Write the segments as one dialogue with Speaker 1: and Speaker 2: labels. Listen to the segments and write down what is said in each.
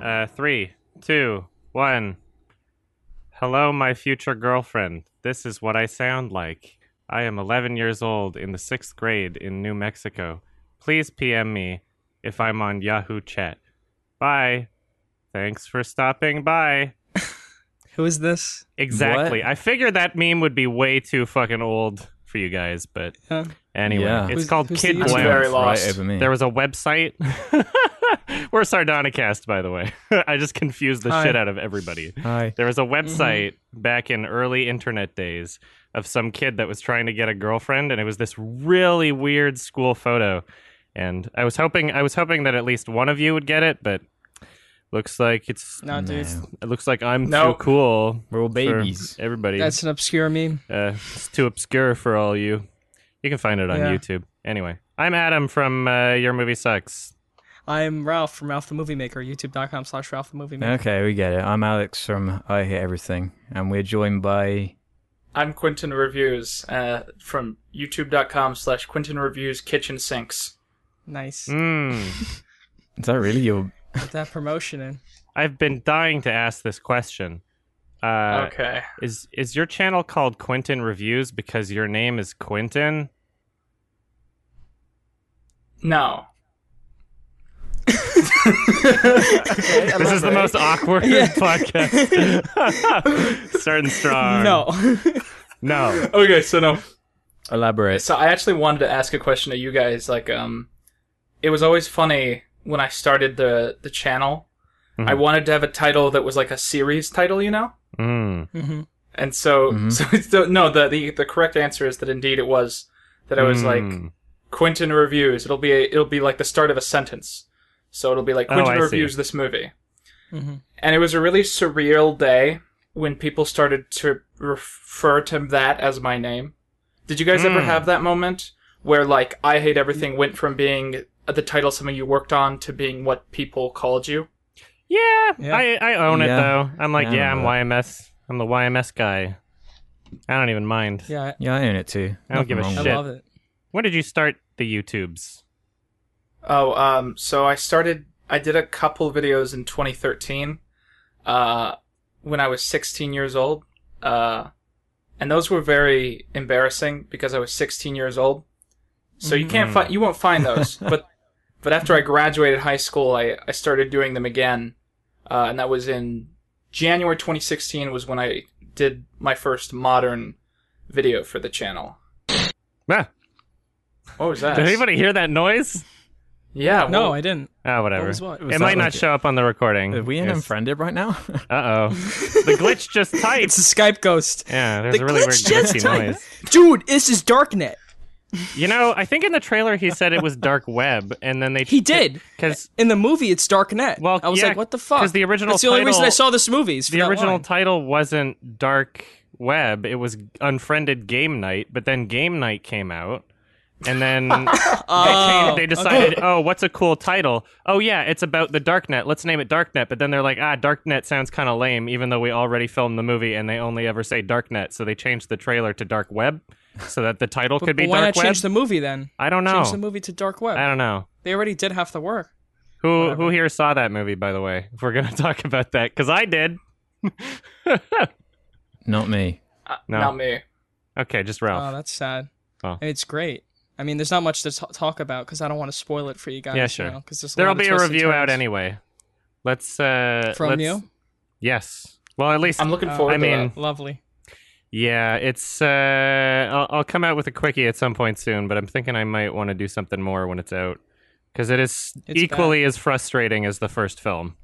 Speaker 1: Uh, three, two, one. Hello, my future girlfriend. This is what I sound like. I am 11 years old in the sixth grade in New Mexico. Please PM me if I'm on Yahoo Chat. Bye. Thanks for stopping by.
Speaker 2: Who is this?
Speaker 1: Exactly. I figured that meme would be way too fucking old for you guys, but
Speaker 2: Yeah.
Speaker 1: anyway,
Speaker 3: Yeah.
Speaker 1: it's
Speaker 2: Who's-
Speaker 1: called
Speaker 2: who's
Speaker 1: Kid
Speaker 2: the
Speaker 1: Glance.
Speaker 2: user?
Speaker 4: Very long. Lost.
Speaker 3: Right over me.
Speaker 1: There was a website. We're Sardonicast, by the way. I just confused the
Speaker 2: Hi.
Speaker 1: shit out of everybody.
Speaker 3: Hi.
Speaker 1: There was
Speaker 2: Mm-hmm.
Speaker 1: a website back in early internet days of some kid that was trying to get a girlfriend, and it was this really weird school photo. And I was hoping, I was hoping that at least one of you would get it, but looks like it's,
Speaker 2: No, dude. it's-
Speaker 1: it looks like I'm
Speaker 4: No.
Speaker 1: too cool.
Speaker 3: We're all
Speaker 1: for
Speaker 3: babies.
Speaker 1: everybody,
Speaker 2: That's an obscure meme.
Speaker 1: uh, it's too obscure for all you. You can find it on
Speaker 2: Yeah.
Speaker 1: YouTube. Anyway, I'm Adam from uh, Your Movie Sucks.
Speaker 2: I'm Ralph from Ralph the Movie Maker, youtube.com slash Ralph the Movie Maker.
Speaker 3: Okay, we get it. I'm Alex from I Hear Everything, and we're joined by
Speaker 4: I'm Quentin Reviews uh, from youtube.com slash Quentin Reviews Kitchen Sinks.
Speaker 2: Nice.
Speaker 1: Mm.
Speaker 3: Is that really your
Speaker 2: Put that promotion in.
Speaker 1: I've been dying to ask this question.
Speaker 2: Oh.
Speaker 1: Uh,
Speaker 4: okay.
Speaker 1: Is is your channel called Quentin Reviews because your name is Quentin?
Speaker 4: No.
Speaker 1: This is the most awkward podcast. Starting strong.
Speaker 2: No.
Speaker 1: no.
Speaker 4: Okay, so no.
Speaker 3: elaborate?
Speaker 4: So I actually wanted to ask a question to you guys. Like, um, it was always funny when I started the the channel.
Speaker 1: Mhm.
Speaker 4: I wanted to have a title that was like a series title, you know.
Speaker 1: Mm.
Speaker 2: Mhm.
Speaker 4: And so,
Speaker 3: Mhm.
Speaker 4: so it's the, no, the, the the correct answer is that indeed it was that I was like
Speaker 1: Mm.
Speaker 4: Quentin reviews. It'll be a, it'll be like the start of a sentence. So it'll be like
Speaker 1: Oh,
Speaker 4: Quentin
Speaker 1: I see.
Speaker 4: reviews this movie.
Speaker 2: Mhm.
Speaker 4: And it was a really surreal day when people started to refer to that as my name. Did you guys ever
Speaker 1: Mm.
Speaker 4: have that moment where like I hate everything went from being the title of something you worked on to being what people called you?
Speaker 1: Yeah,
Speaker 2: Yeah.
Speaker 1: I, I own it
Speaker 3: Yeah.
Speaker 1: though. I'm like,
Speaker 3: Yeah,
Speaker 1: yeah,
Speaker 3: I
Speaker 1: I'm YMS. I'm the YMS guy. I don't even mind.
Speaker 2: Yeah,
Speaker 3: Yeah, I own it too.
Speaker 1: I don't give a
Speaker 3: Nothing
Speaker 2: I, I
Speaker 3: wrong
Speaker 1: shit.
Speaker 2: love it.
Speaker 1: When did you start the YouTubes?
Speaker 4: Oh, um, so I started, I did a couple videos in 2013, uh, when I was 16 years old, uh, and those were very embarrassing because I was 16 years old. So you can't find, you won't find those, but, but after I graduated high school, I, I started doing them again, uh, and that was in January 2016 was when I did my first modern video for the channel.
Speaker 1: Ah,
Speaker 4: What was that?
Speaker 1: did anybody hear that noise?
Speaker 4: Yeah.
Speaker 2: No,
Speaker 4: well,
Speaker 2: I didn't.
Speaker 1: Ah, whatever.
Speaker 2: What was what?
Speaker 3: Was
Speaker 1: it
Speaker 3: that
Speaker 1: might
Speaker 3: like-
Speaker 1: not show up on the recording.
Speaker 3: Are we unfriended right now?
Speaker 1: Uh oh. the glitch just typed.
Speaker 2: It's a Skype ghost.
Speaker 1: Yeah, there's
Speaker 2: The
Speaker 1: a really weird
Speaker 2: glitch just
Speaker 1: glitchy
Speaker 2: typed.
Speaker 1: noise.
Speaker 2: Dude, this is Darknet.
Speaker 1: You know, I think in the trailer he said it was dark web, and then they
Speaker 2: He did.
Speaker 1: because
Speaker 2: In the movie, it's Darknet.
Speaker 1: Well,
Speaker 2: I was
Speaker 1: yeah,
Speaker 2: like, what the fuck?
Speaker 1: 'cause the original
Speaker 2: That's the only reason
Speaker 1: title-
Speaker 2: I saw this movie. is for
Speaker 1: the
Speaker 2: that
Speaker 1: original
Speaker 2: line.
Speaker 1: title wasn't dark web; it was unfriended game night. But then game night came out, and then They,
Speaker 2: Oh,
Speaker 1: changed, they decided, oh, what's a cool title? Oh, yeah, it's about the Darknet. Let's name it Darknet. But then they're like, ah, Darknet sounds kind of lame, even though we already filmed the movie and they only ever say Darknet. So they changed the trailer to Dark Web so that the title could be
Speaker 2: But Uh, why
Speaker 1: Dark
Speaker 2: not
Speaker 1: Web.
Speaker 2: change the movie then?
Speaker 1: I don't
Speaker 2: Change the
Speaker 1: know.
Speaker 2: movie to Dark Web.
Speaker 1: I don't know.
Speaker 2: They already did half the work.
Speaker 1: Who who here saw that movie, by the way? If we're going to talk about that, because I did.
Speaker 3: Not me.
Speaker 4: uh,
Speaker 1: No.
Speaker 4: not me.
Speaker 1: Okay, just
Speaker 2: Oh,
Speaker 1: Ralph.
Speaker 2: that's sad.
Speaker 1: Oh.
Speaker 2: And it's great. I mean, there's not much to t- talk about because I don't want to spoil it for you guys.
Speaker 1: Yeah, sure.
Speaker 2: You know, 'cause there's a
Speaker 1: There'll
Speaker 2: lot
Speaker 1: be
Speaker 2: of
Speaker 1: a
Speaker 2: twists and
Speaker 1: review out
Speaker 2: turns.
Speaker 1: anyway. Let's. uh
Speaker 2: From
Speaker 1: let's-
Speaker 2: you?
Speaker 1: Yes. Well, at least
Speaker 4: I'm looking
Speaker 2: Uh,
Speaker 4: forward
Speaker 1: I
Speaker 4: to
Speaker 1: mean-
Speaker 4: that.
Speaker 2: Lovely.
Speaker 1: Yeah, it's. Uh, I'll, I'll come out with a quickie at some point soon, but I'm thinking I might want to do something more when it's out because it is
Speaker 2: It's
Speaker 1: equally as frustrating as the first film.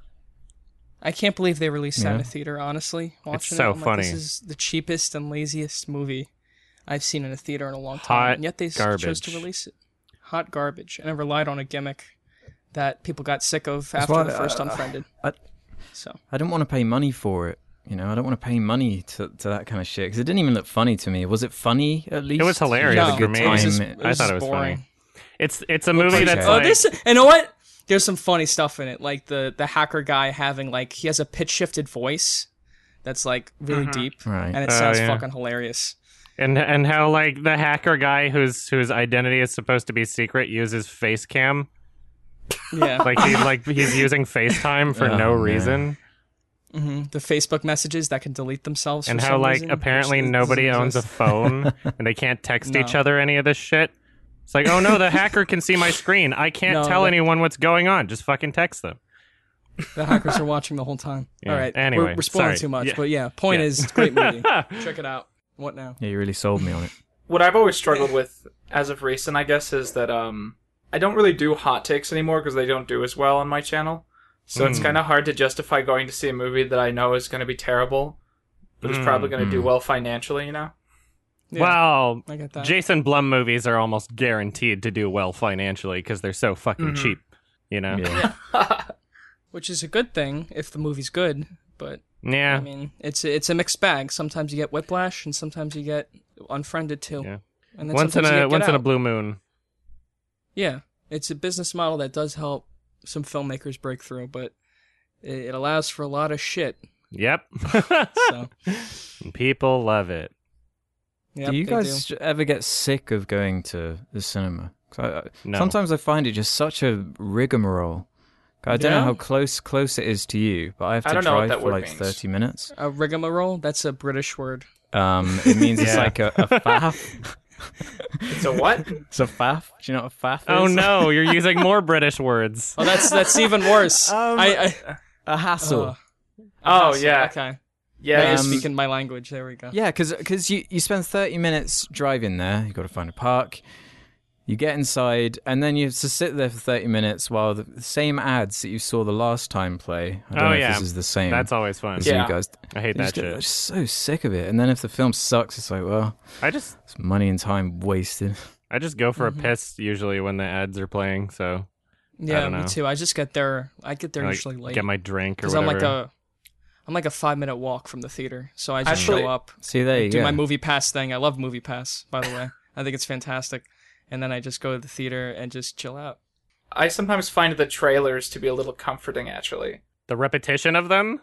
Speaker 2: I can't believe they released that in
Speaker 3: Yeah.
Speaker 2: a theater. Honestly, watching it,
Speaker 1: so
Speaker 2: I'm like, this
Speaker 1: funny.
Speaker 2: is the cheapest and laziest movie I've seen in a theater in a long time,
Speaker 1: Hot
Speaker 2: and yet they s- chose
Speaker 1: garbage.
Speaker 2: to release it. Hot garbage, and it relied on a gimmick that people got sick of
Speaker 3: That's
Speaker 2: after
Speaker 3: why
Speaker 2: the
Speaker 3: I-
Speaker 2: first
Speaker 3: I-
Speaker 2: Unfriended.
Speaker 3: I-
Speaker 2: so
Speaker 3: I don't want to pay money for it. You know, I don't want to pay money to, to that kind of shit because it didn't even look funny to me. Was it funny at least?
Speaker 1: was hilarious
Speaker 3: Did you have a
Speaker 1: for
Speaker 3: good
Speaker 1: me.
Speaker 3: time?
Speaker 1: It was
Speaker 2: just-
Speaker 1: I thought
Speaker 2: just
Speaker 1: it was
Speaker 2: boring.
Speaker 1: funny. It's it's a movie
Speaker 3: like
Speaker 1: that's
Speaker 3: that.
Speaker 2: Oh,
Speaker 1: like
Speaker 2: this. And you know what? There's some funny stuff in it, like the the hacker guy having like he has a pitch shifted voice that's like really deep,
Speaker 3: Right.
Speaker 2: and it
Speaker 1: Oh,
Speaker 2: sounds
Speaker 1: yeah.
Speaker 2: fucking hilarious.
Speaker 1: and and how like the hacker guy whose whose identity is supposed to be secret uses face cam
Speaker 2: Yeah.
Speaker 1: Like he like he's using FaceTime for
Speaker 3: Oh,
Speaker 1: no
Speaker 3: man.
Speaker 1: reason,
Speaker 2: hmm The Facebook messages that can delete themselves.
Speaker 1: and
Speaker 2: for
Speaker 1: how
Speaker 2: some
Speaker 1: like
Speaker 2: reason, which
Speaker 1: apparently
Speaker 2: doesn't
Speaker 1: nobody owns a
Speaker 2: exist.
Speaker 1: phone and they can't text
Speaker 2: No.
Speaker 1: each other any of this shit. It's like, oh no, the hacker can see my screen. I can't
Speaker 2: No,
Speaker 1: tell
Speaker 2: that-
Speaker 1: anyone what's going on. Just fucking text them.
Speaker 2: the hackers are watching the whole time.
Speaker 1: Yeah.
Speaker 2: All right. we're-
Speaker 1: Anyway,
Speaker 2: we're, spoiling
Speaker 1: sorry.
Speaker 2: too much,
Speaker 1: Yeah.
Speaker 2: but yeah. Point
Speaker 1: Yeah.
Speaker 2: is, it's a great movie. Check it out. What now?
Speaker 3: Yeah, you really sold me on it.
Speaker 4: what I've always struggled with as of recent, I guess, is that um, I don't really do hot takes anymore because they don't do as well on my channel. So it's
Speaker 1: Mm.
Speaker 4: kind of hard to justify going to see a movie that I know is going to be terrible, but it's
Speaker 1: Mm.
Speaker 4: probably going to do
Speaker 3: Mm.
Speaker 4: well financially. You know?
Speaker 2: Yeah,
Speaker 1: Well,
Speaker 2: I get that.
Speaker 1: Jason Blum movies are almost guaranteed to do well financially because they're so fucking
Speaker 2: Mm-hmm.
Speaker 4: Mhm.
Speaker 1: cheap. You know? Yeah.
Speaker 3: Yeah.
Speaker 2: Which is a good thing if the movie's good, but I mean, it's a, it's a mixed bag. Sometimes you get whiplash, and sometimes you get unfriended too.
Speaker 1: Yeah.
Speaker 2: And then
Speaker 1: Once in
Speaker 2: sometimes you
Speaker 1: a
Speaker 2: get
Speaker 1: once
Speaker 2: get
Speaker 1: in a
Speaker 2: out.
Speaker 1: blue moon.
Speaker 2: Yeah, it's a business model that does help some filmmakers break through, but it, it allows for a lot of shit.
Speaker 1: Yep.
Speaker 2: So
Speaker 1: People love it.
Speaker 2: yep,
Speaker 3: do you
Speaker 2: they
Speaker 3: guys ever get sick of going to the cinema? 'Cause I- I-
Speaker 1: No.
Speaker 3: Sometimes I find it just such a rigmarole. I don't know
Speaker 2: Yeah.
Speaker 3: how close close it is to you, but I have
Speaker 4: I
Speaker 3: to
Speaker 4: don't know what
Speaker 3: drive
Speaker 4: that
Speaker 3: for
Speaker 4: word
Speaker 3: like
Speaker 4: means.
Speaker 3: thirty minutes.
Speaker 2: A rigmarole? That's a British word.
Speaker 3: Um, it means it's
Speaker 1: Yeah.
Speaker 3: like a, a faff.
Speaker 4: It's a what?
Speaker 3: It's a faff. Do you know what a faff is?
Speaker 1: Oh no, you're using more British words.
Speaker 2: Oh, that's that's even worse.
Speaker 3: Um,
Speaker 2: I,
Speaker 1: Oh,
Speaker 2: I
Speaker 3: a hassle.
Speaker 2: oh,
Speaker 4: oh
Speaker 2: so-
Speaker 4: yeah,
Speaker 2: Okay.
Speaker 4: yeah.
Speaker 2: now you're
Speaker 3: Um,
Speaker 2: speaking my language. There we go.
Speaker 3: Yeah, because you, you spend 30 minutes driving there, you've got to find a park, you get inside, and then you have to sit there for 30 minutes while the same ads that you saw the last time play. I don't
Speaker 1: Oh,
Speaker 3: know
Speaker 1: yeah.
Speaker 3: if this is the same.
Speaker 1: That's always fun.
Speaker 3: as
Speaker 4: Yeah.
Speaker 3: you guys.
Speaker 1: I hate
Speaker 3: I
Speaker 1: that
Speaker 3: just get- I'm
Speaker 1: shit.
Speaker 3: just so sick of it. And then if the film sucks, it's like, well,
Speaker 1: I just
Speaker 3: it's money and time wasted.
Speaker 1: I just go
Speaker 2: Mm-hmm.
Speaker 1: for a piss usually when the ads are playing, so
Speaker 2: Yeah,
Speaker 1: don't
Speaker 2: me
Speaker 1: know.
Speaker 2: too. I just get there. I get there
Speaker 1: I, like,
Speaker 2: usually late
Speaker 1: get my drink or
Speaker 2: because
Speaker 1: whatever.
Speaker 2: I'm like a I'm like a five minute walk from the theater, so I just
Speaker 4: Actually-
Speaker 2: show up,
Speaker 3: See, there you
Speaker 2: do
Speaker 3: go.
Speaker 2: my movie pass thing. I love movie pass, by the way. I think it's fantastic. And then I just go to the theater and just chill out.
Speaker 4: I sometimes find the trailers to be a little comforting, actually. Uh,
Speaker 1: the repetition of them?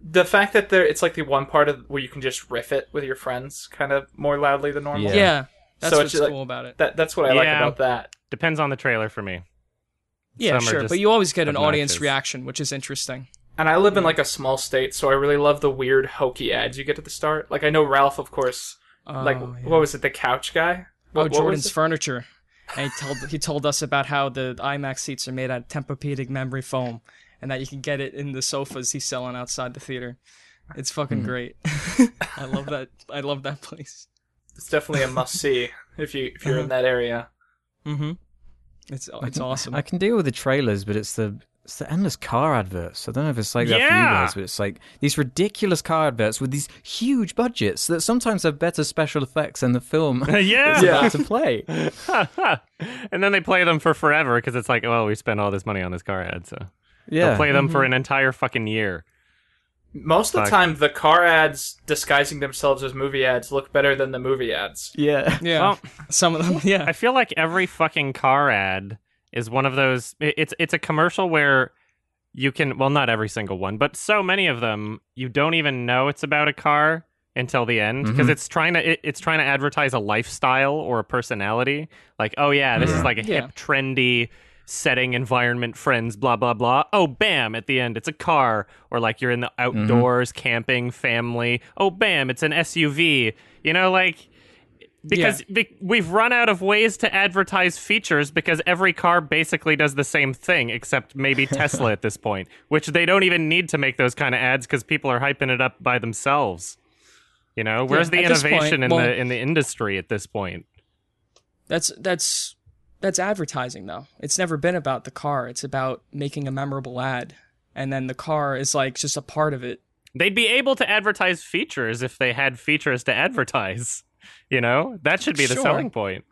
Speaker 4: The fact that there, it's like the one part of where you can just riff it with your friends, kind of more loudly than normal.
Speaker 2: Yeah,
Speaker 3: Yeah.
Speaker 2: that's
Speaker 4: So it's
Speaker 2: what's
Speaker 4: like-
Speaker 2: cool about it.
Speaker 4: That that's what I like
Speaker 1: Yeah.
Speaker 4: about that.
Speaker 1: Depends on the trailer for me. some
Speaker 2: Yeah,
Speaker 1: are
Speaker 2: sure.
Speaker 1: just
Speaker 2: But you always get an audience
Speaker 1: obnoxious.
Speaker 2: reaction, which is interesting.
Speaker 4: And I live in like a small state, so I really love the weird hokey ads you get at the start. Like I know Ralph, of course. Like
Speaker 2: Oh, yeah.
Speaker 4: what was it, the couch guy?
Speaker 2: oh,
Speaker 4: What, what
Speaker 2: Jordan's
Speaker 4: was it?
Speaker 2: furniture. And he told he told us about how the IMAX seats are made out of Tempur-Pedic memory foam, and that you can get it in the sofas he's selling outside the theater. It's
Speaker 1: Hmm.
Speaker 2: fucking great. I love that. I love that place.
Speaker 4: It's definitely a must see if you if you're
Speaker 2: Uh-huh.
Speaker 4: in that area.
Speaker 2: Mm-hmm. It's it's awesome.
Speaker 3: I can deal with the trailers, but it's the it's the endless car adverts. I don't know if it's like that for you
Speaker 1: Yeah.
Speaker 3: guys, but it's like these ridiculous car adverts with these huge budgets that sometimes have better special effects than the film is
Speaker 1: yeah.
Speaker 3: about to play.
Speaker 1: and then they play them for forever because it's like, oh, we spent all this money on this car ad, so
Speaker 3: Yeah,
Speaker 1: they'll play them
Speaker 2: Mm-hmm.
Speaker 1: for an entire fucking year.
Speaker 4: Most of
Speaker 1: Fuck.
Speaker 4: the time, the car ads disguising themselves as movie ads look better than the movie ads.
Speaker 3: yeah.
Speaker 2: yeah,
Speaker 1: Well-
Speaker 2: some of them. Yeah,
Speaker 1: I feel like every fucking car ad is one of those. i- It's it's a commercial where you can well not every single one, but so many of them you don't even know it's about a car until the end because
Speaker 3: Mhm.
Speaker 1: it's trying to it, it's trying to advertise a lifestyle or a personality. Like oh yeah, this is
Speaker 3: Yeah.
Speaker 1: like a
Speaker 2: Yeah.
Speaker 1: hip, trendy setting, environment, friends, blah blah blah. Oh bam, at the end it's a car or like you're in the outdoors camping, family. Oh bam, it's an SUV. You know like because be- we've run out of ways to advertise features because every car basically does the same thing except maybe Tesla at this point, which they don't even need to make those kind of ads because people are hyping it up by themselves. You know, where's the
Speaker 2: at this point,
Speaker 1: innovation in
Speaker 2: well-
Speaker 1: the in the industry at this point?
Speaker 2: that's that's that's advertising though. It's never been about the car. It's about making a memorable ad, and then the car is like just a part of it.
Speaker 1: They'd be able to advertise features if they had features to advertise. You know, that should be the
Speaker 2: Sure.
Speaker 1: selling point.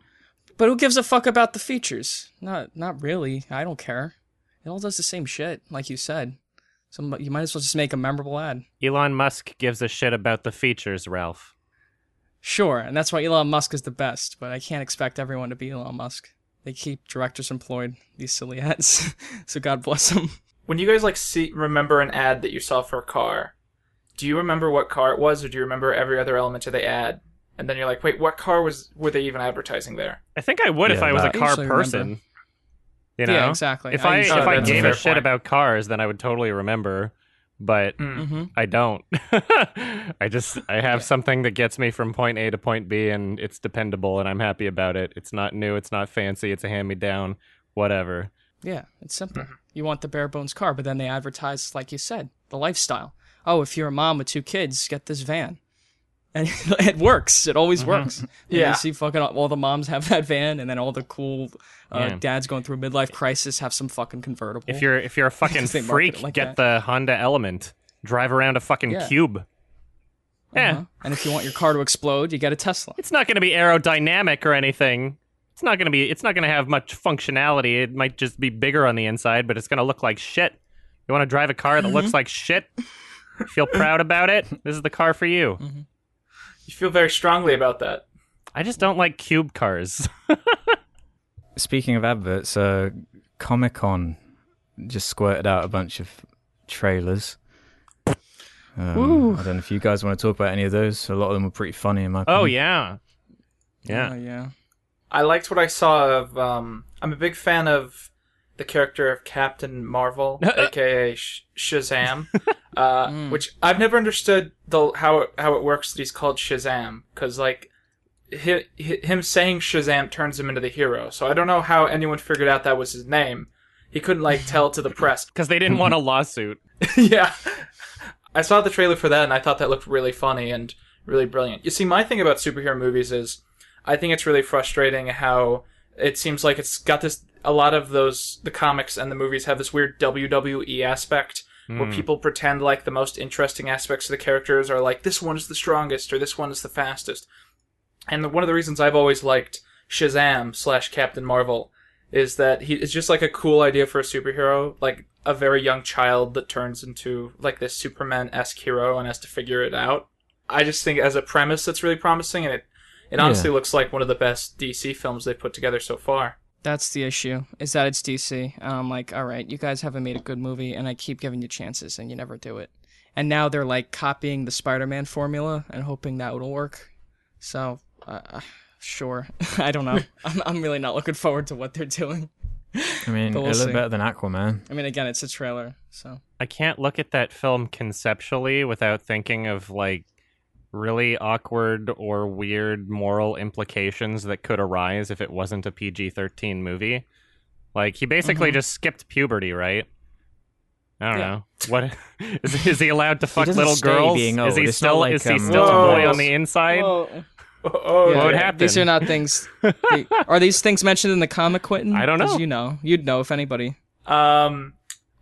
Speaker 2: But who gives a fuck about the features? Not not really. I don't care. It all does the same shit, like you said. So you might as well just make a memorable ad.
Speaker 1: Elon Musk gives a shit about the features, Ralph.
Speaker 2: Sure, and that's why Elon Musk is the best. But I can't expect everyone to be Elon Musk. They keep directors employed. These silly ads. so God bless them.
Speaker 4: When you guys like see remember an ad that you saw for a car, do you remember what car it was, or do you remember every other element of the ad? And then you're like, wait, what car was were they even advertising there?
Speaker 1: I think I would if
Speaker 3: Yeah,
Speaker 1: I was a
Speaker 3: that-
Speaker 1: car
Speaker 2: Usually remember.
Speaker 1: person. You know,
Speaker 2: yeah, exactly.
Speaker 1: if I, if
Speaker 2: used to
Speaker 4: Oh,
Speaker 2: do
Speaker 1: I
Speaker 4: that's a
Speaker 1: gave
Speaker 2: that.
Speaker 1: a
Speaker 4: fair
Speaker 1: shit
Speaker 4: point.
Speaker 1: about cars, then I would totally remember. But
Speaker 4: Mm.
Speaker 2: Mhm.
Speaker 1: I don't. I just I have something that gets me from point A to point B, and it's dependable, and I'm happy about it. It's not new, it's not fancy, it's a hand me down, whatever.
Speaker 2: Yeah, it's simple.
Speaker 1: Mm-hmm.
Speaker 2: You want the bare bones car, but then they advertise, like you said, the lifestyle. Oh, if you're a mom with two kids, get this van. And it works. It always
Speaker 1: Mm-hmm.
Speaker 2: works. Yeah.
Speaker 4: Yeah.
Speaker 2: You see fucking all the moms have that van, and then all the cool uh,
Speaker 1: Yeah.
Speaker 2: dads going through midlife crisis have some fucking convertible.
Speaker 1: If you're if you're a fucking
Speaker 2: They market it
Speaker 1: freak,
Speaker 2: like
Speaker 1: get the Honda Element. Drive around a fucking
Speaker 2: Yeah.
Speaker 1: cube. Eh. Yeah,
Speaker 2: Uh-huh. And if you want your car to explode, you get a Tesla.
Speaker 1: it's not going to be aerodynamic or anything. It's not going to be. It's not going to have much functionality. It might just be bigger on the inside, but it's going to look like shit. You want to drive a car that looks like shit? You Feel proud about it? This is the car for you.
Speaker 4: You feel very strongly about that.
Speaker 1: I just don't like cube cars.
Speaker 3: Speaking of adverts, uh, Comic Con just squirted out a bunch of trailers. Um, I don't know if you guys want to talk about any of those. A lot of them were pretty funny in my
Speaker 1: Oh
Speaker 3: opinion.
Speaker 1: yeah,
Speaker 2: Oh,
Speaker 1: yeah.
Speaker 2: yeah.
Speaker 4: I liked what I saw of. Um, I'm a big fan of the character of Captain Marvel, aka Sh- Shazam, uh, which I've never understood the how it, how it works that he's called Shazam because like hi, hi, him saying Shazam turns him into the hero. So I don't know how anyone figured out that was his name. He couldn't like tell to the press.
Speaker 1: Because they didn't want a lawsuit.
Speaker 4: yeah. I saw the trailer for that and I thought that looked really funny and really brilliant. You see, my thing about superhero movies is I think it's really frustrating how it seems like it's got this a lot of those the comics and the movies have this weird WWE aspect where people pretend like the most interesting aspects of the characters are like this one is the strongest or this one is the fastest. And the, one of the reasons I've always liked Shazam slash Captain Marvel is that he it's just like a cool idea for a superhero, like a very young child that turns into like this Superman esque hero and has to figure it out. I just think as a premise that's really promising, and it it honestly looks like one of the best DC films they've put together so far.
Speaker 2: That's the issue, is that it's DC. And I'm like, all right, you guys haven't made a good movie, and I keep giving you chances, and you never do it. And now they're like copying the Spider Man formula and hoping that will work. So, uh, uh, sure. I don't know. I'm, I'm really not looking forward to what they're doing.
Speaker 3: I mean,
Speaker 2: But
Speaker 3: a
Speaker 2: we'll
Speaker 3: little
Speaker 2: see.
Speaker 3: better than Aquaman.
Speaker 2: I mean, again, it's a trailer, so.
Speaker 1: I can't look at that film conceptually without thinking of like really awkward or weird moral implications that could arise if it wasn't a PG 13 movie. Like, he basically
Speaker 4: Mm-hmm.
Speaker 1: just skipped puberty, right? I don't
Speaker 2: Yeah.
Speaker 1: know. What is, is he allowed to fuck
Speaker 3: doesn't
Speaker 1: little
Speaker 3: stay
Speaker 1: girls?
Speaker 3: being
Speaker 1: Is he
Speaker 3: old. It's
Speaker 1: still
Speaker 3: not like,
Speaker 1: is he
Speaker 3: um,
Speaker 1: still a
Speaker 4: Whoa.
Speaker 1: boy on the inside?
Speaker 4: Oh,
Speaker 1: What would
Speaker 2: Yeah,
Speaker 1: happen?
Speaker 2: These are not things. they- are these things mentioned in the comic, Quentin?
Speaker 1: I don't
Speaker 2: 'Cause
Speaker 1: know.
Speaker 2: You know, you'd know if anybody.
Speaker 4: Um,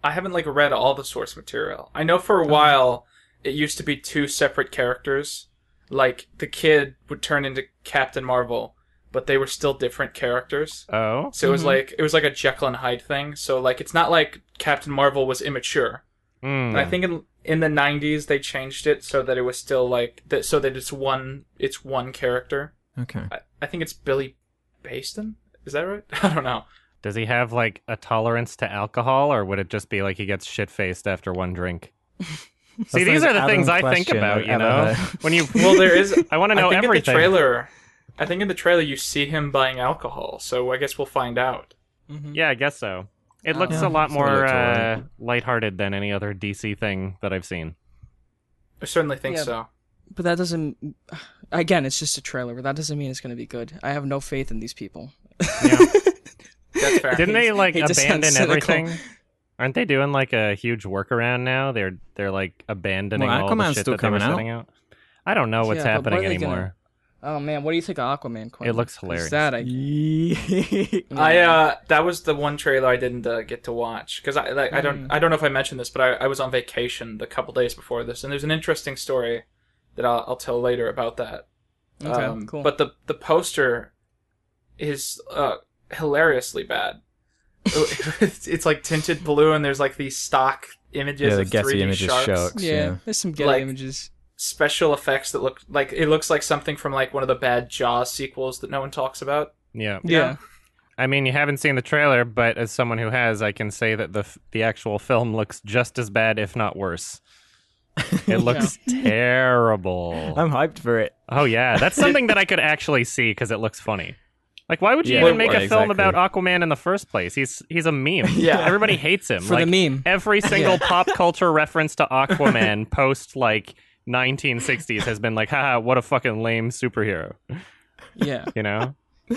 Speaker 4: I haven't like read all the source material. I know for a while it used to be two separate characters. Like the kid would turn into Captain Marvel, but they were still different characters.
Speaker 1: Oh.
Speaker 4: So it was like it was like a Jekyll and Hyde thing. So like it's not like Captain Marvel was immature.
Speaker 1: Mm.
Speaker 4: And I think in in the '90s they changed it so that it was still like that. So that it's one it's one character.
Speaker 3: Okay.
Speaker 1: Uh,
Speaker 4: I, I think it's Billy Baston. Is that right? I don't know.
Speaker 1: Does he have like a tolerance to alcohol, or would it just be like he gets shit faced after one drink? See,
Speaker 3: the
Speaker 1: these are the
Speaker 3: most
Speaker 1: things I
Speaker 3: Adam
Speaker 1: think
Speaker 3: question
Speaker 1: about.
Speaker 3: I've
Speaker 1: You
Speaker 3: ever
Speaker 1: know,
Speaker 3: heard.
Speaker 1: when you
Speaker 4: Well, there is.
Speaker 1: I want to know
Speaker 4: I think
Speaker 1: everything.
Speaker 4: In the trailer, I think in the trailer you see him buying alcohol. So I guess we'll find out.
Speaker 1: Yeah, I guess so. It looks a
Speaker 3: Yeah,
Speaker 1: lot
Speaker 3: it's
Speaker 1: more
Speaker 3: looked
Speaker 1: uh,
Speaker 3: alright.
Speaker 1: lighthearted than any other DC thing that I've seen.
Speaker 4: I certainly think
Speaker 2: Yeah.
Speaker 4: so.
Speaker 2: But that doesn't. Again, it's just a trailer, but that doesn't mean it's going to be good. I have no faith in these people.
Speaker 4: That's fair.
Speaker 1: Didn't they like
Speaker 2: It just sounds
Speaker 1: abandon
Speaker 2: cynical.
Speaker 1: everything? Aren't they doing like a huge workaround now? They're they're like abandoning
Speaker 3: Well,
Speaker 1: all the
Speaker 3: Aquaman's
Speaker 1: shit
Speaker 3: still
Speaker 1: that they were
Speaker 3: coming out.
Speaker 1: setting out. I don't know what's
Speaker 2: Yeah, but what
Speaker 1: happening
Speaker 2: are they gonna-
Speaker 1: anymore.
Speaker 2: Oh man, what do you think of Aquaman? Quinn?
Speaker 1: It looks hilarious.
Speaker 2: That I,
Speaker 4: I uh, that was the one trailer I didn't uh, get to watch because I like, I
Speaker 2: Hmm.
Speaker 4: don't I don't know if I mentioned this, but I, I was on vacation the couple days before this, and there's an interesting story that I'll, I'll tell later about that.
Speaker 2: okay,
Speaker 4: Um,
Speaker 2: cool.
Speaker 4: But the the poster is uh, hilariously bad. it's, it's like tinted blue, and there's like these stock images
Speaker 3: Yeah, the
Speaker 4: of
Speaker 3: Getty
Speaker 4: 3D
Speaker 3: images
Speaker 4: sharks.
Speaker 3: sharks.
Speaker 2: yeah,
Speaker 3: Yeah.
Speaker 2: there's some gay
Speaker 4: Like-
Speaker 2: images.
Speaker 4: special effects that look like it looks like something from like one of the bad Jaws sequels that no one talks about.
Speaker 1: Yeah.
Speaker 2: Yeah,
Speaker 1: I mean, you haven't seen the trailer, but as someone who has, I can say that the f- the actual film looks just as bad, if not worse. It looks terrible.
Speaker 3: I'm hyped for it.
Speaker 1: oh yeah, that's something that I could actually see because it looks funny. Like, why would you
Speaker 3: Yeah,
Speaker 1: even make a
Speaker 3: yeah,
Speaker 1: film
Speaker 3: exactly.
Speaker 1: about Aquaman in the first place? He's he's a meme.
Speaker 4: Yeah.
Speaker 1: everybody hates him
Speaker 2: For
Speaker 1: Like,
Speaker 2: the meme.
Speaker 1: Every single pop culture reference to Aquaman post like 1960s has been like, haha, what a fucking lame superhero.
Speaker 2: Yeah.
Speaker 1: You know,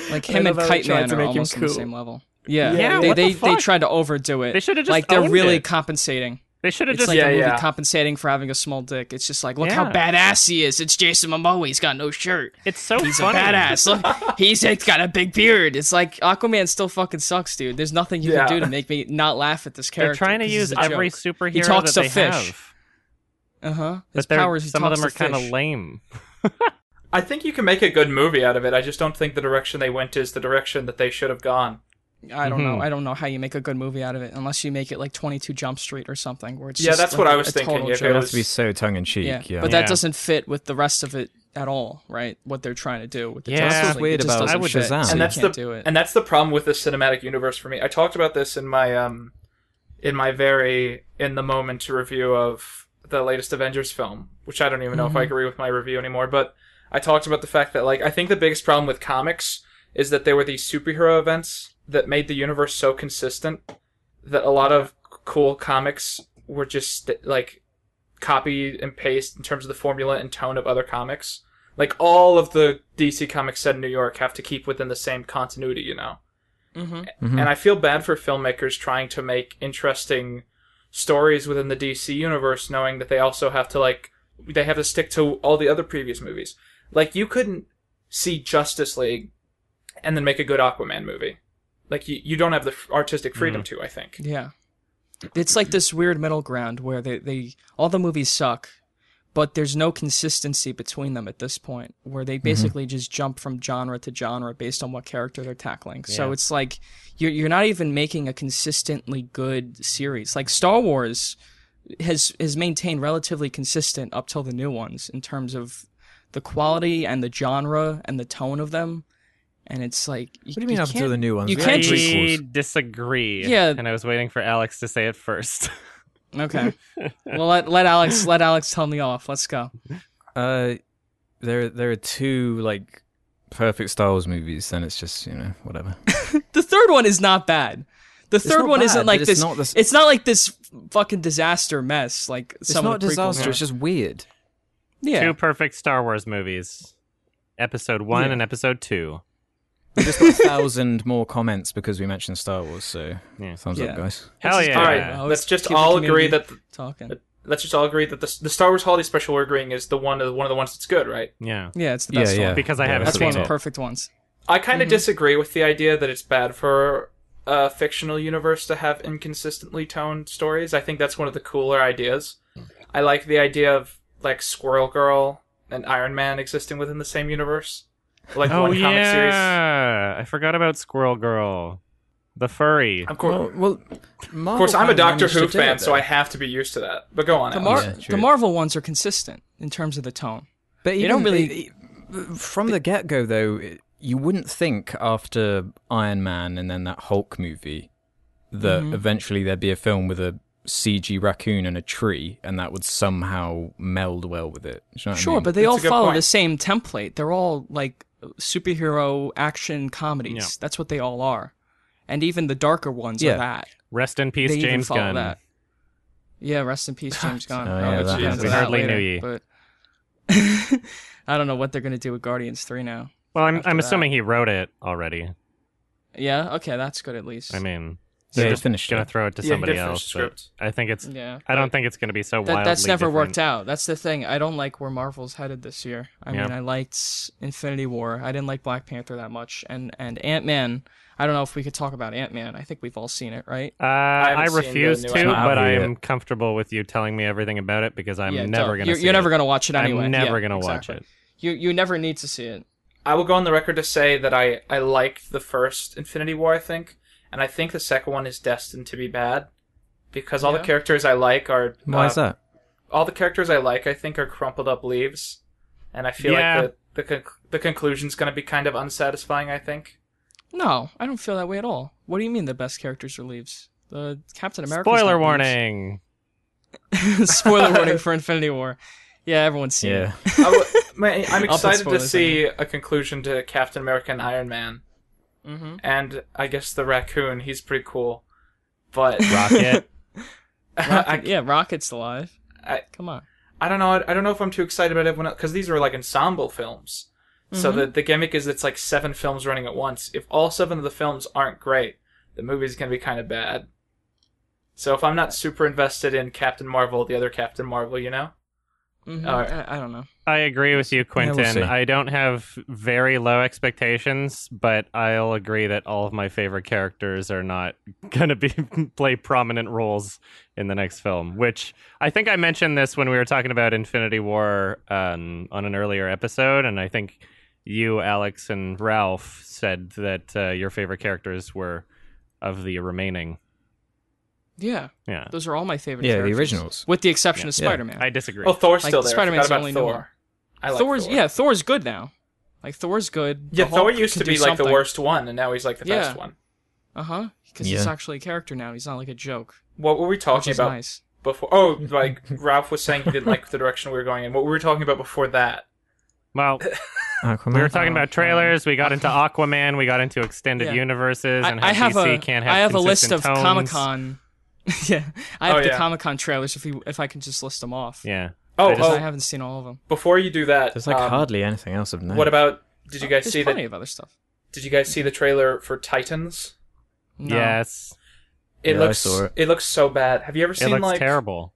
Speaker 2: Like
Speaker 5: I
Speaker 2: him and
Speaker 5: love how they
Speaker 2: Kite
Speaker 5: tried
Speaker 2: Man
Speaker 5: to
Speaker 2: are
Speaker 5: make him
Speaker 2: almost on the
Speaker 5: cool.
Speaker 2: same level. Yeah.
Speaker 1: Yeah,
Speaker 2: they
Speaker 1: what the
Speaker 2: they, they
Speaker 1: fuck?
Speaker 2: tried to overdo it.
Speaker 1: They should've just
Speaker 2: like they're
Speaker 1: owned
Speaker 2: really
Speaker 1: it.
Speaker 2: compensating.
Speaker 1: they should have
Speaker 2: It's
Speaker 1: just
Speaker 2: like
Speaker 4: Yeah,
Speaker 2: a movie
Speaker 4: yeah.
Speaker 2: compensating for having a small dick. It's just like, look how
Speaker 1: Yeah.
Speaker 2: badass he is. It's Jason Momoa. He's got no shirt.
Speaker 1: It's so
Speaker 2: He's
Speaker 1: funny.
Speaker 2: a badass. Look, he's it's got a big beard. It's like Aquaman still fucking sucks, dude. There's nothing you
Speaker 4: Yeah.
Speaker 2: can do to make me not laugh at this
Speaker 1: They're
Speaker 2: character.
Speaker 1: trying to
Speaker 2: 'cause
Speaker 1: use
Speaker 2: he's a
Speaker 1: every
Speaker 2: joke.
Speaker 1: superhero
Speaker 2: He talks
Speaker 1: that
Speaker 2: to
Speaker 1: they
Speaker 2: fish.
Speaker 1: have,
Speaker 2: Uh huh. His
Speaker 1: but they're-
Speaker 2: powers. He
Speaker 1: some of
Speaker 2: talks
Speaker 1: them are
Speaker 2: to
Speaker 1: kind of
Speaker 2: fish.
Speaker 1: lame.
Speaker 4: I think you can make a good movie out of it. I just don't think the direction they went is the direction that they should have gone.
Speaker 2: I don't
Speaker 1: Mhm.
Speaker 2: know. I don't know how you make a good movie out of it unless you make it like 22 Jump Street or something. Where it's
Speaker 4: Yeah,
Speaker 2: just,
Speaker 4: that's
Speaker 2: like,
Speaker 4: what I was
Speaker 2: a
Speaker 4: thinking,
Speaker 2: total
Speaker 4: if it
Speaker 2: joke.
Speaker 3: It has to be so tongue in cheek.
Speaker 2: yeah.
Speaker 3: Yeah,
Speaker 2: but that
Speaker 1: Yeah.
Speaker 2: doesn't fit with the rest of it at all, right? What they're trying to do with the
Speaker 1: Yeah. That's
Speaker 2: Justice
Speaker 1: what's
Speaker 2: League,
Speaker 3: weird
Speaker 2: it just
Speaker 3: about
Speaker 2: doesn't fit,
Speaker 3: Shazam.
Speaker 2: so
Speaker 3: And
Speaker 2: you
Speaker 4: that's
Speaker 2: can't
Speaker 4: the
Speaker 2: do it.
Speaker 4: and that's the problem with the cinematic universe for me. I talked about this in my um in my very in the moment review of the latest Avengers film, which I don't even know if I agree with my review anymore, but I talked about the fact that like I think the biggest problem with comics is that there were these superhero events that made the universe so consistent that a lot of cool comics were just like copy and paste in terms of the formula and tone of other comics. Like all of the DC comics set in New York have to keep within the same continuity, you know.
Speaker 2: Mhm.
Speaker 1: Mm-hmm.
Speaker 3: Hmm.
Speaker 4: And I feel bad for filmmakers trying to make interesting stories within the DC universe, knowing that they also have to like they have to stick to all the other previous movies. Like you couldn't see Justice League and then make a good Aquaman movie. Like you, you don't have the f- artistic freedom to. I think.
Speaker 2: Yeah. It's like this weird middle ground where they, they all the movies suck, but there's no consistency between them at this point, where
Speaker 3: Mm-hmm.
Speaker 2: they basically just jump from genre to genre based on what character they're tackling. So
Speaker 1: Yeah.
Speaker 2: it's like you're you're not even making a consistently good series. Like Star Wars has has maintained relatively consistent up till the new ones in terms of the quality and the genre and the tone of them. And it's like
Speaker 3: What do you mean up to
Speaker 2: can't-
Speaker 3: the new ones?
Speaker 2: you
Speaker 3: We
Speaker 2: can't
Speaker 3: had
Speaker 2: just-
Speaker 1: I
Speaker 3: prequels.
Speaker 1: disagree.
Speaker 2: Yeah.
Speaker 1: and I was waiting for Alex to say it first.
Speaker 2: Okay. well, let let Alex let Alex tell me off. Let's go.
Speaker 3: Uh, there, there are two like perfect Star Wars movies. Then it's just you know whatever.
Speaker 2: The third one is not bad. The third
Speaker 3: not
Speaker 2: one
Speaker 3: bad,
Speaker 2: isn't
Speaker 3: but
Speaker 2: like
Speaker 3: it's
Speaker 2: this.
Speaker 3: not this-
Speaker 2: It's not like this fucking disaster mess. Like
Speaker 3: It's
Speaker 2: some
Speaker 3: not
Speaker 2: of the prequels are.
Speaker 3: disaster. It's just weird.
Speaker 2: yeah.
Speaker 1: Two perfect Star Wars movies, Episode One
Speaker 2: Yeah.
Speaker 1: and Episode Two.
Speaker 3: We just got a thousand more comments because we mentioned Star Wars. So
Speaker 1: Yeah.
Speaker 3: thumbs
Speaker 2: Yeah.
Speaker 3: up, guys.
Speaker 1: Hell
Speaker 2: Which is
Speaker 1: yeah!
Speaker 4: All
Speaker 2: Alright,
Speaker 4: right,
Speaker 2: well,
Speaker 4: let's
Speaker 2: it's
Speaker 4: just
Speaker 2: keep the
Speaker 4: all agree
Speaker 2: community
Speaker 4: that the,
Speaker 2: talking.
Speaker 4: let's just all agree that the the Star Wars Holiday Special we're agreeing is the one of the, one of the ones that's good, right?
Speaker 1: Yeah.
Speaker 2: Yeah, it's the
Speaker 3: Yeah,
Speaker 2: best
Speaker 3: yeah.
Speaker 2: one.
Speaker 1: Because I
Speaker 3: Yeah,
Speaker 1: haven't
Speaker 2: That's one
Speaker 1: seen
Speaker 2: of the
Speaker 1: it.
Speaker 2: perfect ones.
Speaker 4: I kind of
Speaker 1: Mm-hmm.
Speaker 4: disagree with the idea that it's bad for a fictional universe to have inconsistently toned stories. I think that's one of the cooler ideas. I like the idea of like Squirrel Girl and Iron Man existing within the same universe, like one
Speaker 1: Oh
Speaker 4: comic series.
Speaker 1: yeah, I forgot about Squirrel Girl, the furry.
Speaker 4: Of course,
Speaker 3: Well, well
Speaker 4: of course, I'm a Doctor Who fan, so I have to be used to that. But go on.
Speaker 2: The,
Speaker 4: Alex.
Speaker 2: Mar-
Speaker 3: Yeah, true.
Speaker 2: the Marvel ones are consistent in terms of the tone.
Speaker 3: But even,
Speaker 2: don't really-
Speaker 3: e- e- from the get go though, it- you wouldn't think after Iron Man and then that Hulk movie that eventually there'd be a film with a CG raccoon and a tree, and that would somehow meld well with it. Do you know what I
Speaker 2: Sure,
Speaker 3: mean?
Speaker 2: but they
Speaker 4: That's
Speaker 2: all
Speaker 4: a good
Speaker 2: follow
Speaker 4: point.
Speaker 2: the same template. They're all like superhero action comedies.
Speaker 1: Yeah.
Speaker 2: That's what they all are. And even the darker ones
Speaker 3: Yeah.
Speaker 2: are that.
Speaker 1: Rest in peace,
Speaker 2: they even
Speaker 1: James
Speaker 2: follow
Speaker 1: Gunn.
Speaker 2: that. Yeah, rest in peace, James Gunn.
Speaker 3: Oh,
Speaker 2: I don't
Speaker 3: yeah,
Speaker 2: know if
Speaker 3: that
Speaker 2: we'll get
Speaker 3: happened.
Speaker 2: into
Speaker 3: We
Speaker 2: that
Speaker 1: hardly
Speaker 2: later,
Speaker 1: knew ye.
Speaker 2: But I don't know what they're gonna do with Guardians Three now.
Speaker 1: Well, I'm
Speaker 2: After
Speaker 1: I'm
Speaker 2: that.
Speaker 1: assuming he wrote it already.
Speaker 2: Yeah, okay, that's good at least.
Speaker 1: I mean,
Speaker 3: Yeah,
Speaker 1: they're
Speaker 3: he
Speaker 1: just
Speaker 3: finished
Speaker 1: gonna
Speaker 3: it.
Speaker 1: throw it to
Speaker 4: Yeah, he
Speaker 1: somebody
Speaker 4: did finish
Speaker 1: else.
Speaker 4: the
Speaker 1: but
Speaker 4: script.
Speaker 1: I think it's.
Speaker 2: yeah,
Speaker 1: I don't think it's gonna be so
Speaker 2: that,
Speaker 1: wildly.
Speaker 2: that's never
Speaker 1: different.
Speaker 2: worked out. That's the thing. I don't like where Marvel's headed this year. I
Speaker 1: Yeah.
Speaker 2: mean, I liked Infinity War. I didn't like Black Panther that much, and and Ant Man. I don't know if we could talk about Ant Man. I think we've all seen it, right?
Speaker 1: Uh, I,
Speaker 4: haven't seen the
Speaker 1: refuse
Speaker 4: new
Speaker 1: to,
Speaker 4: Ant-Man.
Speaker 3: It's not
Speaker 1: but
Speaker 3: out yet.
Speaker 1: I'm comfortable with you telling me everything about it because I'm
Speaker 2: Yeah,
Speaker 1: never
Speaker 2: duh.
Speaker 1: gonna.
Speaker 2: You're,
Speaker 1: see
Speaker 2: you're
Speaker 1: it.
Speaker 2: never gonna watch it anyway.
Speaker 1: I'm never
Speaker 2: Yeah,
Speaker 1: gonna watch
Speaker 2: exactly.
Speaker 1: it.
Speaker 2: You you never need to see it.
Speaker 4: I will go on the record to say that I, I liked the first Infinity War, I think, and I think the second one is destined to be bad because all
Speaker 2: Yeah.
Speaker 4: the characters I like are
Speaker 3: Why
Speaker 4: uh,
Speaker 3: is that?
Speaker 4: All the characters I like, I think, are crumpled up leaves, and I feel
Speaker 1: Yeah.
Speaker 4: like the the, conc- the conclusion's going to be kind of unsatisfying. I think.
Speaker 2: No, I don't feel that way at all. What do you mean the best characters are leaves? The Captain America.
Speaker 1: Spoiler warning.
Speaker 2: Spoiler warning for Infinity War. Yeah, everyone's seen it.
Speaker 3: Yeah,
Speaker 4: I w- man, I'm
Speaker 2: I'll put
Speaker 4: excited to
Speaker 2: spoilers
Speaker 4: see a conclusion to Captain America and Iron Man
Speaker 2: Mm-hmm.
Speaker 4: and I guess the raccoon. He's pretty cool, but
Speaker 1: Rocket.
Speaker 4: I,
Speaker 2: yeah, Rocket's alive.
Speaker 4: I-
Speaker 2: Come on.
Speaker 4: I don't know. I don't know if I'm too excited about everyone because these are like ensemble films. So
Speaker 2: Mhm.
Speaker 4: the the gimmick is it's like seven films running at once. If all seven of the films aren't great, the movie's gonna be kind of bad. So if I'm not super invested in Captain Marvel, the other Captain Marvel, you know,
Speaker 2: Mhm,
Speaker 4: All right.
Speaker 2: I, I don't know.
Speaker 1: I agree with you,
Speaker 3: we'll
Speaker 1: Quentin.
Speaker 3: see.
Speaker 1: I don't have very low expectations, but I'll agree that all of my favorite characters are not going to be play prominent roles in the next film. Which I think I mentioned this when we were talking about Infinity War um, on an earlier episode, and I think you, Alex, and Ralph said that uh, your favorite characters were of the remaining.
Speaker 2: Yeah,
Speaker 1: Yeah,
Speaker 2: those are all my favorite.
Speaker 3: Yeah, the
Speaker 2: characters.
Speaker 3: originals.
Speaker 2: With the exception
Speaker 1: Yeah.
Speaker 2: of
Speaker 3: Yeah.
Speaker 2: Spider-Man.
Speaker 1: I disagree.
Speaker 4: well Oh, Thor's
Speaker 2: Like,
Speaker 4: still there.
Speaker 2: Spider-Man's
Speaker 4: I forgot
Speaker 2: the only
Speaker 4: about Thor.
Speaker 2: one.
Speaker 4: I like
Speaker 2: Thor's
Speaker 4: Thor.
Speaker 2: yeah, Thor's good now. Like Thor's good.
Speaker 4: yeah.
Speaker 2: The
Speaker 4: Thor
Speaker 2: Hulk
Speaker 4: used to
Speaker 2: can
Speaker 4: be
Speaker 2: do
Speaker 4: like the
Speaker 2: something.
Speaker 4: worst one, and now he's like the
Speaker 2: Yeah.
Speaker 4: best one.
Speaker 2: Uh huh. Because he's
Speaker 3: Yeah.
Speaker 2: actually a character now. He's not like a joke,
Speaker 4: What were we
Speaker 2: which
Speaker 4: talking
Speaker 2: is
Speaker 4: about
Speaker 2: nice.
Speaker 4: before? Oh, like Ralph was saying, he didn't like the direction we were going in. What were we talking about before that?
Speaker 1: well,
Speaker 3: Aquaman.
Speaker 1: We were talking about trailers. We got into Aquaman. We got into extended
Speaker 2: Yeah.
Speaker 1: universes, and
Speaker 2: I, I
Speaker 1: how
Speaker 2: have
Speaker 1: DC
Speaker 2: a
Speaker 1: can't have
Speaker 2: I have a list of
Speaker 1: consistent tones.
Speaker 2: Comic Con. yeah, I have
Speaker 4: Oh,
Speaker 2: the
Speaker 4: yeah.
Speaker 2: Comic Con trailers. If you if I can just list them off.
Speaker 1: Yeah,
Speaker 4: Oh,
Speaker 1: I just-
Speaker 2: Because I
Speaker 4: oh
Speaker 2: haven't seen all of them.
Speaker 4: before you do that,
Speaker 3: There's like
Speaker 4: um,
Speaker 3: hardly anything else of note.
Speaker 4: What about? Did you guys
Speaker 2: There's
Speaker 4: see
Speaker 2: plenty
Speaker 4: the?
Speaker 2: of other stuff.
Speaker 4: Did you guys see the trailer for Titans?
Speaker 2: No.
Speaker 1: yes,
Speaker 4: It
Speaker 3: Yeah, I
Speaker 4: looks
Speaker 3: saw it.
Speaker 4: looks so bad. Have you ever
Speaker 1: it
Speaker 4: seen
Speaker 1: looks
Speaker 4: like
Speaker 1: terrible.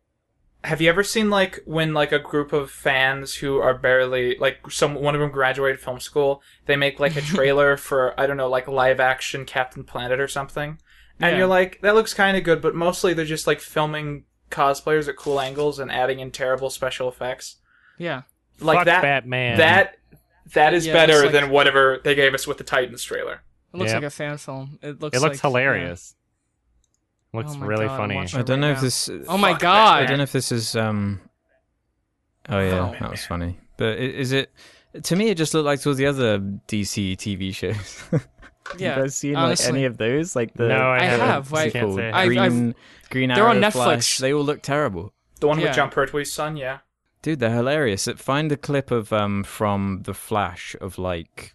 Speaker 4: Have you ever seen like when like a group of fans who are barely like some one of them graduated film school, they make like a trailer for I don't know like live action Captain Planet or something, and
Speaker 2: Yeah.
Speaker 4: you're like that looks kind of good, but mostly they're just like filming cosplayers at cool angles and adding in terrible special effects.
Speaker 2: Yeah.
Speaker 4: Like
Speaker 1: Fuck
Speaker 4: that
Speaker 1: Batman.
Speaker 4: that that is
Speaker 2: Yeah, it
Speaker 4: better
Speaker 2: looks like-
Speaker 4: than whatever they gave us with the Titans trailer.
Speaker 2: It looks
Speaker 1: Yeah.
Speaker 2: like a fan film. It looks.
Speaker 1: it looks
Speaker 2: like-
Speaker 1: hilarious. Looks
Speaker 2: Oh my
Speaker 1: really
Speaker 2: God,
Speaker 1: funny.
Speaker 2: watch
Speaker 3: I
Speaker 2: it
Speaker 3: don't
Speaker 2: right
Speaker 3: know
Speaker 2: now.
Speaker 3: if this.
Speaker 2: Yeah. Oh my
Speaker 4: Fuck
Speaker 2: god.
Speaker 3: I don't know if this is. Um. Oh yeah,
Speaker 2: Oh.
Speaker 3: that was funny. But i- is it? To me, it just looked like all the other DC TV shows.
Speaker 2: Yeah,
Speaker 3: you guys seen
Speaker 2: honestly.
Speaker 3: like any of those? Like the
Speaker 1: no, I,
Speaker 2: I
Speaker 1: haven't.
Speaker 2: have,
Speaker 1: I
Speaker 2: I-
Speaker 1: can't
Speaker 3: Green,
Speaker 1: say.
Speaker 2: I- I've-
Speaker 3: Green
Speaker 2: They're
Speaker 3: Arrow,
Speaker 2: on Netflix.
Speaker 3: Flash. They all look terrible,
Speaker 4: The one
Speaker 2: Yeah.
Speaker 4: with John Pertwee's son, yeah.
Speaker 3: dude. They're hilarious. Find a clip of um from the Flash of like.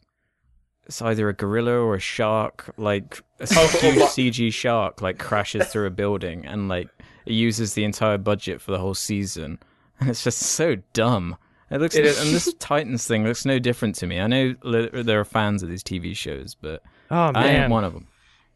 Speaker 3: It's either a gorilla or a shark, like a
Speaker 4: Oh,
Speaker 3: huge
Speaker 4: what?
Speaker 3: CG shark, like crashes through a building and like it uses the entire budget for the whole season, and it's just so dumb. It looks
Speaker 4: It is.
Speaker 3: and this Titans thing looks no different to me. I know li- there are fans of these TV shows, but
Speaker 1: oh
Speaker 3: I am
Speaker 1: man,
Speaker 3: one of them.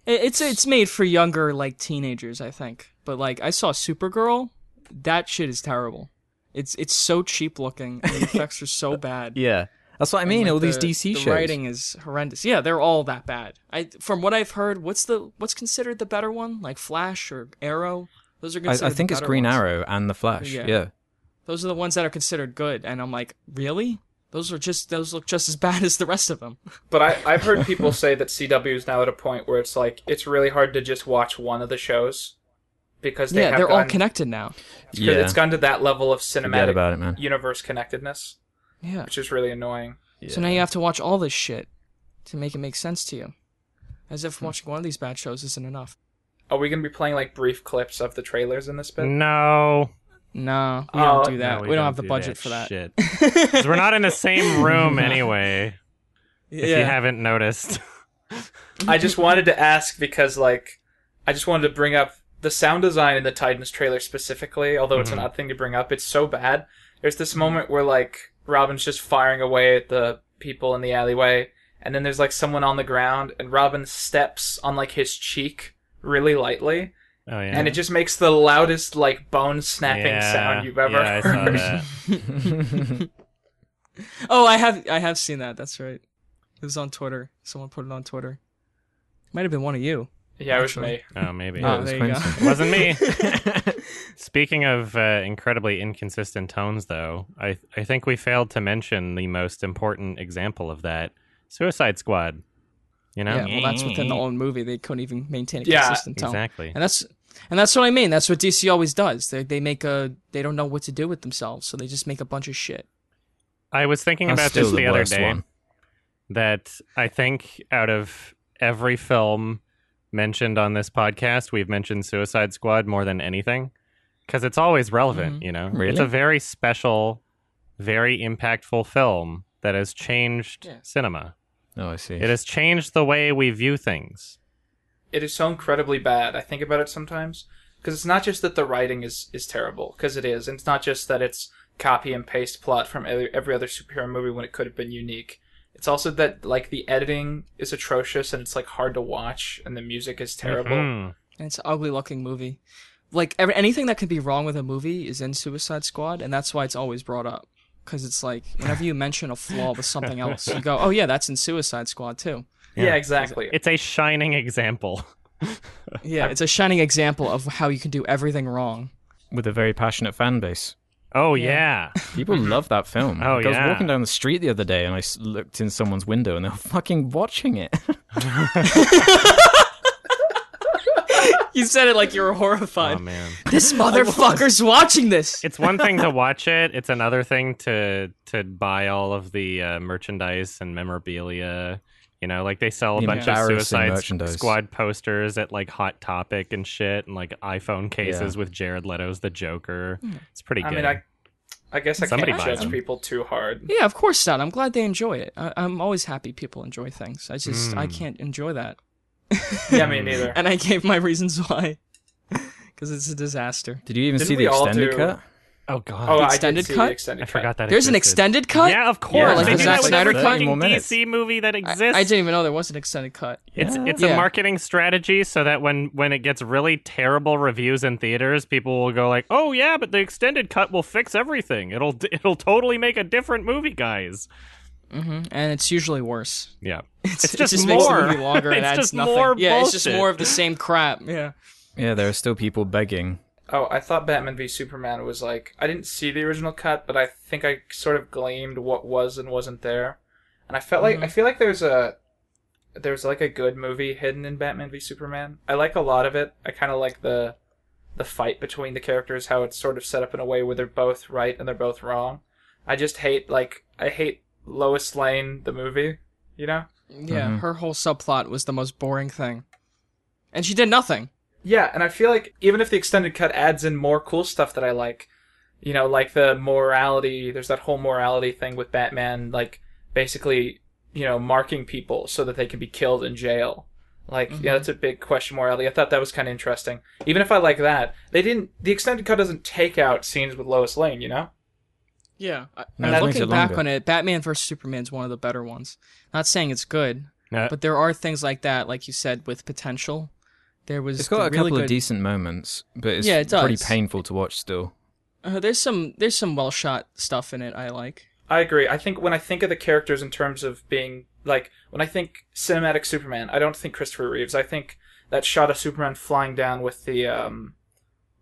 Speaker 2: It- It's it's made for younger like teenagers, I think. But like I saw Supergirl, that shit is terrible. It's it's so cheap looking. And the effects are so bad.
Speaker 3: Yeah, that's what I mean.
Speaker 2: Like,
Speaker 3: all these
Speaker 2: the-
Speaker 3: DC
Speaker 2: the
Speaker 3: shows.
Speaker 2: writing is horrendous. Yeah, they're all that bad. I from what I've heard, what's the what's considered the better one? Like Flash or Arrow? Those are
Speaker 3: I,
Speaker 2: considered
Speaker 3: I
Speaker 2: the
Speaker 3: think it's
Speaker 2: better
Speaker 3: Green
Speaker 2: ones.
Speaker 3: Arrow and the Flash.
Speaker 2: Yeah.
Speaker 3: yeah.
Speaker 2: Those are the ones that are considered good, and I'm like, really? Those are just those look just as bad as the rest of them.
Speaker 4: But I, I've heard people say that CW is now at a point where it's like it's really hard to just watch one of the shows because they
Speaker 2: yeah,
Speaker 4: have
Speaker 2: they're all
Speaker 4: gone,
Speaker 2: connected now.
Speaker 4: 'cause It's gone to that level of
Speaker 3: Forget
Speaker 4: cinematic
Speaker 3: about it, man.
Speaker 4: universe connectedness,
Speaker 2: Yeah.
Speaker 4: which is really annoying.
Speaker 2: So now you have to watch all this shit to make it make sense to you. As if watching one of these bad shows isn't enough.
Speaker 4: Are we gonna be playing like brief clips of the trailers in this bit?
Speaker 1: no,
Speaker 2: No, we
Speaker 4: Oh,
Speaker 2: don't do that.
Speaker 1: No,
Speaker 2: we, don't, have the
Speaker 1: do
Speaker 2: budget for that.
Speaker 1: Shit. 'Cause we're not in the same room anyway. If you haven't noticed,
Speaker 4: I just wanted to ask because like I just wanted to bring up the sound design in the Titans trailer specifically, although it's an
Speaker 1: Mhm.
Speaker 4: odd thing to bring up, it's so bad. There's this moment where like Robin's just firing away at the people in the alleyway, and then there's like someone on the ground and Robin steps on like his cheek really lightly,
Speaker 1: oh yeah,
Speaker 4: and it just makes the loudest like bone snapping
Speaker 1: Yeah,
Speaker 4: sound you've ever
Speaker 1: yeah, I saw
Speaker 4: heard.
Speaker 1: that.
Speaker 2: oh, I have I have seen that. That's right. It was on Twitter. Someone put it on Twitter. Might have been one of you.
Speaker 4: yeah, it was me.
Speaker 1: Oh maybe.
Speaker 3: Yeah,
Speaker 2: oh,
Speaker 3: it was
Speaker 2: there you go.
Speaker 3: Quentin.
Speaker 1: It wasn't me. Speaking of uh, incredibly inconsistent tones, though, I I think we failed to mention the most important example of that: Suicide Squad. You know,
Speaker 2: Yeah, well, that's within the own movie. They couldn't even maintain a
Speaker 4: Yeah,
Speaker 2: consistent tone.
Speaker 1: exactly.
Speaker 2: And that's and that's what I mean. That's what DC always does. They they make a they don't know what to do with themselves, so they just make a bunch of shit.
Speaker 1: I was thinking about this the, other day that I think out of every film mentioned on this podcast, we've mentioned Suicide Squad more than anything because it's always relevant.
Speaker 2: Mm-hmm.
Speaker 1: You know,
Speaker 3: Really?
Speaker 1: it's a very special, very impactful film that has changed
Speaker 2: Yeah.
Speaker 1: cinema.
Speaker 3: Oh, I see.
Speaker 1: It has changed the way we view things.
Speaker 4: It is so incredibly bad. I think about it sometimes because it's not just that the writing is is terrible because it is, and it's not just that it's copy and paste plot from every, every other superhero movie when it could have been unique. It's also that like the editing is atrocious and it's like hard to watch and the music is terrible.
Speaker 1: Mhm.
Speaker 2: And it's an ugly looking movie. Like every, anything that could be wrong with a movie is in Suicide Squad, and that's why it's always brought up. Because it's like whenever you mention a flaw with something else, you go, "Oh yeah, that's in Suicide Squad too."
Speaker 4: Yeah, exactly.
Speaker 1: It's a shining example.
Speaker 2: Yeah, it's a shining example of how you can do everything wrong.
Speaker 3: With a very passionate fan base.
Speaker 1: Oh yeah.
Speaker 2: Yeah.
Speaker 3: People love that film.
Speaker 1: Oh,
Speaker 3: Like, I was
Speaker 1: yeah.
Speaker 3: walking down the street the other day and I s- looked in someone's window and they were fucking watching it.
Speaker 2: You said it like you were
Speaker 1: Oh
Speaker 2: horrified.
Speaker 1: man.
Speaker 2: Um, this motherfucker's watching this.
Speaker 1: It's one thing to watch it, it's another thing to to buy all of the uh, merchandise and memorabilia. You know, like they sell a
Speaker 3: The
Speaker 1: bunch of
Speaker 3: embarrassing
Speaker 1: Suicide
Speaker 3: merchandise.
Speaker 1: Squad posters at like Hot Topic and shit, and like iPhone cases with Jared Leto's the Joker. It's pretty
Speaker 4: I
Speaker 1: good.
Speaker 4: mean, I I guess I
Speaker 1: Somebody
Speaker 4: can't
Speaker 1: buy
Speaker 4: judge
Speaker 1: them.
Speaker 4: people too hard.
Speaker 2: Yeah, of course not. I'm glad they enjoy it. I- I'm always happy people enjoy things. I just I
Speaker 1: Mm.
Speaker 2: can't enjoy that,
Speaker 4: yeah, me neither.
Speaker 2: and I gave my reasons why. Because it's a disaster.
Speaker 3: Did you even
Speaker 4: Didn't
Speaker 3: see
Speaker 4: we
Speaker 3: the
Speaker 4: all
Speaker 3: extended
Speaker 4: do-
Speaker 3: cut?
Speaker 1: oh god,
Speaker 4: Oh, I did
Speaker 2: extended
Speaker 4: see
Speaker 2: cut?
Speaker 4: the extended
Speaker 1: I
Speaker 4: cut.
Speaker 1: forgot that.
Speaker 2: There's an
Speaker 1: existed.
Speaker 2: extended cut.
Speaker 1: Yeah, of course.
Speaker 4: like
Speaker 1: they
Speaker 4: the
Speaker 1: do
Speaker 4: Zack
Speaker 1: that with
Speaker 2: Snyder
Speaker 1: every
Speaker 2: cut?
Speaker 1: fucking
Speaker 3: More minutes.
Speaker 1: DC movie that
Speaker 2: I,
Speaker 1: exists.
Speaker 2: I didn't even know there was an extended cut.
Speaker 1: It's it's a
Speaker 2: Yeah.
Speaker 1: marketing strategy so that when when it gets really terrible reviews in theaters, people will go like, "Oh yeah, but the extended cut will fix everything. It'll it'll totally make a different movie, guys."
Speaker 2: hmm And it's usually worse.
Speaker 1: Yeah,
Speaker 2: It's,
Speaker 1: It's
Speaker 2: it
Speaker 1: just
Speaker 2: makes
Speaker 1: more.
Speaker 2: the movie longer and
Speaker 1: It's
Speaker 2: adds
Speaker 1: just
Speaker 2: nothing.
Speaker 1: more
Speaker 2: yeah, it's just
Speaker 1: bullshit.
Speaker 2: more of the same crap. Yeah.
Speaker 3: Yeah, there are still people begging.
Speaker 4: Oh, I thought Batman v Superman was like I didn't see the original cut, but I think I sort of gleamed what was and wasn't there, and I felt like I feel like there's a there's like a good movie hidden in Batman v Superman. I like a lot of it. I kind of like the the fight between the characters, how it's sort of set up in a way where they're both right and they're both wrong. I just hate like I hate Lois Lane the movie, you know?
Speaker 2: Yeah,
Speaker 3: Mhm.
Speaker 2: her whole subplot was the most boring thing. And she did nothing.
Speaker 4: Yeah, and I feel like even if the extended cut adds in more cool stuff that I like, you know, like the morality, there's that whole morality thing with Batman, like basically, you know, marking people so that they can be killed in jail. Like, yeah, that's a big question morality. I thought that was kind of interesting. Even if I like that, they didn't, the extended cut doesn't take out scenes with Lois Lane, you know?
Speaker 2: Yeah. I, and
Speaker 3: No, it makes
Speaker 2: looking
Speaker 3: it
Speaker 2: back
Speaker 3: longer.
Speaker 2: on it, Batman vs Superman's one of the better ones. Not saying it's good,
Speaker 1: Uh,
Speaker 2: but there are things like that, like you said, with potential. There was
Speaker 3: It's got
Speaker 2: the
Speaker 3: a
Speaker 2: really
Speaker 3: couple
Speaker 2: good,
Speaker 3: of decent moments, but it's
Speaker 2: Yeah, it
Speaker 3: pretty
Speaker 2: does.
Speaker 3: painful to watch still.
Speaker 2: Uh, there's some there's some well shot stuff in it I like.
Speaker 4: I agree. I think when I think of the characters in terms of being like when I think cinematic Superman, I don't think Christopher Reeves. I think that shot of Superman flying down with the um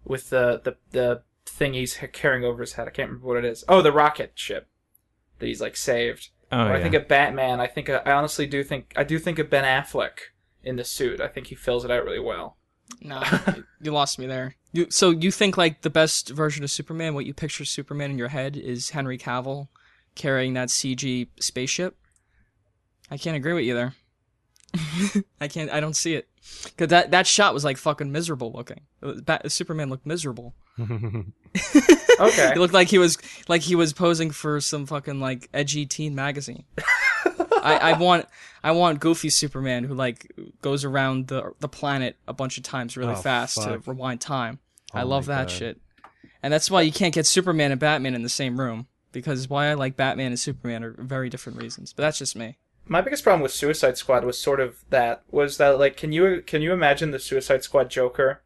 Speaker 4: with the the the thing he's carrying over his head. I can't remember what it is. Oh, the rocket ship that he's like saved.
Speaker 3: Oh,
Speaker 4: When
Speaker 3: yeah.
Speaker 4: I think of Batman, I think I honestly do think I do think of Ben Affleck in the suit. I think he fills it out really well.
Speaker 2: Nah, you- you lost me there. You, so you think like the best version of Superman, what you picture Superman in your head is Henry Cavill carrying that CG spaceship? I can't agree with you there. I can't. I don't see it. Cause that that shot was like fucking miserable looking. It was- Bat- Superman looked miserable.
Speaker 4: Okay.
Speaker 2: He looked like he was like he was posing for some fucking like edgy teen magazine. I, I want I want goofy Superman who like goes around the the planet a bunch of times really
Speaker 1: Oh,
Speaker 2: fast
Speaker 1: fuck.
Speaker 2: to rewind time. I
Speaker 1: Oh
Speaker 2: love
Speaker 1: my
Speaker 2: that
Speaker 1: God.
Speaker 2: shit. And that's why you can't get Superman and Batman in the same room because why I like Batman and Superman are very different reasons. But that's just me.
Speaker 4: My biggest problem with Suicide Squad was sort of that was that like can you can you imagine the Suicide Squad Joker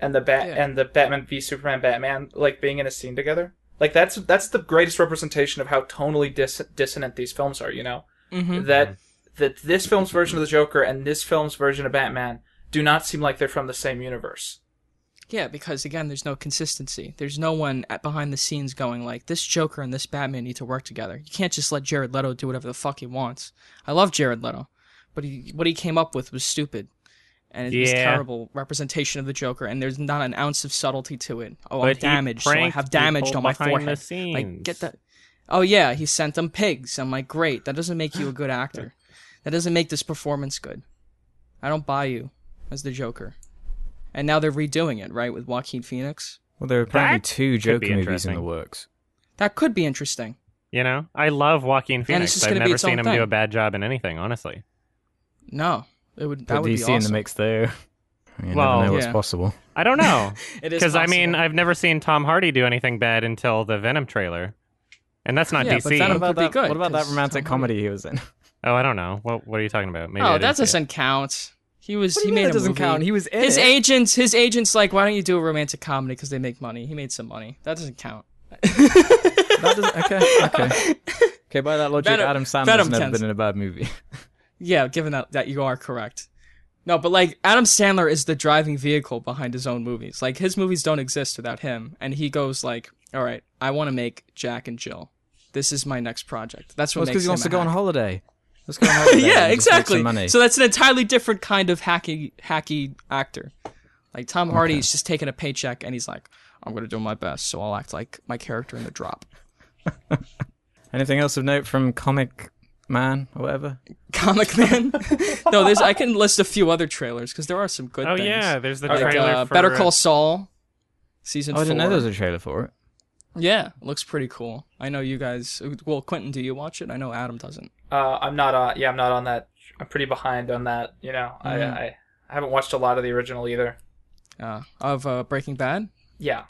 Speaker 4: and the Bat
Speaker 2: Yeah.
Speaker 4: and the Batman v Superman Batman like being in a scene together? Like that's that's the greatest representation of how tonally dis- dissonant these films are, you know?
Speaker 2: Mhm.
Speaker 4: That that this film's version of the Joker and this film's version of Batman do not seem like they're from the same universe.
Speaker 2: Yeah, because again, there's no consistency. There's no one at behind the scenes going like, "This Joker and this Batman need to work together." You can't just let Jared Leto do whatever the fuck he wants. I love Jared Leto, but he, what he came up with was stupid, and it was
Speaker 1: Yeah.
Speaker 2: terrible representation of the Joker. And there's not an ounce of subtlety to it. Oh,
Speaker 1: But
Speaker 2: I'm
Speaker 1: he
Speaker 2: damaged, so I
Speaker 1: pranked
Speaker 2: have damaged
Speaker 1: people
Speaker 2: on my
Speaker 1: behind the
Speaker 2: forehead. Like,
Speaker 1: scenes.
Speaker 2: get that. Oh yeah, he sent them pigs. I'm like, great. That doesn't make you a good actor. that doesn't make this performance good. I don't buy you as the Joker. And now they're redoing it, right, with Joaquin Phoenix.
Speaker 3: Well, there are apparently
Speaker 1: That
Speaker 3: two
Speaker 1: could be
Speaker 3: Joker movies in
Speaker 1: interesting.
Speaker 3: the works.
Speaker 2: That could be interesting.
Speaker 1: You know, I love Joaquin Phoenix.
Speaker 2: just
Speaker 1: I've
Speaker 2: gonna be
Speaker 1: never
Speaker 2: its
Speaker 1: seen
Speaker 2: own
Speaker 1: him
Speaker 2: thing.
Speaker 1: do a bad job in anything, honestly.
Speaker 2: No, it would. That
Speaker 3: Put
Speaker 2: would
Speaker 3: DC
Speaker 2: be awesome.
Speaker 3: in the mix there. You
Speaker 1: Well,
Speaker 3: never know what's
Speaker 2: yeah.
Speaker 3: possible.
Speaker 1: I don't know.
Speaker 2: It is
Speaker 1: Because, I mean,
Speaker 2: possible.
Speaker 1: I've never seen Tom Hardy do anything bad until the Venom trailer. And that's not
Speaker 2: Yeah, but
Speaker 1: DC.
Speaker 2: Venom-
Speaker 3: What about
Speaker 2: would be
Speaker 3: that,
Speaker 2: good,
Speaker 3: what about that
Speaker 2: 'cause
Speaker 3: romantic
Speaker 2: Tom Hardy-
Speaker 3: comedy he was in?
Speaker 1: Oh, I don't know. What What are you talking about? Maybe I
Speaker 2: oh,
Speaker 1: didn't
Speaker 2: that
Speaker 1: see it.
Speaker 2: doesn't count. He was. he made a
Speaker 3: doesn't
Speaker 2: movie.
Speaker 3: count. He was in
Speaker 2: his
Speaker 3: it.
Speaker 2: agents. His agents like, why don't you do a romantic comedy because they make money. He made some money. That doesn't count.
Speaker 3: That doesn't, okay, okay, okay. By that logic,
Speaker 2: Venom-
Speaker 3: Adam Sandler's
Speaker 2: Venom
Speaker 3: never
Speaker 2: counts.
Speaker 3: been in a bad movie.
Speaker 2: Yeah, given that that you are correct. No, but like Adam Sandler is the driving vehicle behind his own movies. Like his movies don't exist without him, and he goes like, "All right, I want to make Jack and Jill. This is my next project." That's what
Speaker 3: Well, it's
Speaker 2: makes
Speaker 3: because he wants to
Speaker 2: him
Speaker 3: go
Speaker 2: a
Speaker 3: on
Speaker 2: hack.
Speaker 3: holiday. Let's go on holiday. and
Speaker 2: yeah,
Speaker 3: just make some
Speaker 2: exactly.
Speaker 3: money.
Speaker 2: So that's an entirely different kind of hacky hacky actor. Like Tom Hardy is just taking a paycheck and he's like, "I'm gonna do my best, so I'll act like my character in the drop."
Speaker 3: Anything else of note from Comic Man or whatever?
Speaker 2: Comic Man. no, there's I can list a few other trailers because there are some good.
Speaker 1: Oh,
Speaker 2: things.
Speaker 1: yeah. There's the
Speaker 2: like
Speaker 1: trailer
Speaker 2: uh,
Speaker 1: for
Speaker 2: Better
Speaker 1: uh,
Speaker 2: Call Saul season
Speaker 3: Oh, I didn't know
Speaker 2: four.
Speaker 3: there was a trailer for it.
Speaker 2: Yeah, looks pretty cool. I know you guys. uh, Well, Quentin, do you watch it? I know Adam doesn't.
Speaker 4: Uh, I'm not on. Yeah, I'm not on that. I'm pretty behind on that. You know, I,
Speaker 2: Mm.
Speaker 4: I I haven't watched a lot of the original either.
Speaker 2: Uh, of uh, Breaking Bad.
Speaker 4: Yeah,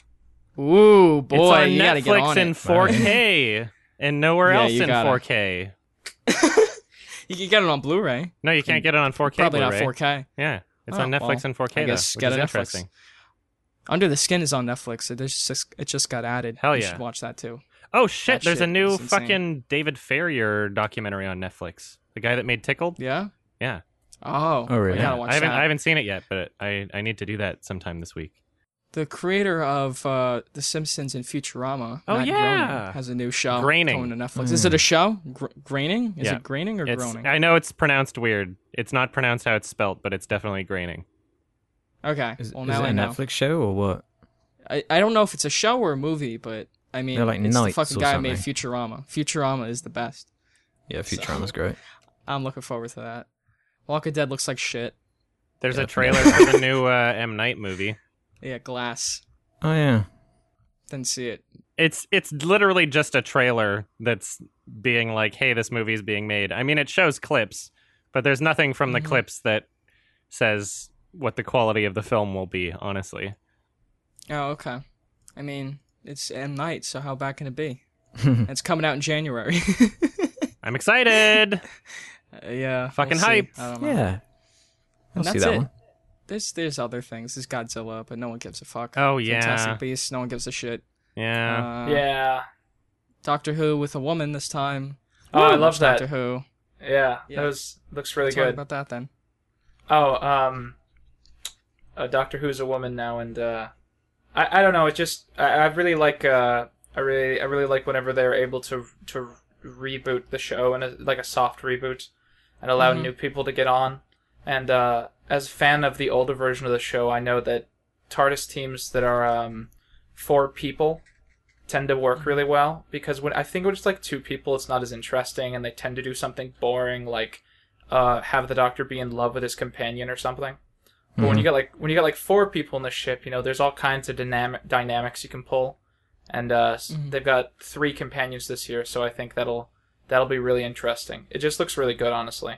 Speaker 2: Ooh boy,
Speaker 1: It's on
Speaker 2: you gotta get
Speaker 1: Netflix
Speaker 2: on
Speaker 1: in
Speaker 2: it.
Speaker 1: 4K and nowhere
Speaker 2: Yeah,
Speaker 1: else
Speaker 2: you
Speaker 1: in
Speaker 2: gotta.
Speaker 1: 4K.
Speaker 2: You can get it on Blu-ray.
Speaker 1: No, you can't get it on 4K.
Speaker 2: Mm, Probably
Speaker 1: Blu-ray.
Speaker 2: not 4K.
Speaker 1: Yeah, it's
Speaker 2: Oh,
Speaker 1: on Netflix
Speaker 2: well,
Speaker 1: in 4K.
Speaker 2: I guess
Speaker 1: though,
Speaker 2: get
Speaker 1: which is
Speaker 2: a Netflix.
Speaker 1: interesting.
Speaker 2: Under the Skin is on Netflix. So there's just it just got added.
Speaker 1: Hell
Speaker 2: you
Speaker 1: yeah.
Speaker 2: should watch that too.
Speaker 1: Oh shit!
Speaker 2: That
Speaker 1: There's a
Speaker 2: shit
Speaker 1: new
Speaker 2: is insane.
Speaker 1: fucking David Ferrier documentary on Netflix. The guy that made Tickled.
Speaker 2: Yeah.
Speaker 1: Yeah.
Speaker 2: Oh.
Speaker 3: Oh, really?
Speaker 2: I
Speaker 1: Yeah,
Speaker 2: gotta watch
Speaker 1: I haven't
Speaker 2: that.
Speaker 1: I haven't seen it yet, but I I need to do that sometime this week.
Speaker 2: The creator of uh, The Simpsons and Futurama,
Speaker 1: Oh,
Speaker 2: Matt
Speaker 1: yeah.
Speaker 2: Groening, has a new show
Speaker 1: Groening.
Speaker 2: coming to Netflix.
Speaker 3: Hmm.
Speaker 2: Is it a show? Gr- graining? Is
Speaker 1: Yeah.
Speaker 2: it graining or
Speaker 1: It's
Speaker 2: groaning?
Speaker 1: I know it's pronounced weird. It's not pronounced how it's spelt, but it's definitely graining.
Speaker 2: Okay.
Speaker 3: Is,
Speaker 2: well,
Speaker 3: is
Speaker 2: now
Speaker 3: it a
Speaker 2: I know.
Speaker 3: Netflix show or what?
Speaker 2: I, I don't know if it's a show or a movie, but I mean,
Speaker 3: They're like
Speaker 2: it's the
Speaker 3: knights
Speaker 2: fucking
Speaker 3: or
Speaker 2: guy who made Futurama. Futurama is the best.
Speaker 3: Yeah, Futurama's great.
Speaker 2: I'm looking forward to that. Walking Dead looks like shit.
Speaker 1: There's a trailer
Speaker 3: Definitely.
Speaker 1: for the new uh, M Night movie.
Speaker 2: Yeah, Glass.
Speaker 3: Oh yeah,
Speaker 2: Didn't see it.
Speaker 1: It's it's literally just a trailer that's being like, "Hey, this movie is being made." I mean, it shows clips, but there's nothing from the
Speaker 2: Mhm.
Speaker 1: clips that says what the quality of the film will be. Honestly,
Speaker 2: Oh, okay. I mean, it's M Night, so how bad can it be? it's coming out in January.
Speaker 1: I'm excited.
Speaker 2: Uh, yeah.
Speaker 1: Fucking
Speaker 2: we'll see.
Speaker 1: hype.
Speaker 2: I don't know.
Speaker 3: yeah. I'll
Speaker 2: And
Speaker 3: see
Speaker 2: that's
Speaker 3: that
Speaker 2: it.
Speaker 3: one.
Speaker 2: There's there's other things. There's Godzilla, but no one gives a fuck.
Speaker 1: Oh, yeah.
Speaker 2: Fantastic Beasts, no one gives a shit.
Speaker 1: yeah,
Speaker 2: Uh,
Speaker 4: yeah.
Speaker 2: Doctor Who with a woman this time.
Speaker 4: Oh, I
Speaker 2: Woo!
Speaker 4: love that.
Speaker 2: Doctor Who.
Speaker 4: Yeah,
Speaker 2: Yeah.
Speaker 4: that was looks really
Speaker 2: Talk
Speaker 4: good.
Speaker 2: about that then.
Speaker 4: Oh, um, uh, Doctor Who's a woman now, and uh, I I don't know. It just I, I really like uh I really I really like whenever they're able to to reboot the show and a, like a soft reboot, and allow
Speaker 2: Mhm.
Speaker 4: new people to get on. And uh, as a fan of the older version of the show, I know that TARDIS teams that are um four people tend to work
Speaker 2: Mm-hmm.
Speaker 4: really well because when I think when it's like two people, it's not as interesting, and they tend to do something boring like uh, have the Doctor be in love with his companion or something. But when you get like when you get like four people in the ship, you know, there's all kinds of dynamic dynamics you can pull, and uh, s
Speaker 2: Mhm.
Speaker 4: they've got three companions this year, so I think that'll that'll be really interesting. It just looks really good, honestly.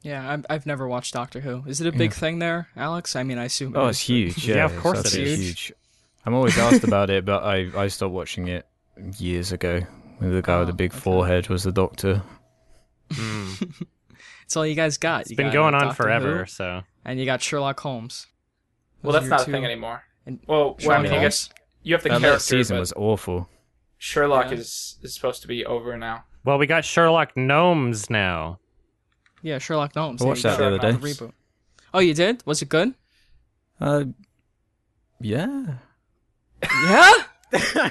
Speaker 2: Yeah, I'm, I've never watched Doctor Who. Is it a big thing there, Alex? I mean, I assume. it
Speaker 3: Oh,
Speaker 2: is,
Speaker 3: it's huge. Yeah,
Speaker 1: Yeah, of
Speaker 3: it's
Speaker 1: course it
Speaker 3: absolutely
Speaker 2: is.
Speaker 3: huge. I'm always asked about it, but I I stopped watching it years ago. When the guy with the
Speaker 2: Oh,
Speaker 3: big
Speaker 2: okay.
Speaker 3: forehead was the Doctor.
Speaker 1: Mm.
Speaker 2: but It's all you guys got.
Speaker 1: it's
Speaker 2: You
Speaker 1: been
Speaker 2: got,
Speaker 1: going
Speaker 2: uh,
Speaker 1: on
Speaker 2: Doctor
Speaker 1: forever.
Speaker 2: Who,
Speaker 1: So
Speaker 2: and you got Sherlock Holmes.
Speaker 4: Well,
Speaker 2: Those
Speaker 4: that's
Speaker 2: are
Speaker 4: not
Speaker 2: your
Speaker 4: a thing
Speaker 2: two-
Speaker 4: anymore.
Speaker 2: and
Speaker 4: Well, well I
Speaker 2: Sherlock
Speaker 4: mean, I guess
Speaker 2: Holmes?
Speaker 4: you have the
Speaker 3: Uh, That
Speaker 4: character.
Speaker 3: last season
Speaker 4: but
Speaker 3: was awful.
Speaker 4: Sherlock
Speaker 2: Yeah.
Speaker 4: is is supposed to be over now.
Speaker 1: well, we got Sherlock Gnomes now.
Speaker 2: Yeah, Sherlock Holmes.
Speaker 3: I
Speaker 2: There
Speaker 3: watched
Speaker 2: you
Speaker 3: that
Speaker 2: go.
Speaker 3: the other
Speaker 2: The
Speaker 3: day.
Speaker 2: reboot. Oh, you did? Was it good?
Speaker 3: Uh, yeah.
Speaker 2: Yeah.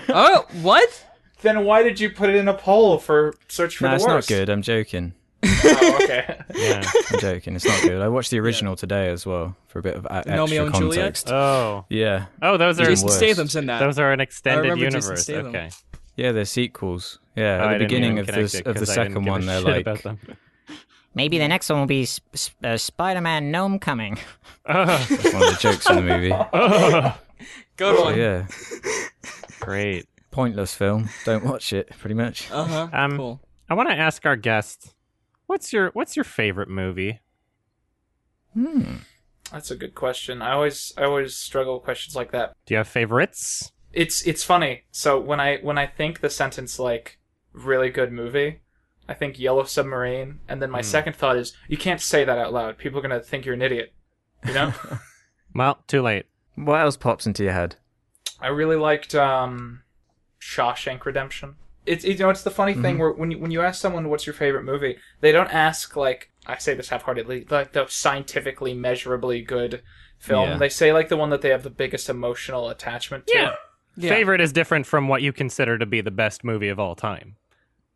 Speaker 2: oh, what?
Speaker 4: Then why did you put it in a poll for search for
Speaker 3: No,
Speaker 4: the
Speaker 3: it's not
Speaker 4: worst?
Speaker 3: good. I'm joking.
Speaker 4: Oh, okay.
Speaker 1: Yeah.
Speaker 3: I'm joking. It's not good. I watched the original today as well for a bit of a- extra
Speaker 2: Romeo and Juliet?
Speaker 3: context.
Speaker 1: oh,
Speaker 3: Yeah,
Speaker 1: oh, those are
Speaker 2: Jason
Speaker 3: worse.
Speaker 2: Statham's in that.
Speaker 1: those are an extended
Speaker 2: remember Jason
Speaker 1: universe.
Speaker 2: Statham.
Speaker 1: Okay. Oh,
Speaker 3: yeah, they're sequels. Yeah,
Speaker 1: I
Speaker 3: at the
Speaker 1: didn't
Speaker 3: beginning
Speaker 1: even
Speaker 3: of
Speaker 1: connect
Speaker 3: the
Speaker 1: it
Speaker 3: of the
Speaker 1: 'cause I didn't
Speaker 3: second
Speaker 1: give a
Speaker 3: one, they're
Speaker 1: shit
Speaker 3: like,
Speaker 1: about them.
Speaker 5: Maybe the next one will be sp- sp- uh, Spider-Man Gnome Coming.
Speaker 1: Ugh,
Speaker 3: that's one of the jokes in the movie.
Speaker 1: ugh.
Speaker 2: Good
Speaker 3: So,
Speaker 2: one.
Speaker 3: yeah,
Speaker 1: Oh. Great.
Speaker 3: pointless film. Don't watch it. Pretty much.
Speaker 2: Uh huh.
Speaker 1: Um,
Speaker 2: cool.
Speaker 1: I want to ask our guest, what's your what's your favorite movie?
Speaker 3: Hmm.
Speaker 4: That's a good question. I always I always struggle with questions like that.
Speaker 1: Do you have favorites?
Speaker 4: It's it's funny. So when I when I think the sentence like really good movie, I think Yellow Submarine, and then my
Speaker 2: Hmm.
Speaker 4: second thought is you can't say that out loud. People are gonna think you're an idiot. You know.
Speaker 1: Well, too late.
Speaker 3: What else pops into your head?
Speaker 4: I really liked um, Shawshank Redemption. It's you know it's the funny
Speaker 2: Mm-hmm.
Speaker 4: thing where when you, when you ask someone what's your favorite movie, they don't ask like I say this half-heartedly like the scientifically measurably good film.
Speaker 3: Yeah.
Speaker 4: They say like the one that they have the biggest emotional attachment to. Yeah,
Speaker 2: Yeah.
Speaker 1: Favorite is different from what you consider to be the best movie of all time.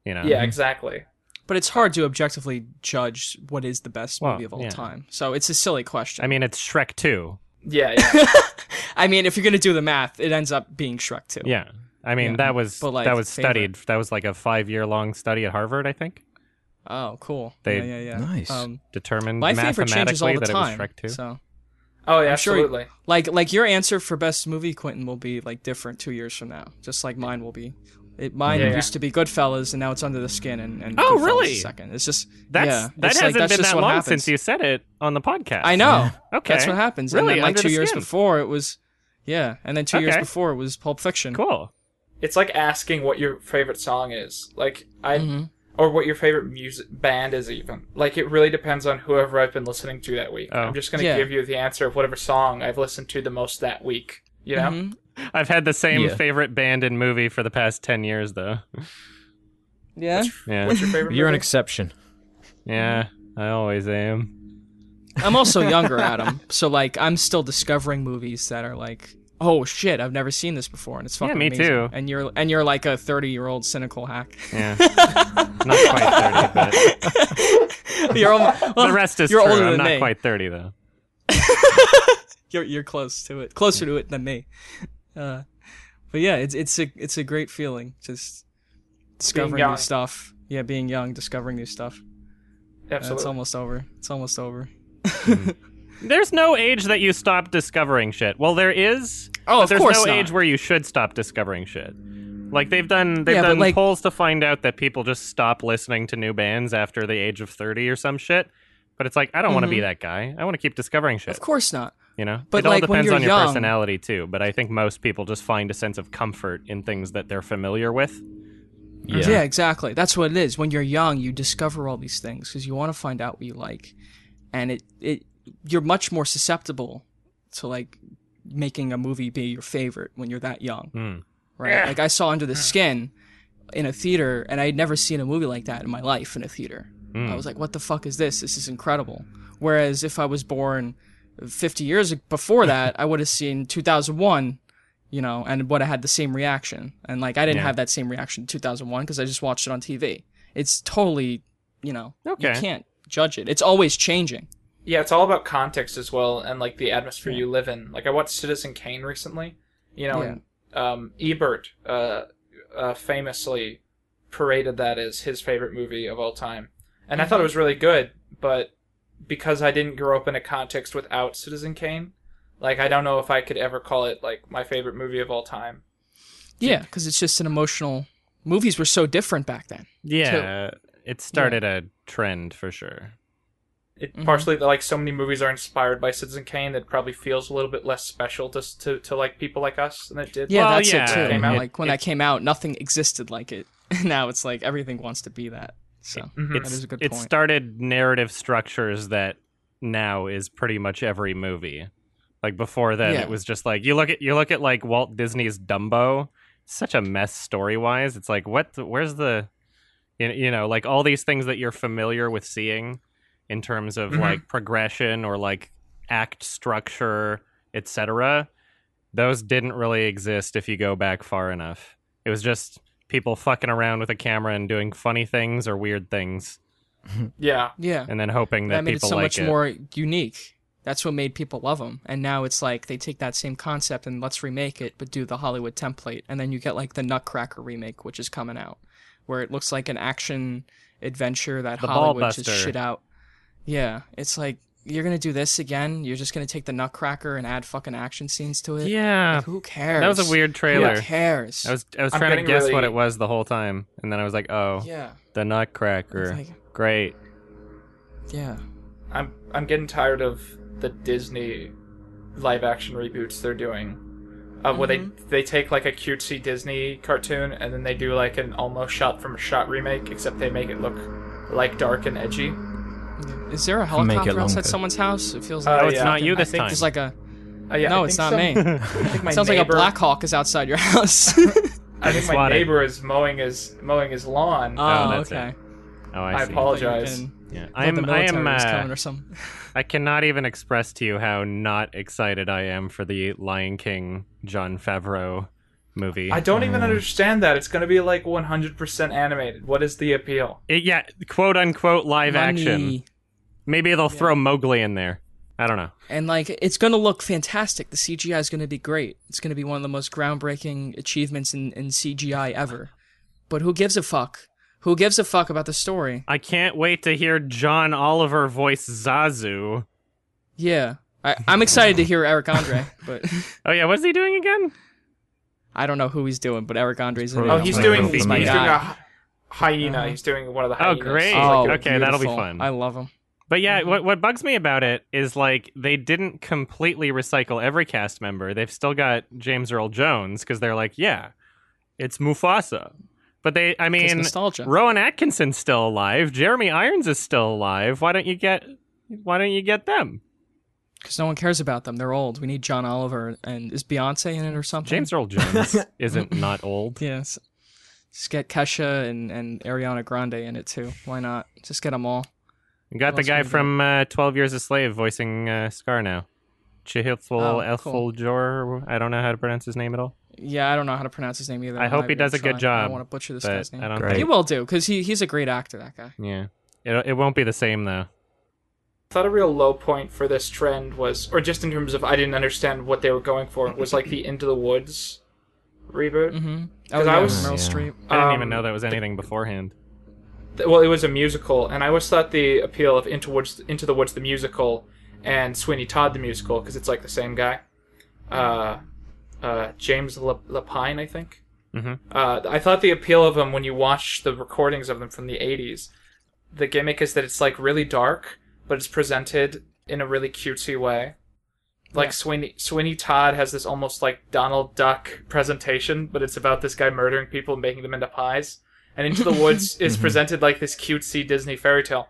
Speaker 1: You know.
Speaker 2: Mm-hmm.
Speaker 4: exactly.
Speaker 2: But it's hard to objectively judge what is the best
Speaker 1: Well,
Speaker 2: movie of all
Speaker 1: yeah.
Speaker 2: time. So it's a silly question.
Speaker 1: I mean, it's Shrek 2.
Speaker 4: Yeah, yeah.
Speaker 2: I mean, if you're gonna do the math, it ends up being Shrek too.
Speaker 1: Yeah. I mean, that was
Speaker 2: But, like,
Speaker 1: that was
Speaker 2: favorite.
Speaker 1: studied. That was like a 5-year long study at Harvard, I think.
Speaker 2: Oh, cool.
Speaker 1: They-
Speaker 2: yeah, yeah, yeah.
Speaker 3: Nice.
Speaker 2: Um,
Speaker 1: Determined
Speaker 2: my favorite
Speaker 1: mathematically
Speaker 2: changes all the
Speaker 1: that
Speaker 2: time.
Speaker 1: it was Shrek 2.
Speaker 2: So,
Speaker 4: oh yeah,
Speaker 2: I'm sure you-
Speaker 4: absolutely.
Speaker 2: like, like your answer for best movie, Quentin, will be like different two years from now, just like mine will be. It, mine
Speaker 4: Yeah.
Speaker 2: used to be Goodfellas, and now it's Under the Skin, and, and
Speaker 1: Oh,
Speaker 2: Goodfellas
Speaker 1: really?
Speaker 2: is Second, it's just
Speaker 1: That's
Speaker 2: yeah,
Speaker 1: that
Speaker 2: it's like,
Speaker 1: hasn't
Speaker 2: that's
Speaker 1: been
Speaker 2: just
Speaker 1: that
Speaker 2: what
Speaker 1: long
Speaker 2: happens.
Speaker 1: since you said it on the podcast.
Speaker 2: I know.
Speaker 1: Okay.
Speaker 2: That's what happens.
Speaker 1: Really?
Speaker 2: And then, like
Speaker 1: Under
Speaker 2: two
Speaker 1: the
Speaker 2: years
Speaker 1: skin.
Speaker 2: before, it was yeah, and then two years
Speaker 1: Okay.
Speaker 2: before it was Pulp Fiction.
Speaker 1: Cool.
Speaker 4: It's like asking what your favorite song is. Like I
Speaker 2: Mhm.
Speaker 4: or what your favorite music band is even. Like it really depends on whoever I've been listening to that week.
Speaker 1: Oh.
Speaker 4: I'm just gonna
Speaker 2: Yeah.
Speaker 4: give you the answer of whatever song I've listened to the most that week. You know?
Speaker 2: Mhm.
Speaker 1: I've had the same
Speaker 3: Yeah.
Speaker 1: favorite band and movie for the past 10 years though.
Speaker 2: Yeah.
Speaker 1: Yeah.
Speaker 4: What's your favorite
Speaker 3: You're an
Speaker 4: movie?
Speaker 3: exception.
Speaker 1: yeah.
Speaker 2: Mm-hmm.
Speaker 1: I always am.
Speaker 2: I'm also younger, Adam. So like I'm still discovering movies that are like, oh shit, I've never seen this before, and it's
Speaker 1: Yeah,
Speaker 2: fucking
Speaker 1: me
Speaker 2: amazing.
Speaker 1: too.
Speaker 2: And you're and you're like a 30 year old cynical hack.
Speaker 1: Yeah. not quite 30, but
Speaker 2: you're almost, well,
Speaker 1: the rest is
Speaker 2: you're
Speaker 1: true.
Speaker 2: older
Speaker 1: I'm
Speaker 2: than
Speaker 1: not
Speaker 2: me.
Speaker 1: quite 30, though.
Speaker 2: You're you're close to it, closer to it than me. Uh, but yeah, it's it's a it's a great feeling just discovering new
Speaker 4: young.
Speaker 2: stuff. Yeah, being young, discovering new stuff. Uh, it's
Speaker 4: Absolutely.
Speaker 2: almost over. It's almost over.
Speaker 1: There's no age that you stop discovering shit. Well, there is.
Speaker 2: Oh,
Speaker 1: but
Speaker 2: of
Speaker 1: there's
Speaker 2: course
Speaker 1: no
Speaker 2: not.
Speaker 1: age where you should stop discovering shit. Like they've done, they've
Speaker 2: Yeah, but,
Speaker 1: done
Speaker 2: like-
Speaker 1: polls to find out that people just stop listening to new bands after the age of 30 or some shit. But it's like I don't want to be that guy. I want to keep discovering shit.
Speaker 2: Mm-hmm. Of course not.
Speaker 1: You know,
Speaker 2: But,
Speaker 1: it all
Speaker 2: like, when
Speaker 1: depends
Speaker 2: you're
Speaker 1: on your
Speaker 2: young-
Speaker 1: personality too. But I think most people just find a sense of comfort in things that they're familiar with.
Speaker 2: Yeah. exactly. That's what it is. When you're young, you discover all these things because you want to find out what you like, and it it you're much more susceptible to like making a movie be your favorite when you're that young,
Speaker 1: Mm.
Speaker 2: right? Like I saw Under the Skin in a theater, and I had never seen a movie like that in my life in a theater.
Speaker 1: hmm.
Speaker 2: I was like, "What the fuck is this? This is incredible." Whereas if I was born 50 years before that, I would have seen 2001 you know, and would have had the same reaction. And like, I didn't
Speaker 1: Yeah.
Speaker 2: have that same reaction in 2001 because I just watched it on TV. It's totally, you know,
Speaker 1: Okay.
Speaker 2: you can't judge it. It's always changing.
Speaker 4: Yeah, it's all about context as well and like the atmosphere you live in. Like I watched Citizen Kane recently, you know, and um, Ebert uh, uh, famously paraded that as his favorite movie of all time, and I thought it was really good. But because I didn't grow up in a context without Citizen Kane, like I don't know if I could ever call it like my favorite movie of all time.
Speaker 2: Yeah, because it's just an emotional. Movies were so different back then.
Speaker 1: Yeah, it started a trend for sure.
Speaker 4: It partially like so many movies are inspired by Citizen Kane that probably feels a little bit less special to s- to, to like people like us than it did.
Speaker 2: Yeah,
Speaker 1: Well,
Speaker 2: that's
Speaker 1: yeah,
Speaker 2: it too.
Speaker 1: it
Speaker 4: came out.
Speaker 2: like when that came out, nothing existed like it. now it's like everything wants to be that. So Hmm.
Speaker 4: Mm-hmm.
Speaker 2: that
Speaker 1: it's,
Speaker 2: is a good
Speaker 1: it
Speaker 2: point.
Speaker 1: started narrative structures that now is pretty much every movie. Like before then,
Speaker 2: Yeah.
Speaker 1: it was just like you look at you look at like Walt Disney's Dumbo. Such a mess story wise. It's like what? The, where's the, you you know, like all these things that you're familiar with seeing, in terms of
Speaker 4: Mhm.
Speaker 1: like progression or like act structure, etc. Those didn't really exist if you go back far enough. It was just people fucking around with a camera and doing funny things or weird things
Speaker 4: yeah.
Speaker 2: yeah,
Speaker 1: and then hoping that,
Speaker 2: that made it
Speaker 1: people
Speaker 2: so
Speaker 1: like
Speaker 2: much
Speaker 1: it.
Speaker 2: more unique. That's what made people love them. And now it's like they take that same concept and let's remake it, but do the Hollywood template. And then you get like the Nutcracker remake, which is coming out, where it looks like an action adventure that
Speaker 1: The
Speaker 2: Hollywood
Speaker 1: Ballbuster.
Speaker 2: just shit out. Yeah, it's like you're gonna do this again. You're just gonna take the Nutcracker and add fucking action scenes to it.
Speaker 1: Yeah,
Speaker 2: Like, who cares?
Speaker 1: that was a weird trailer.
Speaker 2: Who cares?
Speaker 1: I was I was
Speaker 4: I'm
Speaker 1: trying to
Speaker 4: getting
Speaker 1: guess what
Speaker 4: really-
Speaker 1: it was the whole time, and then I was like, oh,
Speaker 2: yeah,
Speaker 1: the Nutcracker.
Speaker 2: It's
Speaker 1: Great.
Speaker 2: yeah.
Speaker 4: I'm I'm getting tired of the Disney live action reboots they're doing. Uh, where
Speaker 2: Mm-hmm.
Speaker 4: they they take like a cutesy Disney cartoon and then they do like an almost shot from shot remake, except they make it look like dark and edgy.
Speaker 2: Is there a
Speaker 3: it
Speaker 2: helicopter outside
Speaker 3: longer.
Speaker 2: someone's house? It feels
Speaker 4: Uh,
Speaker 2: like
Speaker 1: Oh, it's
Speaker 4: yeah.
Speaker 1: not you
Speaker 2: I
Speaker 1: this
Speaker 2: think
Speaker 1: time.
Speaker 2: there's like a
Speaker 4: Uh, yeah,
Speaker 2: no,
Speaker 4: I
Speaker 2: it's
Speaker 4: think
Speaker 2: not me.
Speaker 4: some- I think my
Speaker 2: Sounds like a
Speaker 4: neighbor-
Speaker 2: Black Hawk is outside your house.
Speaker 4: I think my
Speaker 1: Swatted.
Speaker 4: neighbor is mowing his mowing his lawn.
Speaker 2: oh,
Speaker 1: that's it.
Speaker 2: okay.
Speaker 1: oh,
Speaker 4: I
Speaker 1: I see.
Speaker 4: apologize. Apologize.
Speaker 1: Yeah.
Speaker 2: I
Speaker 1: I am. I am.
Speaker 2: was
Speaker 1: uh,
Speaker 2: coming or something.
Speaker 1: I cannot even express to you how not excited I am for the Lion King John Favreau movie.
Speaker 4: I don't even understand that. It's going to be like 100% animated. What is the appeal?
Speaker 1: It- yeah, quote unquote live action.
Speaker 2: Money.
Speaker 1: Maybe they'll throw Mowgli in there. I don't know.
Speaker 2: And like, it's gonna look fantastic. The CGI is gonna be great. It's gonna be one of the most groundbreaking achievements in, in CGI ever. But who gives a fuck? Who gives a fuck about the story?
Speaker 1: I can't wait to hear John Oliver voice Zazu.
Speaker 2: Yeah, I, I'm excited to hear Eric Andre, but
Speaker 1: Oh yeah, what's he doing again?
Speaker 2: I don't know who he's doing. But Eric Andre's in it.
Speaker 4: Oh, he's
Speaker 3: like
Speaker 4: doing
Speaker 3: Rope
Speaker 4: he's
Speaker 2: my
Speaker 4: doing
Speaker 2: guy.
Speaker 4: a hy- hyena. He's doing one of the
Speaker 1: Oh,
Speaker 4: hyenas.
Speaker 1: great.
Speaker 2: Uh-huh. Oh,
Speaker 1: Okay, that'll be
Speaker 2: beautiful.
Speaker 1: fun.
Speaker 2: I love him.
Speaker 1: But yeah,
Speaker 2: Mm-hmm.
Speaker 1: what what bugs me about it is like they didn't completely recycle every cast member. They've still got James Earl Jones because they're like, yeah, it's Mufasa. But they, I
Speaker 2: It's
Speaker 1: mean,
Speaker 2: nostalgia.
Speaker 1: Rowan Atkinson's still alive. Jeremy Irons is still alive. Why don't you get? Why don't you get them?
Speaker 2: Because no one cares about them. They're old. We need John Oliver. And is Beyonce in it or something?
Speaker 1: James Earl Jones isn't not old.
Speaker 2: Yes. Just get Kesha and, and Ariana Grande in it too. Why not? Just get them all.
Speaker 1: You got the
Speaker 2: Who else
Speaker 1: guy
Speaker 2: can we
Speaker 1: from uh, Twelve Years a Slave voicing uh, Scar now.
Speaker 2: Oh,
Speaker 1: Chihilful
Speaker 2: cool.
Speaker 1: Elfeljor. I don't know how to pronounce his name at all.
Speaker 2: Yeah, I don't know how to pronounce his name either.
Speaker 1: I
Speaker 2: I'm
Speaker 1: hope
Speaker 2: not
Speaker 1: he
Speaker 2: even
Speaker 1: does a
Speaker 2: gonna
Speaker 1: good
Speaker 2: try. I
Speaker 1: job,
Speaker 2: don't want to butcher this
Speaker 1: but
Speaker 2: guy's name.
Speaker 1: I don't
Speaker 3: Great.
Speaker 1: think
Speaker 2: He will do because he he's a great actor. That guy.
Speaker 1: Yeah. It it won't be the same though.
Speaker 4: I thought a real low point for this trend was, or just in terms of I didn't understand what they were going for, was like the Into the Woods reboot.
Speaker 2: Mm-hmm. Oh,
Speaker 4: 'Cause I
Speaker 2: yeah,
Speaker 4: was-
Speaker 2: Meryl
Speaker 3: Yeah.
Speaker 2: Streep.
Speaker 1: I didn't even
Speaker 4: Um,
Speaker 1: know that was anything beforehand.
Speaker 4: th- Well, it was a musical, and I always thought the appeal of Into Woods, Into the Woods the musical, and Sweeney Todd the musical, because it's like the same guy, uh, uh, James La- Lapine, I think.
Speaker 1: Mhm.
Speaker 4: Uh, I thought the appeal of them when you watch the recordings of them from the '80s, the gimmick is that it's like really dark, but it's presented in a really cutesy way. Like
Speaker 2: Yeah.
Speaker 4: Sweeney Sweeney Todd has this almost like Donald Duck presentation, but it's about this guy murdering people and making them into pies. And Into the Woods is presented like this cutesy Disney fairy tale.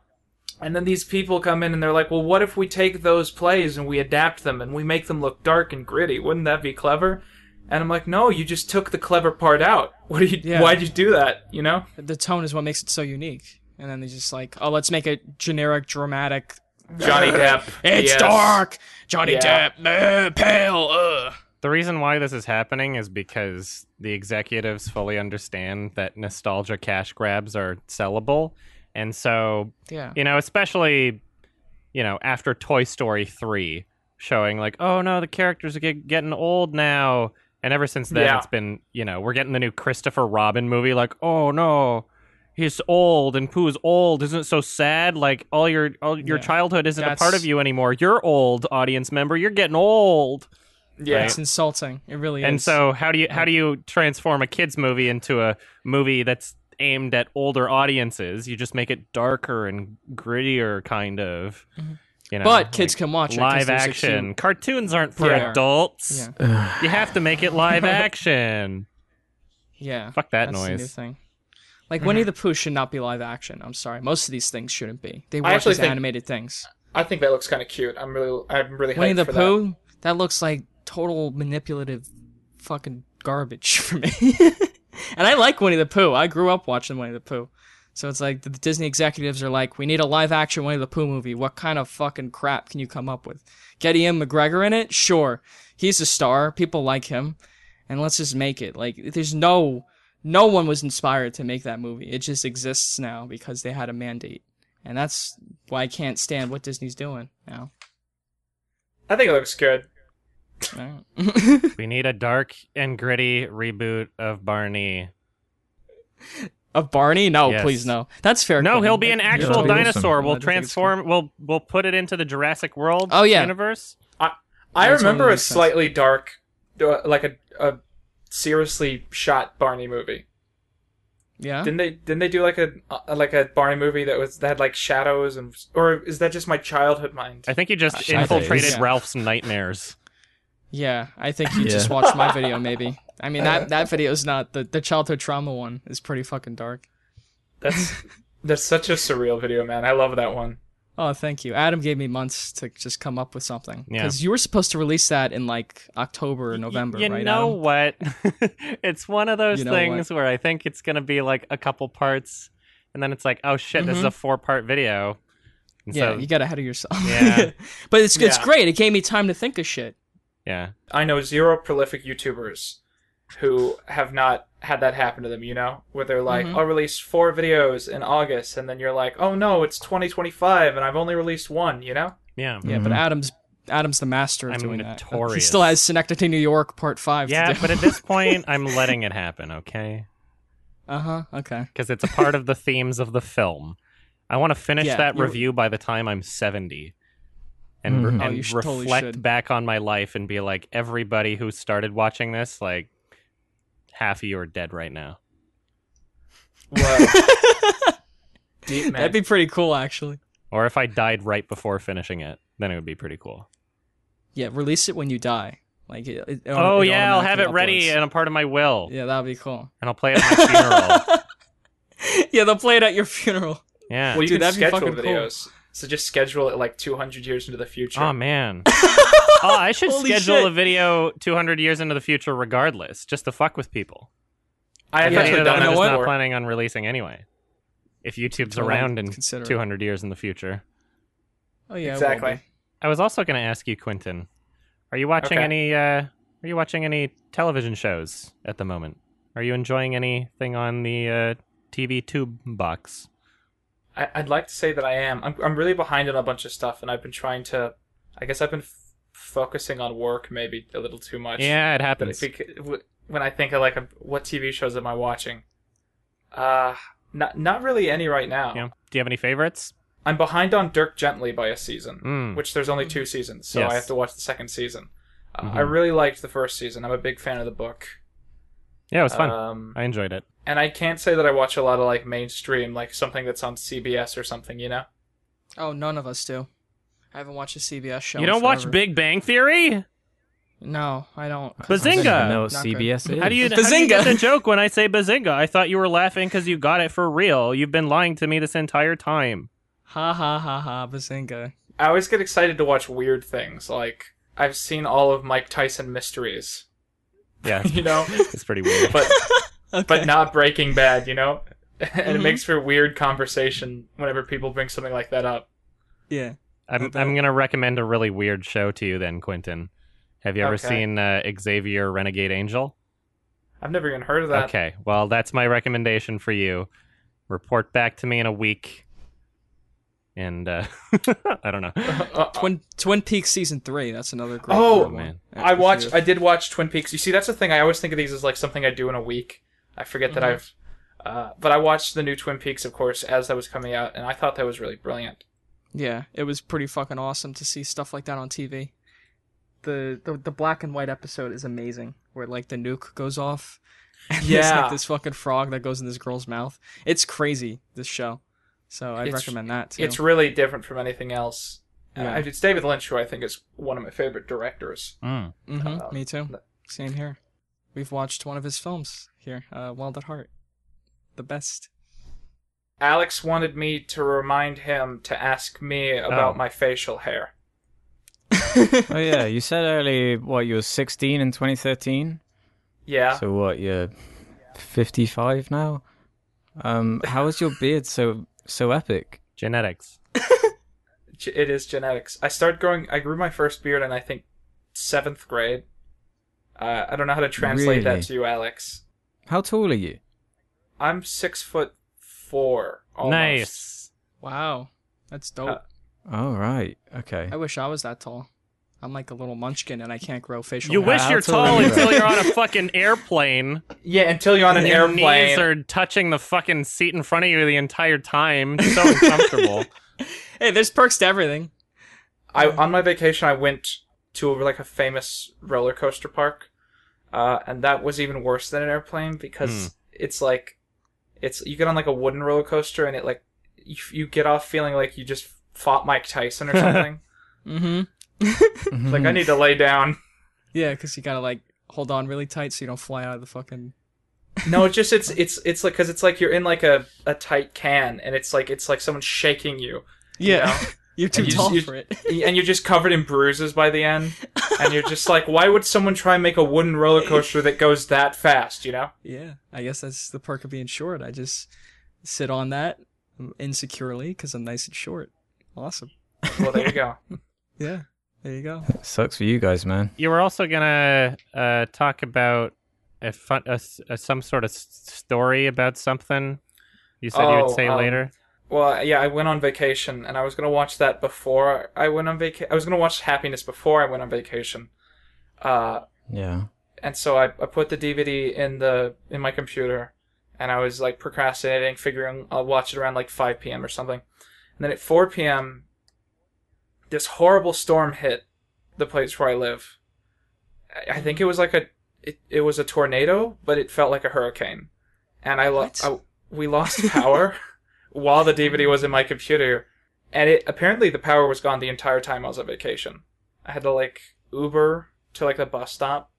Speaker 4: And then these people come in and they're like, well, what if we take those plays and we adapt them and we make them look dark and gritty? Wouldn't that be clever? And I'm like, no, you just took the clever part out. What do you?
Speaker 2: Yeah.
Speaker 4: Why'd you do that? You know?
Speaker 2: The tone is what makes it so unique. And then they just like, oh, let's make a generic, dramatic.
Speaker 4: Johnny Depp.
Speaker 2: It's
Speaker 4: yes.
Speaker 2: dark. Johnny
Speaker 4: Yeah.
Speaker 2: Depp, uh, pale. Uh.
Speaker 1: The reason why this is happening is because the executives fully understand that nostalgia cash grabs are sellable. And so,
Speaker 2: Yeah.
Speaker 1: you know, especially, you know, after Toy Story 3 showing like, oh no, the characters are get- getting old now. And ever since then,
Speaker 4: Yeah.
Speaker 1: it's been, you know, we're getting the new Christopher Robin movie like, oh no. He's old, and Pooh's old. Isn't it so sad? Like all your all your
Speaker 2: Yeah.
Speaker 1: childhood isn't a part
Speaker 2: That's-
Speaker 1: of you anymore. You're old, audience member. You're getting old.
Speaker 4: Yeah.
Speaker 2: It's insulting. It really is.
Speaker 1: And so how do you how do you transform a kids movie into a movie that's aimed at older audiences? You just make it darker and grittier kind of. You know,
Speaker 2: But kids can watch it 'cause
Speaker 1: live
Speaker 2: there's a
Speaker 1: action.
Speaker 2: cute-
Speaker 1: Cartoons aren't for
Speaker 2: Yeah.
Speaker 1: adults. You have to make it live action.
Speaker 2: Yeah.
Speaker 1: Fuck that
Speaker 2: That's the new
Speaker 1: noise.
Speaker 2: thing. Like Winnie the Pooh should not be live action. I'm sorry. Most of these things shouldn't be. They work
Speaker 4: actually
Speaker 2: as
Speaker 4: think-
Speaker 2: animated things.
Speaker 4: I think that looks kind of cute. I'm really, I'm really
Speaker 2: Winnie
Speaker 4: hyped
Speaker 2: the
Speaker 4: for
Speaker 2: Pooh, that. looks like total manipulative fucking garbage for me. and I like Winnie the Pooh. I grew up watching Winnie the Pooh. So it's like the Disney executives are like, we need a live action Winnie the Pooh movie. What kind of fucking crap can you come up with? Get Ian McGregor in it? Sure. He's a star. People like him. And let's just make it. Like, there's no. No one was inspired to make that movie. It just exists now because they had a mandate. And that's why I can't stand what Disney's doing now.
Speaker 4: that. I think it looks good.
Speaker 2: All right.
Speaker 1: we need a dark and gritty reboot of Barney.
Speaker 2: Of Barney? No,
Speaker 1: Yes.
Speaker 2: please no. That's fair.
Speaker 1: No,
Speaker 2: Quentin.
Speaker 1: he'll be an
Speaker 2: That-
Speaker 1: actual
Speaker 3: awesome.
Speaker 1: dinosaur.
Speaker 2: I
Speaker 1: We'll
Speaker 2: don't think it's
Speaker 1: transform. We'll we'll put it into the Jurassic World.
Speaker 2: Oh, yeah.
Speaker 1: universe.
Speaker 4: I
Speaker 2: That's
Speaker 4: remember
Speaker 2: one that
Speaker 4: a
Speaker 2: makes sense.
Speaker 4: slightly dark, uh, like a, a seriously shot Barney movie.
Speaker 2: Yeah.
Speaker 4: Didn't they? Didn't they do like a uh, like a Barney movie that was that had like shadows and or is that just my childhood mind?
Speaker 1: I think you
Speaker 2: I
Speaker 1: just
Speaker 2: think-
Speaker 1: infiltrated
Speaker 2: Yeah.
Speaker 1: Ralph's nightmares.
Speaker 2: Yeah, I think you
Speaker 3: Yeah.
Speaker 2: just watched my video, maybe. I mean, that, that video is not the, the childhood trauma one is pretty fucking dark.
Speaker 4: That's that's such a surreal video, man. I love that one.
Speaker 2: Oh, thank you. Adam gave me months to just come up with something.
Speaker 1: Yeah.
Speaker 2: Because you were supposed to release that in like October or
Speaker 1: Y-
Speaker 2: November,
Speaker 1: You
Speaker 2: right? Adam?
Speaker 1: know what? it's one of those
Speaker 2: You know
Speaker 1: things where I think it's gonna be like a couple parts, and then it's like, oh shit, this is a four part video. And
Speaker 2: Yeah,
Speaker 1: so-
Speaker 2: you got ahead of yourself.
Speaker 1: Yeah.
Speaker 2: but it's it's
Speaker 4: Yeah.
Speaker 2: great. It gave me time to think of shit.
Speaker 1: yeah.
Speaker 4: I know zero prolific YouTubers who have not had that happen to them, you know? Where they're like,
Speaker 2: Mm-hmm.
Speaker 4: I'll release four videos in August, and then you're like, oh no, it's 2025, and I've only released one, you know?
Speaker 1: Yeah.
Speaker 2: Yeah, but Adam's Adam's the master of
Speaker 1: I'm
Speaker 2: doing that. He
Speaker 1: notorious.
Speaker 2: still has Synecdoche, New York, Part Five.
Speaker 1: Yeah,
Speaker 2: to do.
Speaker 1: but at this point, I'm letting it happen, okay?
Speaker 2: uh huh. Okay.
Speaker 1: Because it's a part of the themes of the film. I want to finish
Speaker 2: Yeah,
Speaker 1: that
Speaker 2: you-
Speaker 1: review by the time I'm 70 and, re-
Speaker 3: Mhm.
Speaker 2: Oh,
Speaker 1: and
Speaker 2: you should- totally
Speaker 1: reflect
Speaker 2: should.
Speaker 1: back on my life and be like, everybody who started watching this, like, half of you are dead right now.
Speaker 4: Whoa. Deep man.
Speaker 2: That'd be pretty cool, actually.
Speaker 1: Or if I died right before finishing it, then it would be pretty cool.
Speaker 2: Yeah, release it when you die. Like, it, it- it
Speaker 1: Oh, yeah, I'll have it
Speaker 2: automatically
Speaker 1: ready
Speaker 2: uploads.
Speaker 1: and a part of my will.
Speaker 2: Yeah, that'd be cool.
Speaker 1: And I'll play it at my funeral.
Speaker 2: yeah, they'll play it at your funeral.
Speaker 1: Yeah.
Speaker 4: well, you
Speaker 2: Dude,
Speaker 4: can
Speaker 2: that'd be
Speaker 4: schedule
Speaker 2: fucking cool.
Speaker 4: videos. So just schedule it like 200 years into the future.
Speaker 1: Oh man. oh, I should
Speaker 2: Holy
Speaker 1: schedule
Speaker 2: shit.
Speaker 1: a video 200 years into the future, regardless, just to fuck with people.
Speaker 4: I have
Speaker 2: Yeah,
Speaker 4: actually
Speaker 1: Video
Speaker 4: done
Speaker 1: that I
Speaker 4: that
Speaker 1: was
Speaker 4: before.
Speaker 1: not planning on releasing anyway. If YouTube's
Speaker 2: Totally
Speaker 1: around in
Speaker 2: consider it.
Speaker 1: 200 years in the future,
Speaker 2: Oh yeah, it will
Speaker 4: Exactly.
Speaker 2: be.
Speaker 1: I was also going to ask you, Quentin, are you watching
Speaker 4: Okay.
Speaker 1: any? Uh, are you watching any television shows at the moment? Are you enjoying anything on the uh, TV tube box?
Speaker 4: I- I'd like to say that I am. I'm, I'm really behind on a bunch of stuff, and I've been trying to. I guess I've been f- focusing on work maybe a little too much.
Speaker 1: Yeah, it
Speaker 4: But
Speaker 1: happens.
Speaker 4: if it, w- when I think of like a, what TV shows am I watching, uh, not not really any right now.
Speaker 1: Yeah. Do you have any favorites?
Speaker 4: I'm behind on Dirk Gently by a season,
Speaker 1: Mm.
Speaker 4: which there's only two seasons, so
Speaker 1: Yes.
Speaker 4: I have to watch the second season. Uh, I
Speaker 1: Mhm.
Speaker 4: really liked the first season. I'm a big fan of the book.
Speaker 1: Yeah, it was fun.
Speaker 4: Um,
Speaker 1: I enjoyed it.
Speaker 4: and I can't say that I watch a lot of like mainstream, like something that's on CBS or something. You know,
Speaker 2: Oh, none of us do. I haven't watched a CBS show.
Speaker 1: You don't
Speaker 2: in
Speaker 1: watch
Speaker 2: forever.
Speaker 1: Big Bang Theory?
Speaker 2: No, I don't.
Speaker 3: I don't
Speaker 1: Bazinga!
Speaker 3: even know what
Speaker 2: Not
Speaker 3: CBS is.
Speaker 1: How do you, how do you
Speaker 2: Bazinga.
Speaker 1: get the joke when I say bazinga? I thought you were laughing because you got it for real. You've been lying to me this entire time.
Speaker 2: Ha ha ha ha, Bazinga.
Speaker 4: I always get excited to watch weird things. Like I've seen all of Mike Tyson mysteries.
Speaker 1: Yeah,
Speaker 4: You know,
Speaker 1: it's pretty weird.
Speaker 4: but
Speaker 2: Okay.
Speaker 4: but not Breaking Bad, you know? and
Speaker 2: Mm-hmm.
Speaker 4: it makes for weird conversation whenever people bring something like that up.
Speaker 2: Yeah.
Speaker 1: I'm, I'm going to recommend a really weird show to you then, Quentin. Have you ever
Speaker 4: Okay.
Speaker 1: seen uh, Xavier Renegade Angel?
Speaker 4: I've never even heard of that.
Speaker 1: Okay, well, that's my recommendation for you. Report back to me in a week. And uh, I don't know.
Speaker 4: Uh, uh,
Speaker 2: Twin Twin Peaks season three. That's another great.
Speaker 4: Oh,
Speaker 2: one.
Speaker 1: man.
Speaker 4: I watched.
Speaker 2: Yeah.
Speaker 4: I did watch Twin Peaks. You see, that's the thing. I always think of these as like something I do in a week. I forget
Speaker 2: Mm-hmm.
Speaker 4: that I've. Uh, but I watched the new Twin Peaks, of course, as that was coming out, and I thought that was really brilliant.
Speaker 2: Yeah, it was pretty fucking awesome to see stuff like that on TV. The the, the black and white episode is amazing, where like the nuke goes off, and there's
Speaker 4: Yeah.
Speaker 2: like this fucking frog that goes in this girl's mouth. It's crazy. This show, so I would
Speaker 4: It's-
Speaker 2: recommend that too.
Speaker 4: It's really different from anything else.
Speaker 2: Yeah.
Speaker 4: Uh, it's David Lynch, who I think is one of my favorite directors.
Speaker 1: Mm.
Speaker 2: hmm
Speaker 4: uh,
Speaker 2: me too.
Speaker 4: th-
Speaker 2: Same here. We've watched one of his films here, uh, Wild at Heart, the best.
Speaker 4: Alex wanted me to remind him to ask me about my facial hair.
Speaker 3: Oh yeah, you said earlier what you were 16 in 2013.
Speaker 4: Yeah.
Speaker 3: So what you're 55 now? Um, how is your beard so so epic?
Speaker 1: Genetics.
Speaker 4: Ge- it is genetics. I started growing. I grew my first beard in I think seventh grade. Uh, I don't know how to translate
Speaker 3: Really?
Speaker 4: that to you, Alex.
Speaker 3: How tall are you?
Speaker 4: I'm six foot four. Almost.
Speaker 1: Nice.
Speaker 2: Wow, that's dope.
Speaker 4: Uh,
Speaker 3: Oh right, okay.
Speaker 2: I wish I was that tall. I'm like a little munchkin and I can't grow facial
Speaker 1: You
Speaker 2: hair.
Speaker 1: wish you're
Speaker 3: that's what I
Speaker 1: tall
Speaker 3: mean.
Speaker 1: until you're on a fucking airplane.
Speaker 4: Yeah, until you're on an
Speaker 1: and your knees
Speaker 4: airplane.
Speaker 1: are touching the fucking seat in front of you the entire time. It's so uncomfortable.
Speaker 2: Hey, there's perks to everything.
Speaker 4: I on my vacation I went to like a famous roller coaster park, uh, and that was even worse than an airplane because it's like it's you get on like a wooden roller coaster and it like you, you get off feeling like you just fought Mike Tyson or something.
Speaker 2: Mm-hmm.
Speaker 4: It's like I need to lay down.
Speaker 2: Yeah, because you gotta like hold on really tight so you don't fly out of the fucking.
Speaker 4: No, it's just it's it's it's like because it's like you're in like a, a tight can and it's like it's like someone shaking you
Speaker 2: Yeah,
Speaker 4: Yeah.
Speaker 2: you're too
Speaker 4: you just-
Speaker 2: tall
Speaker 4: you-
Speaker 2: for it.
Speaker 4: and you're just covered in bruises by the end and you're just like why would someone try and make a wooden roller coaster that goes that fast you know
Speaker 2: yeah, I guess that's the perk of being short. I just sit on that um, insecurely because I'm nice and short. Awesome.
Speaker 4: well there you go
Speaker 2: Yeah, there you go.
Speaker 3: Sucks for you guys, man.
Speaker 1: you were also gonna uh, talk about a fun, a s a some sort of s- story about something. You said you
Speaker 4: Oh,
Speaker 1: would say
Speaker 4: um,
Speaker 1: later.
Speaker 4: Well, yeah, I went on vacation, and I was gonna watch that before I went on vacation. I was gonna watch Happiness before I went on vacation, uh,
Speaker 3: Yeah.
Speaker 4: and so I, I put the DVD in the in my computer, and I was like procrastinating, figuring I'll watch it around like 5 p.m. or something, and then at 4 p.m., this horrible storm hit the place where I live. I, I think it was like a it, it was a tornado, but it felt like a hurricane, and I, lo-
Speaker 2: What?
Speaker 4: I we lost power while the DVD was in my computer, and it apparently the power was gone the entire time I was on vacation. I had to like Uber to like the bus stop,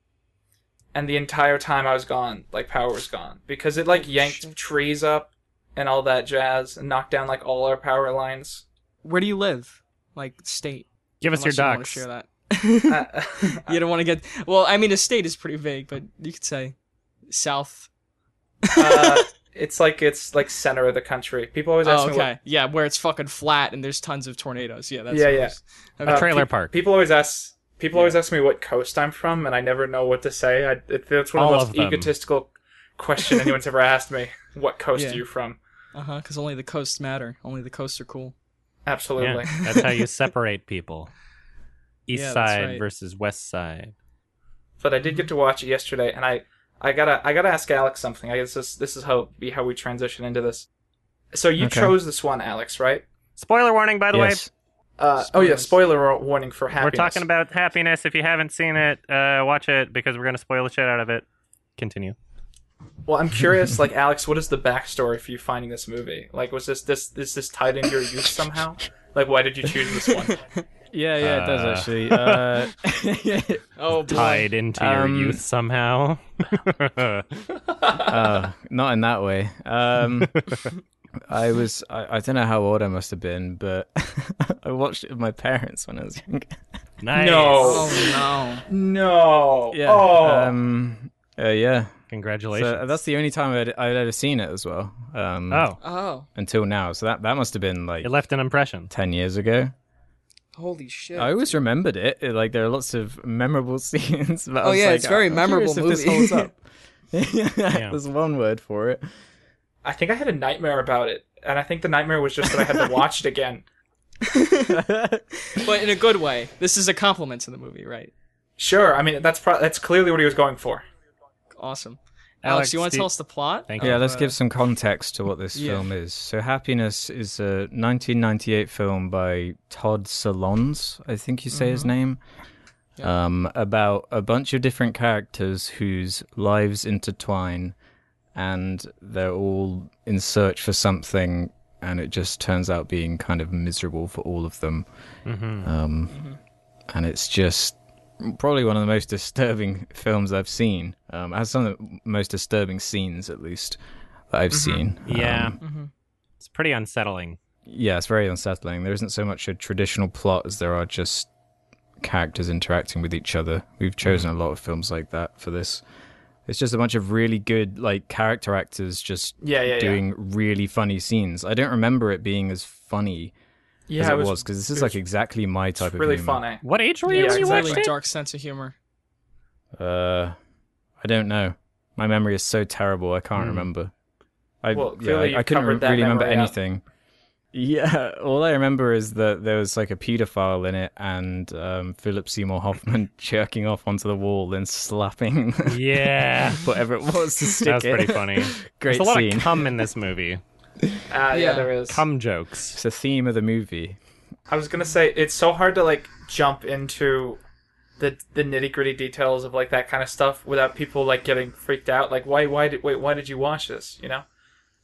Speaker 4: and the entire time I was gone, like power was gone because it like yanked
Speaker 2: shit.
Speaker 4: trees up and all that jazz and knocked down like all our power lines.
Speaker 2: Where do you live? Like state?
Speaker 1: Give us your
Speaker 2: Unless you wanna
Speaker 1: docs.
Speaker 2: Share that.
Speaker 4: Uh,
Speaker 2: You don't want to get. Well, I mean, a state is pretty vague, but you could say south.
Speaker 4: uh, it's like it's like center of the country. People always ask
Speaker 2: Oh,
Speaker 4: me what
Speaker 2: okay. Yeah, where it's fucking flat and there's tons of tornadoes. Yeah, that's
Speaker 4: Yeah,
Speaker 2: what it
Speaker 4: yeah.
Speaker 2: is.
Speaker 1: A
Speaker 4: uh,
Speaker 1: trailer
Speaker 4: peop-
Speaker 1: park.
Speaker 4: People always ask. People always ask me what coast I'm from, and I never know what to say. I, it, that's one of
Speaker 1: All
Speaker 4: the most
Speaker 1: of them.
Speaker 4: egotistical question anyone's ever asked me. What coast
Speaker 2: Yeah.
Speaker 4: are you from?
Speaker 2: Uh huh. Because only the coasts matter. Only the coasts are cool.
Speaker 4: Absolutely.
Speaker 1: Yeah, that's how you separate people. East
Speaker 2: Yeah, that's
Speaker 1: side
Speaker 2: right.
Speaker 1: versus west side.
Speaker 4: But I did get to watch it yesterday, and I, I gotta, I gotta ask Alex something. I guess this, this is how be how we transition into this. So you
Speaker 3: Okay.
Speaker 4: chose this one, Alex, right?
Speaker 1: Spoiler warning, by the way.
Speaker 3: Yes.
Speaker 4: Uh, oh yeah,
Speaker 2: Spoilers.
Speaker 4: spoiler wa- warning for
Speaker 1: We're
Speaker 4: happiness.
Speaker 1: talking about happiness. If you haven't seen it, uh, watch it because we're gonna spoil the shit out of it. Continue.
Speaker 4: Well, I'm curious, like Alex, what is the backstory for you finding this movie? Like, was this this is this tied into your youth somehow? Like, why did you choose this one?
Speaker 3: Yeah, yeah, it does
Speaker 1: Uh.
Speaker 3: actually. Uh,
Speaker 2: Oh, boy.
Speaker 1: Tied into
Speaker 3: Um,
Speaker 1: your youth somehow.
Speaker 3: uh, not in that way. Um, I was, I, I don't know how old I must have been, but I watched it with my parents when I was young.
Speaker 1: nice.
Speaker 4: No.
Speaker 2: Oh no.
Speaker 4: No.
Speaker 3: Yeah.
Speaker 4: Oh.
Speaker 3: Um, uh, yeah.
Speaker 1: Congratulations.
Speaker 3: So uh, that's the only time I'd, I'd ever seen it as well. Um,
Speaker 1: oh,
Speaker 2: Oh,
Speaker 3: Until now. So that, that must have been like
Speaker 1: it left an impression.
Speaker 3: 10 years ago.
Speaker 2: holy shit.
Speaker 3: I always remembered it. It- Like there are lots of memorable scenes. But I
Speaker 2: Oh,
Speaker 3: was
Speaker 2: yeah,
Speaker 3: like,
Speaker 2: it's very
Speaker 3: I'm
Speaker 2: memorable
Speaker 3: curious if
Speaker 2: movie.
Speaker 3: This holds up. There's one word for it.
Speaker 4: I think I had a nightmare about it, and I think the nightmare was just that I had to watch it again.
Speaker 2: but in a good way. This is a compliment to the movie, right?
Speaker 4: Sure. I mean, that's pro- that's clearly what he was going for.
Speaker 2: Awesome.
Speaker 1: Alex,
Speaker 2: Alex, you want
Speaker 1: do-
Speaker 2: to tell us the plot?
Speaker 1: Thank you.
Speaker 3: Yeah, let's
Speaker 2: uh,
Speaker 3: give some context to what this
Speaker 2: yeah.
Speaker 3: film is. So, Happiness is a 1998 film by Todd Solondz, I think you say his name,
Speaker 2: Mm-hmm. Yeah.
Speaker 3: um, about a bunch of different characters whose lives intertwine and they're all in search for something, and it just turns out being kind of miserable for all of them. Um, And it's just probably one of the most disturbing films I've seen. Um, has some of the most disturbing scenes, at least that I've
Speaker 2: Mm-hmm.
Speaker 3: seen.
Speaker 1: Yeah.
Speaker 3: Um,
Speaker 1: It's pretty unsettling.
Speaker 3: yeah, it's very unsettling. There isn't so much a traditional plot as there are just characters interacting with each other.
Speaker 4: Mm-hmm.
Speaker 3: We've chosen a lot of films like that for this. It's just a bunch of really good like character actors just
Speaker 4: Yeah, yeah, yeah.
Speaker 3: doing really funny scenes. I don't remember it being as funny
Speaker 4: Yeah,
Speaker 3: as
Speaker 4: it
Speaker 3: it
Speaker 4: was-
Speaker 3: was because this
Speaker 4: it
Speaker 3: is
Speaker 4: was
Speaker 3: like exactly my type of
Speaker 4: really
Speaker 3: humor.
Speaker 4: funny.
Speaker 1: What age were you
Speaker 4: Yeah,
Speaker 1: when you
Speaker 4: exactly.
Speaker 1: watched it?
Speaker 2: dark sense of humor.
Speaker 3: Uh, I don't know. My memory
Speaker 1: Hmm.
Speaker 3: is so terrible. I can't remember. I
Speaker 4: Well,
Speaker 3: yeah,
Speaker 4: clearly
Speaker 3: I, I
Speaker 4: you've
Speaker 3: couldn't
Speaker 4: covered
Speaker 3: re-
Speaker 4: that
Speaker 3: really remember
Speaker 4: memory up.
Speaker 3: anything. Yeah, all I remember is that there was like a pedophile in it and um, Philip Seymour Hoffman jerking off onto the wall and slapping
Speaker 1: Yeah.
Speaker 3: whatever it was to stick
Speaker 1: that was
Speaker 3: it.
Speaker 1: pretty funny. There's
Speaker 3: Great
Speaker 1: a lot
Speaker 3: scene.
Speaker 1: of cum in this movie.
Speaker 4: Uh, yeah,
Speaker 2: Yeah.
Speaker 4: there is.
Speaker 1: Cum jokes.
Speaker 3: It's the theme of the movie.
Speaker 4: I was gonna say it's so hard to like jump into the the nitty gritty details of like that kind of stuff without people like getting freaked out. Like why why did wait why did you watch this? You know.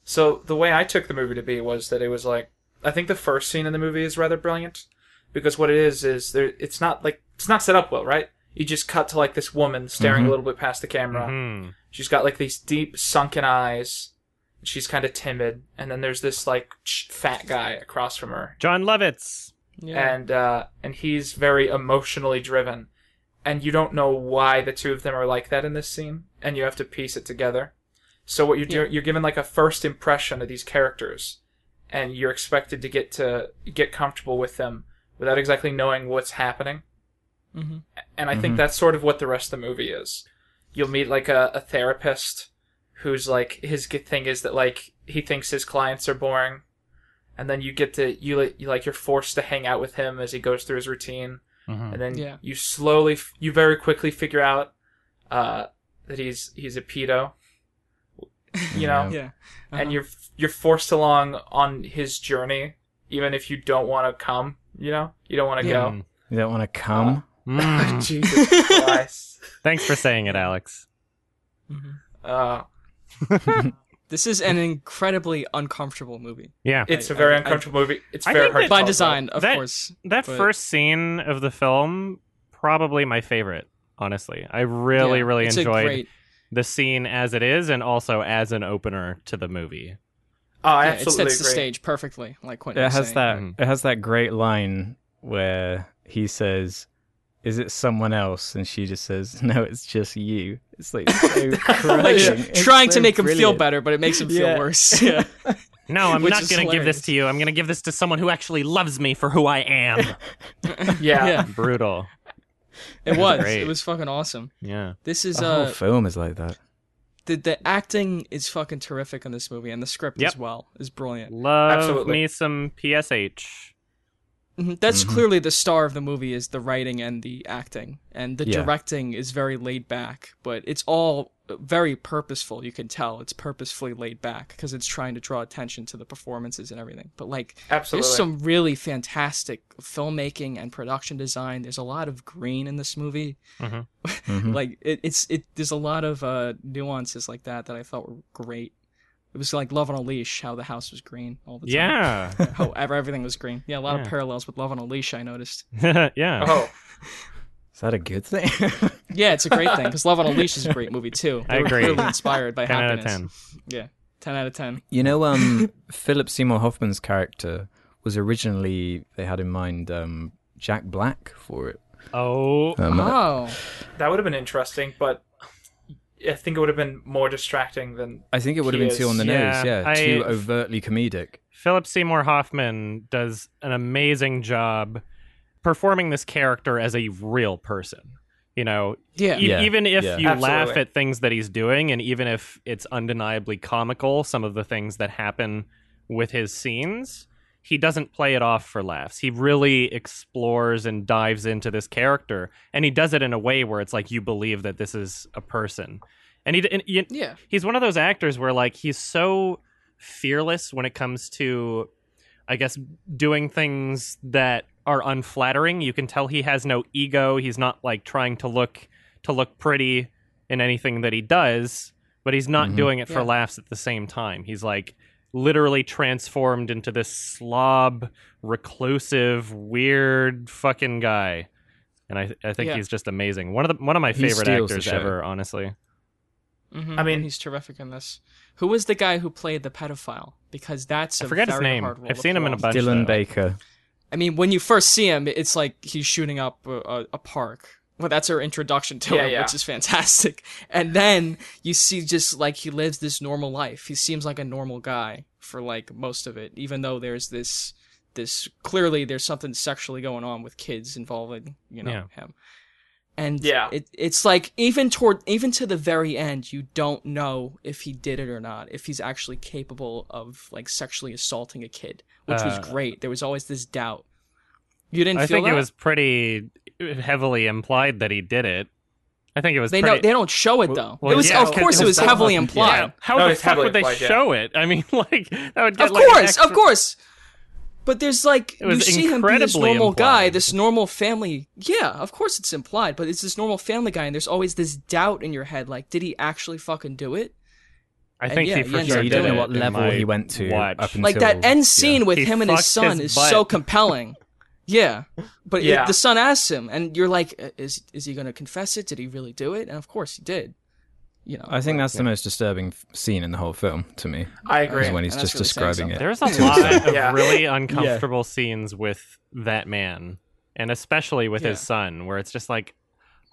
Speaker 4: So the way I took the movie to be was that it was like I think the first scene in the movie is rather brilliant because what it is is there it's not like it's not set up well, right? You just cut to like this woman staring a little bit past the camera.
Speaker 1: Hmm.
Speaker 4: She's got like these deep sunken eyes. She's kind of timid, and then there's this like ch- fat guy across from her,
Speaker 1: John Lovitz.
Speaker 2: Yeah.
Speaker 4: and uh, and he's very emotionally driven, and you don't know why the two of them are like that in this scene, and you have to piece it together. So what you do, you're given like a first impression of these characters, and you're expected to get to get comfortable with them without exactly knowing what's happening.
Speaker 2: Mhm.
Speaker 4: And I think that's sort of what the rest of the movie is. You'll meet like a, a therapist who's like his g- thing is that like he thinks his clients are boring and then you get to you, li- you like you're forced to hang out with him as he goes through his routine and then
Speaker 2: Yeah.
Speaker 4: you slowly f- you very quickly figure out uh, that he's he's a pedo you know
Speaker 2: yeah. Uh-huh.
Speaker 4: and you're f- you're forced along on his journey even if you don't want to come you know you don't want to
Speaker 2: Yeah.
Speaker 3: You don't want
Speaker 4: Uh,
Speaker 3: to come?
Speaker 4: go
Speaker 1: Mm.
Speaker 4: jesus christ
Speaker 1: Thanks for saying it, Alex.
Speaker 4: uh,
Speaker 2: Mm-hmm. This is an incredibly uncomfortable movie
Speaker 1: Yeah.
Speaker 4: it's a
Speaker 2: I-
Speaker 4: very
Speaker 2: I-
Speaker 4: uncomfortable movie it's
Speaker 1: I
Speaker 4: very
Speaker 1: think
Speaker 4: hard
Speaker 1: that-
Speaker 4: to
Speaker 2: by
Speaker 4: talk about.
Speaker 2: design, of
Speaker 1: That-
Speaker 2: course.
Speaker 1: That
Speaker 2: but-
Speaker 1: first scene of the film, probably my favorite, honestly. I really,
Speaker 2: Yeah,
Speaker 1: really
Speaker 2: it's
Speaker 1: enjoyed
Speaker 2: A great,
Speaker 1: the scene as it is and also as an opener to the movie.
Speaker 4: oh i
Speaker 2: yeah, it
Speaker 4: absolutely
Speaker 2: sets the
Speaker 4: agree
Speaker 2: stage perfectly, like Quentin.
Speaker 3: It
Speaker 2: was
Speaker 3: has
Speaker 2: saying.
Speaker 3: that
Speaker 1: Mhm.
Speaker 3: it has that great line where he says, Is it someone else? And she just says, No, it's just you. It's like so
Speaker 2: Like,
Speaker 3: crushing.
Speaker 2: tr-
Speaker 3: It's
Speaker 2: trying
Speaker 3: so
Speaker 2: to make him feel
Speaker 3: brilliant.
Speaker 2: better, but it makes him feel
Speaker 3: Yeah.
Speaker 2: worse. Yeah.
Speaker 1: No, I'm
Speaker 2: Which
Speaker 1: not
Speaker 2: is
Speaker 1: going to give this to you. I'm going to give this to someone who actually loves me for who I am.
Speaker 4: yeah,
Speaker 2: Yeah.
Speaker 1: Brutal.
Speaker 2: It was.
Speaker 1: great. Oh,
Speaker 2: It was fucking awesome.
Speaker 1: Yeah.
Speaker 2: This is
Speaker 3: The
Speaker 2: uh
Speaker 3: whole film is like that.
Speaker 2: the the acting is fucking terrific in this movie, and the script
Speaker 1: Yep.
Speaker 2: as well is brilliant.
Speaker 1: Love
Speaker 4: Absolutely.
Speaker 1: me some PSH.
Speaker 2: Mhm. That's clearly the star of the movie is the writing and the acting, and the
Speaker 3: Yeah.
Speaker 2: directing is very laid back, but it's all very purposeful. You can tell it's purposefully laid back because it's trying to draw attention to the performances and everything. But like,
Speaker 4: absolutely
Speaker 2: There's some really fantastic filmmaking and production design. There's a lot of green in this movie.
Speaker 1: Mhm.
Speaker 3: Mm-hmm.
Speaker 2: like it, it's it. There's a lot of uh, nuances like that that I thought were great. It was like Love on a Leash, how the house was green all the time.
Speaker 1: Yeah.
Speaker 2: Yeah. However, everything was green. Yeah, a lot
Speaker 1: Yeah.
Speaker 2: of parallels with Love on a Leash. I noticed.
Speaker 1: yeah.
Speaker 4: oh
Speaker 3: Is that a good thing?
Speaker 2: Yeah, it's a great thing because Love on a Leash is a great movie too.
Speaker 1: I
Speaker 2: They were
Speaker 1: agree.
Speaker 2: Clearly inspired by
Speaker 1: 10 out of
Speaker 2: happiness.
Speaker 1: 10.
Speaker 2: Yeah, ten out of ten.
Speaker 3: you know, um, Philip Seymour Hoffman's character was originally they had in mind um, Jack Black for it.
Speaker 1: Oh.
Speaker 3: Um,
Speaker 2: Oh,
Speaker 4: That would have been interesting, but I think it would have been more distracting than
Speaker 3: I think it would have been
Speaker 4: He
Speaker 3: too on the
Speaker 1: is- yeah,
Speaker 3: nose. Yeah,
Speaker 1: I-
Speaker 3: too overtly comedic.
Speaker 1: Philip Seymour Hoffman does an amazing job performing this character as a real person. You know,
Speaker 2: yeah.
Speaker 1: E-
Speaker 3: Yeah,
Speaker 1: even if
Speaker 3: yeah.
Speaker 1: you laugh
Speaker 4: Absolutely.
Speaker 1: at things that he's doing, and even if it's undeniably comical, some of the things that happen with his scenes, he doesn't play it off for laughs. He really explores and dives into this character, and he does it in a way where it's like you believe that this is a person. And he, d- and you,
Speaker 2: Yeah.
Speaker 1: he's one of those actors where like he's so fearless when it comes to i guess doing things that are unflattering you can tell he has no ego he's not like trying to look to look pretty in anything that he does but he's
Speaker 3: Mm-hmm.
Speaker 1: not doing it for
Speaker 2: Yeah.
Speaker 1: laughs at the same time he's like literally transformed into this slob reclusive weird fucking guy and i, I think
Speaker 2: Yeah.
Speaker 1: he's just amazing one of the one of my
Speaker 3: He
Speaker 1: favorite
Speaker 3: steals the
Speaker 1: actors
Speaker 3: show.
Speaker 1: ever honestly
Speaker 2: Mhm,
Speaker 4: I mean-
Speaker 2: he's terrific in this. Who was the guy who played the pedophile? Because that's
Speaker 1: I
Speaker 2: a
Speaker 1: forget his
Speaker 2: very
Speaker 1: name.
Speaker 2: hard role
Speaker 1: I've
Speaker 2: to
Speaker 1: seen him
Speaker 2: pull
Speaker 1: in a
Speaker 2: off.
Speaker 1: bunch.
Speaker 3: Dylan
Speaker 1: though.
Speaker 3: Baker.
Speaker 2: I mean, when you first see him, it's like he's shooting up a, a, a park. Well, that's her introduction to
Speaker 4: Yeah,
Speaker 2: him,
Speaker 4: yeah.
Speaker 2: which is fantastic. And then you see just like he lives this normal life. He seems like a normal guy for like most of it, even though there's this this clearly there's something sexually going on with kids involving you know
Speaker 1: Yeah.
Speaker 2: him. and
Speaker 4: Yeah.
Speaker 2: it, it's like even toward even to the very end you don't know if he did it or not if he's actually capable of like sexually assaulting a kid which was
Speaker 1: Uh,
Speaker 2: great there was always this doubt you didn't
Speaker 1: I
Speaker 2: feel
Speaker 1: think
Speaker 2: that?
Speaker 1: it was pretty heavily implied that he did it. I think it was
Speaker 2: they
Speaker 1: pretty.
Speaker 2: don't they don't show it
Speaker 1: Well,
Speaker 2: though
Speaker 1: well,
Speaker 2: it was
Speaker 1: yeah,
Speaker 2: of course it was
Speaker 1: because-
Speaker 2: heavily
Speaker 1: yeah.
Speaker 2: implied
Speaker 1: How
Speaker 4: No,
Speaker 1: the
Speaker 4: it's
Speaker 1: fuck
Speaker 4: heavily
Speaker 1: would they
Speaker 4: implied, yeah.
Speaker 1: show it? I mean, like that would get
Speaker 2: of
Speaker 1: like, an
Speaker 2: course,
Speaker 1: extra-
Speaker 2: of course. But there's like
Speaker 1: It was
Speaker 2: you see him be this
Speaker 1: incredibly
Speaker 2: normal guy,
Speaker 1: implied.
Speaker 2: this normal family. Yeah, of course it's implied, but it's this normal family guy, and there's always this doubt in your head, like, did he actually fucking do it?
Speaker 1: I
Speaker 2: And
Speaker 1: think
Speaker 2: yeah,
Speaker 1: he
Speaker 2: you
Speaker 1: for
Speaker 2: end
Speaker 1: sure
Speaker 2: up
Speaker 3: you don't
Speaker 1: did
Speaker 3: know
Speaker 1: it
Speaker 3: what
Speaker 1: in
Speaker 3: level
Speaker 1: my
Speaker 3: he went to
Speaker 1: Watch.
Speaker 3: up
Speaker 2: Like that
Speaker 3: until-
Speaker 2: end scene with
Speaker 1: He
Speaker 2: him and his
Speaker 1: fucked
Speaker 2: son
Speaker 1: his
Speaker 2: is so
Speaker 1: butt.
Speaker 2: compelling. Yeah, but it-
Speaker 4: Yeah.
Speaker 2: the son asks him, and you're like, "Uh, is is he gonna confess it? Did he really do it? And of course he did. You know,
Speaker 3: I think that's the most disturbing f- scene in the whole film to me.
Speaker 4: I
Speaker 3: Is
Speaker 4: agree.
Speaker 3: when he's
Speaker 2: And that's
Speaker 3: just
Speaker 2: really saying
Speaker 3: describing it.
Speaker 1: There's a lot of
Speaker 4: Yeah.
Speaker 1: really uncomfortable scenes with that man, and especially with his
Speaker 2: Yeah.
Speaker 1: son, where it's just like,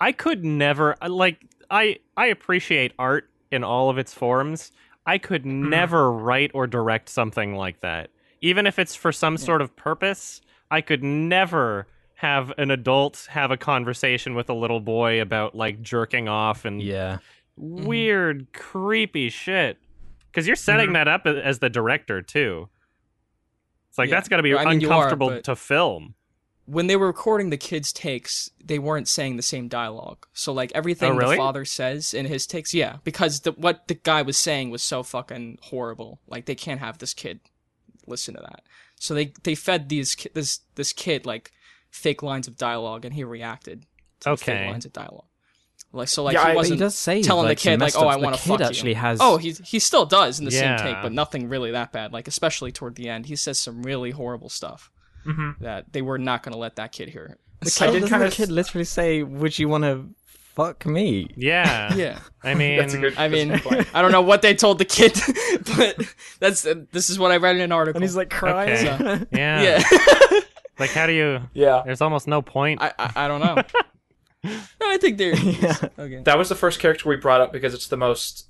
Speaker 1: I could never uh, like I I appreciate art in all of its forms. I could
Speaker 4: Mm-hmm.
Speaker 1: never write or direct something like that, even if it's for some sort of purpose. I could never have an adult have a conversation with a little boy about like jerking off and
Speaker 3: Yeah.
Speaker 2: Mm-hmm.
Speaker 1: weird, creepy shit. Because you're setting
Speaker 2: Mm-hmm.
Speaker 1: that up a- as the director too. It's like
Speaker 2: Yeah.
Speaker 1: that's got to be
Speaker 2: I mean, you are,
Speaker 1: uncomfortable
Speaker 2: but-
Speaker 1: to film.
Speaker 2: when they were recording the kids' takes, they weren't saying the same dialogue. So like everything
Speaker 1: Oh, really?
Speaker 2: the father says in his takes, yeah, because the, what the guy was saying was so fucking horrible. Like they can't have this kid listen to that. So they they fed these ki- this this kid like fake lines of dialogue, and he reacted to the
Speaker 1: Okay.
Speaker 2: fake lines of dialogue. Like so, like
Speaker 4: Yeah,
Speaker 2: he
Speaker 4: I- but
Speaker 3: But he
Speaker 2: wasn't
Speaker 3: does say
Speaker 2: telling
Speaker 3: like,
Speaker 2: the
Speaker 3: he
Speaker 2: kid like,
Speaker 3: messed
Speaker 2: "Oh,
Speaker 3: up.
Speaker 2: I want to
Speaker 3: The kid
Speaker 2: fuck
Speaker 3: actually
Speaker 2: you."
Speaker 3: has.
Speaker 2: Oh, he he still does in the same take,
Speaker 1: Yeah.
Speaker 2: but nothing really that bad. Like especially toward the end, he says some really horrible stuff
Speaker 4: Mhm.
Speaker 2: that they were not going to let that kid hear.
Speaker 3: the
Speaker 2: So-
Speaker 3: kid,
Speaker 4: I did
Speaker 3: doesn't
Speaker 4: kinda
Speaker 3: the kid
Speaker 4: s-
Speaker 3: literally say, "Would you want to fuck me?"
Speaker 1: Yeah,
Speaker 2: yeah,
Speaker 1: I mean,
Speaker 4: That's a good.
Speaker 2: I
Speaker 4: that's a
Speaker 2: mean,
Speaker 4: good point.
Speaker 2: I don't know what they told the kid, but that's this is what I read in an article.
Speaker 3: And he's like crying.
Speaker 1: Okay. yeah.
Speaker 2: yeah,
Speaker 1: Like, how do you?
Speaker 4: yeah.
Speaker 1: There's almost no point.
Speaker 2: I, I I don't know. No, I think they're
Speaker 3: Yeah.
Speaker 2: okay.
Speaker 4: That was the first character we brought up because it's the most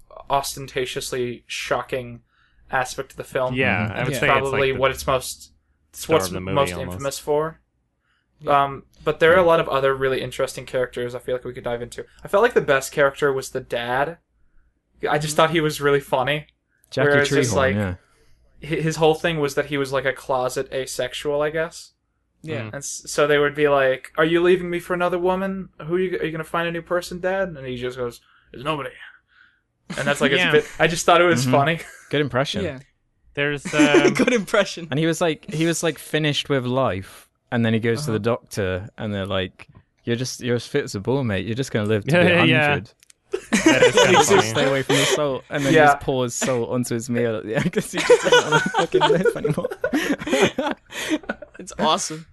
Speaker 4: ostentatiously shocking aspect of the film.
Speaker 1: yeah, I
Speaker 2: Mm-hmm.
Speaker 4: And
Speaker 1: would
Speaker 4: it's
Speaker 1: say
Speaker 4: probably
Speaker 1: it's like the-
Speaker 4: what it's most it's
Speaker 1: star
Speaker 4: what's
Speaker 1: of the movie
Speaker 4: most
Speaker 1: almost.
Speaker 4: infamous for. Um, but there are a lot of other really interesting characters. I feel like we could dive into. I felt like the best character was the dad. I just thought he was really funny.
Speaker 3: Jackie
Speaker 4: Whereas
Speaker 3: Treehorn.
Speaker 4: it's like-
Speaker 3: yeah.
Speaker 4: Hi- His whole thing was that he was like a closet asexual, I guess.
Speaker 2: Yeah,
Speaker 3: Mm,
Speaker 4: And s- so they would be like, "Are you leaving me for another woman? Who are you, are you gonna find a new person, Dad?" And he just goes, "There's nobody." And that's like
Speaker 1: Yeah.
Speaker 4: his bit. I just thought it was
Speaker 1: Mm-hmm.
Speaker 3: Mhm.
Speaker 4: funny.
Speaker 3: Good impression.
Speaker 2: yeah.
Speaker 1: There's um,
Speaker 2: Good impression.
Speaker 3: And he was like, he was like finished with life, and then he goes to the doctor, and they're like, "You're just, you're as fit as a bull, mate. You're just gonna live to be
Speaker 1: Yeah,
Speaker 3: hundred.
Speaker 1: yeah. that is kinda
Speaker 3: Please
Speaker 1: funny.
Speaker 3: just stay away from the salt." And then
Speaker 4: Yeah.
Speaker 3: he just pours salt onto his meal at the end because he just doesn't want to fucking live anymore.
Speaker 2: It's awesome.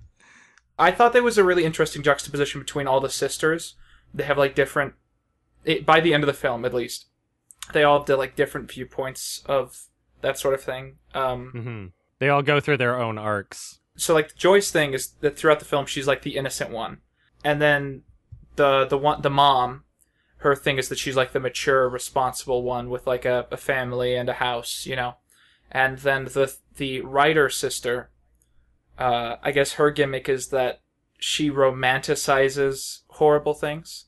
Speaker 4: I thought that was a really interesting juxtaposition between all the sisters. They have like different. It, by the end of the film, at least, they all have the, like different viewpoints of that sort of thing. Um,
Speaker 1: Mhm. They all go through their own arcs.
Speaker 4: so like Joy's thing is that throughout the film she's like the innocent one, and then the the one the mom, her thing is that she's like the mature, responsible one with like a, a family and a house, you know, and then the the writer sister, uh, I guess her gimmick is that she romanticizes horrible things,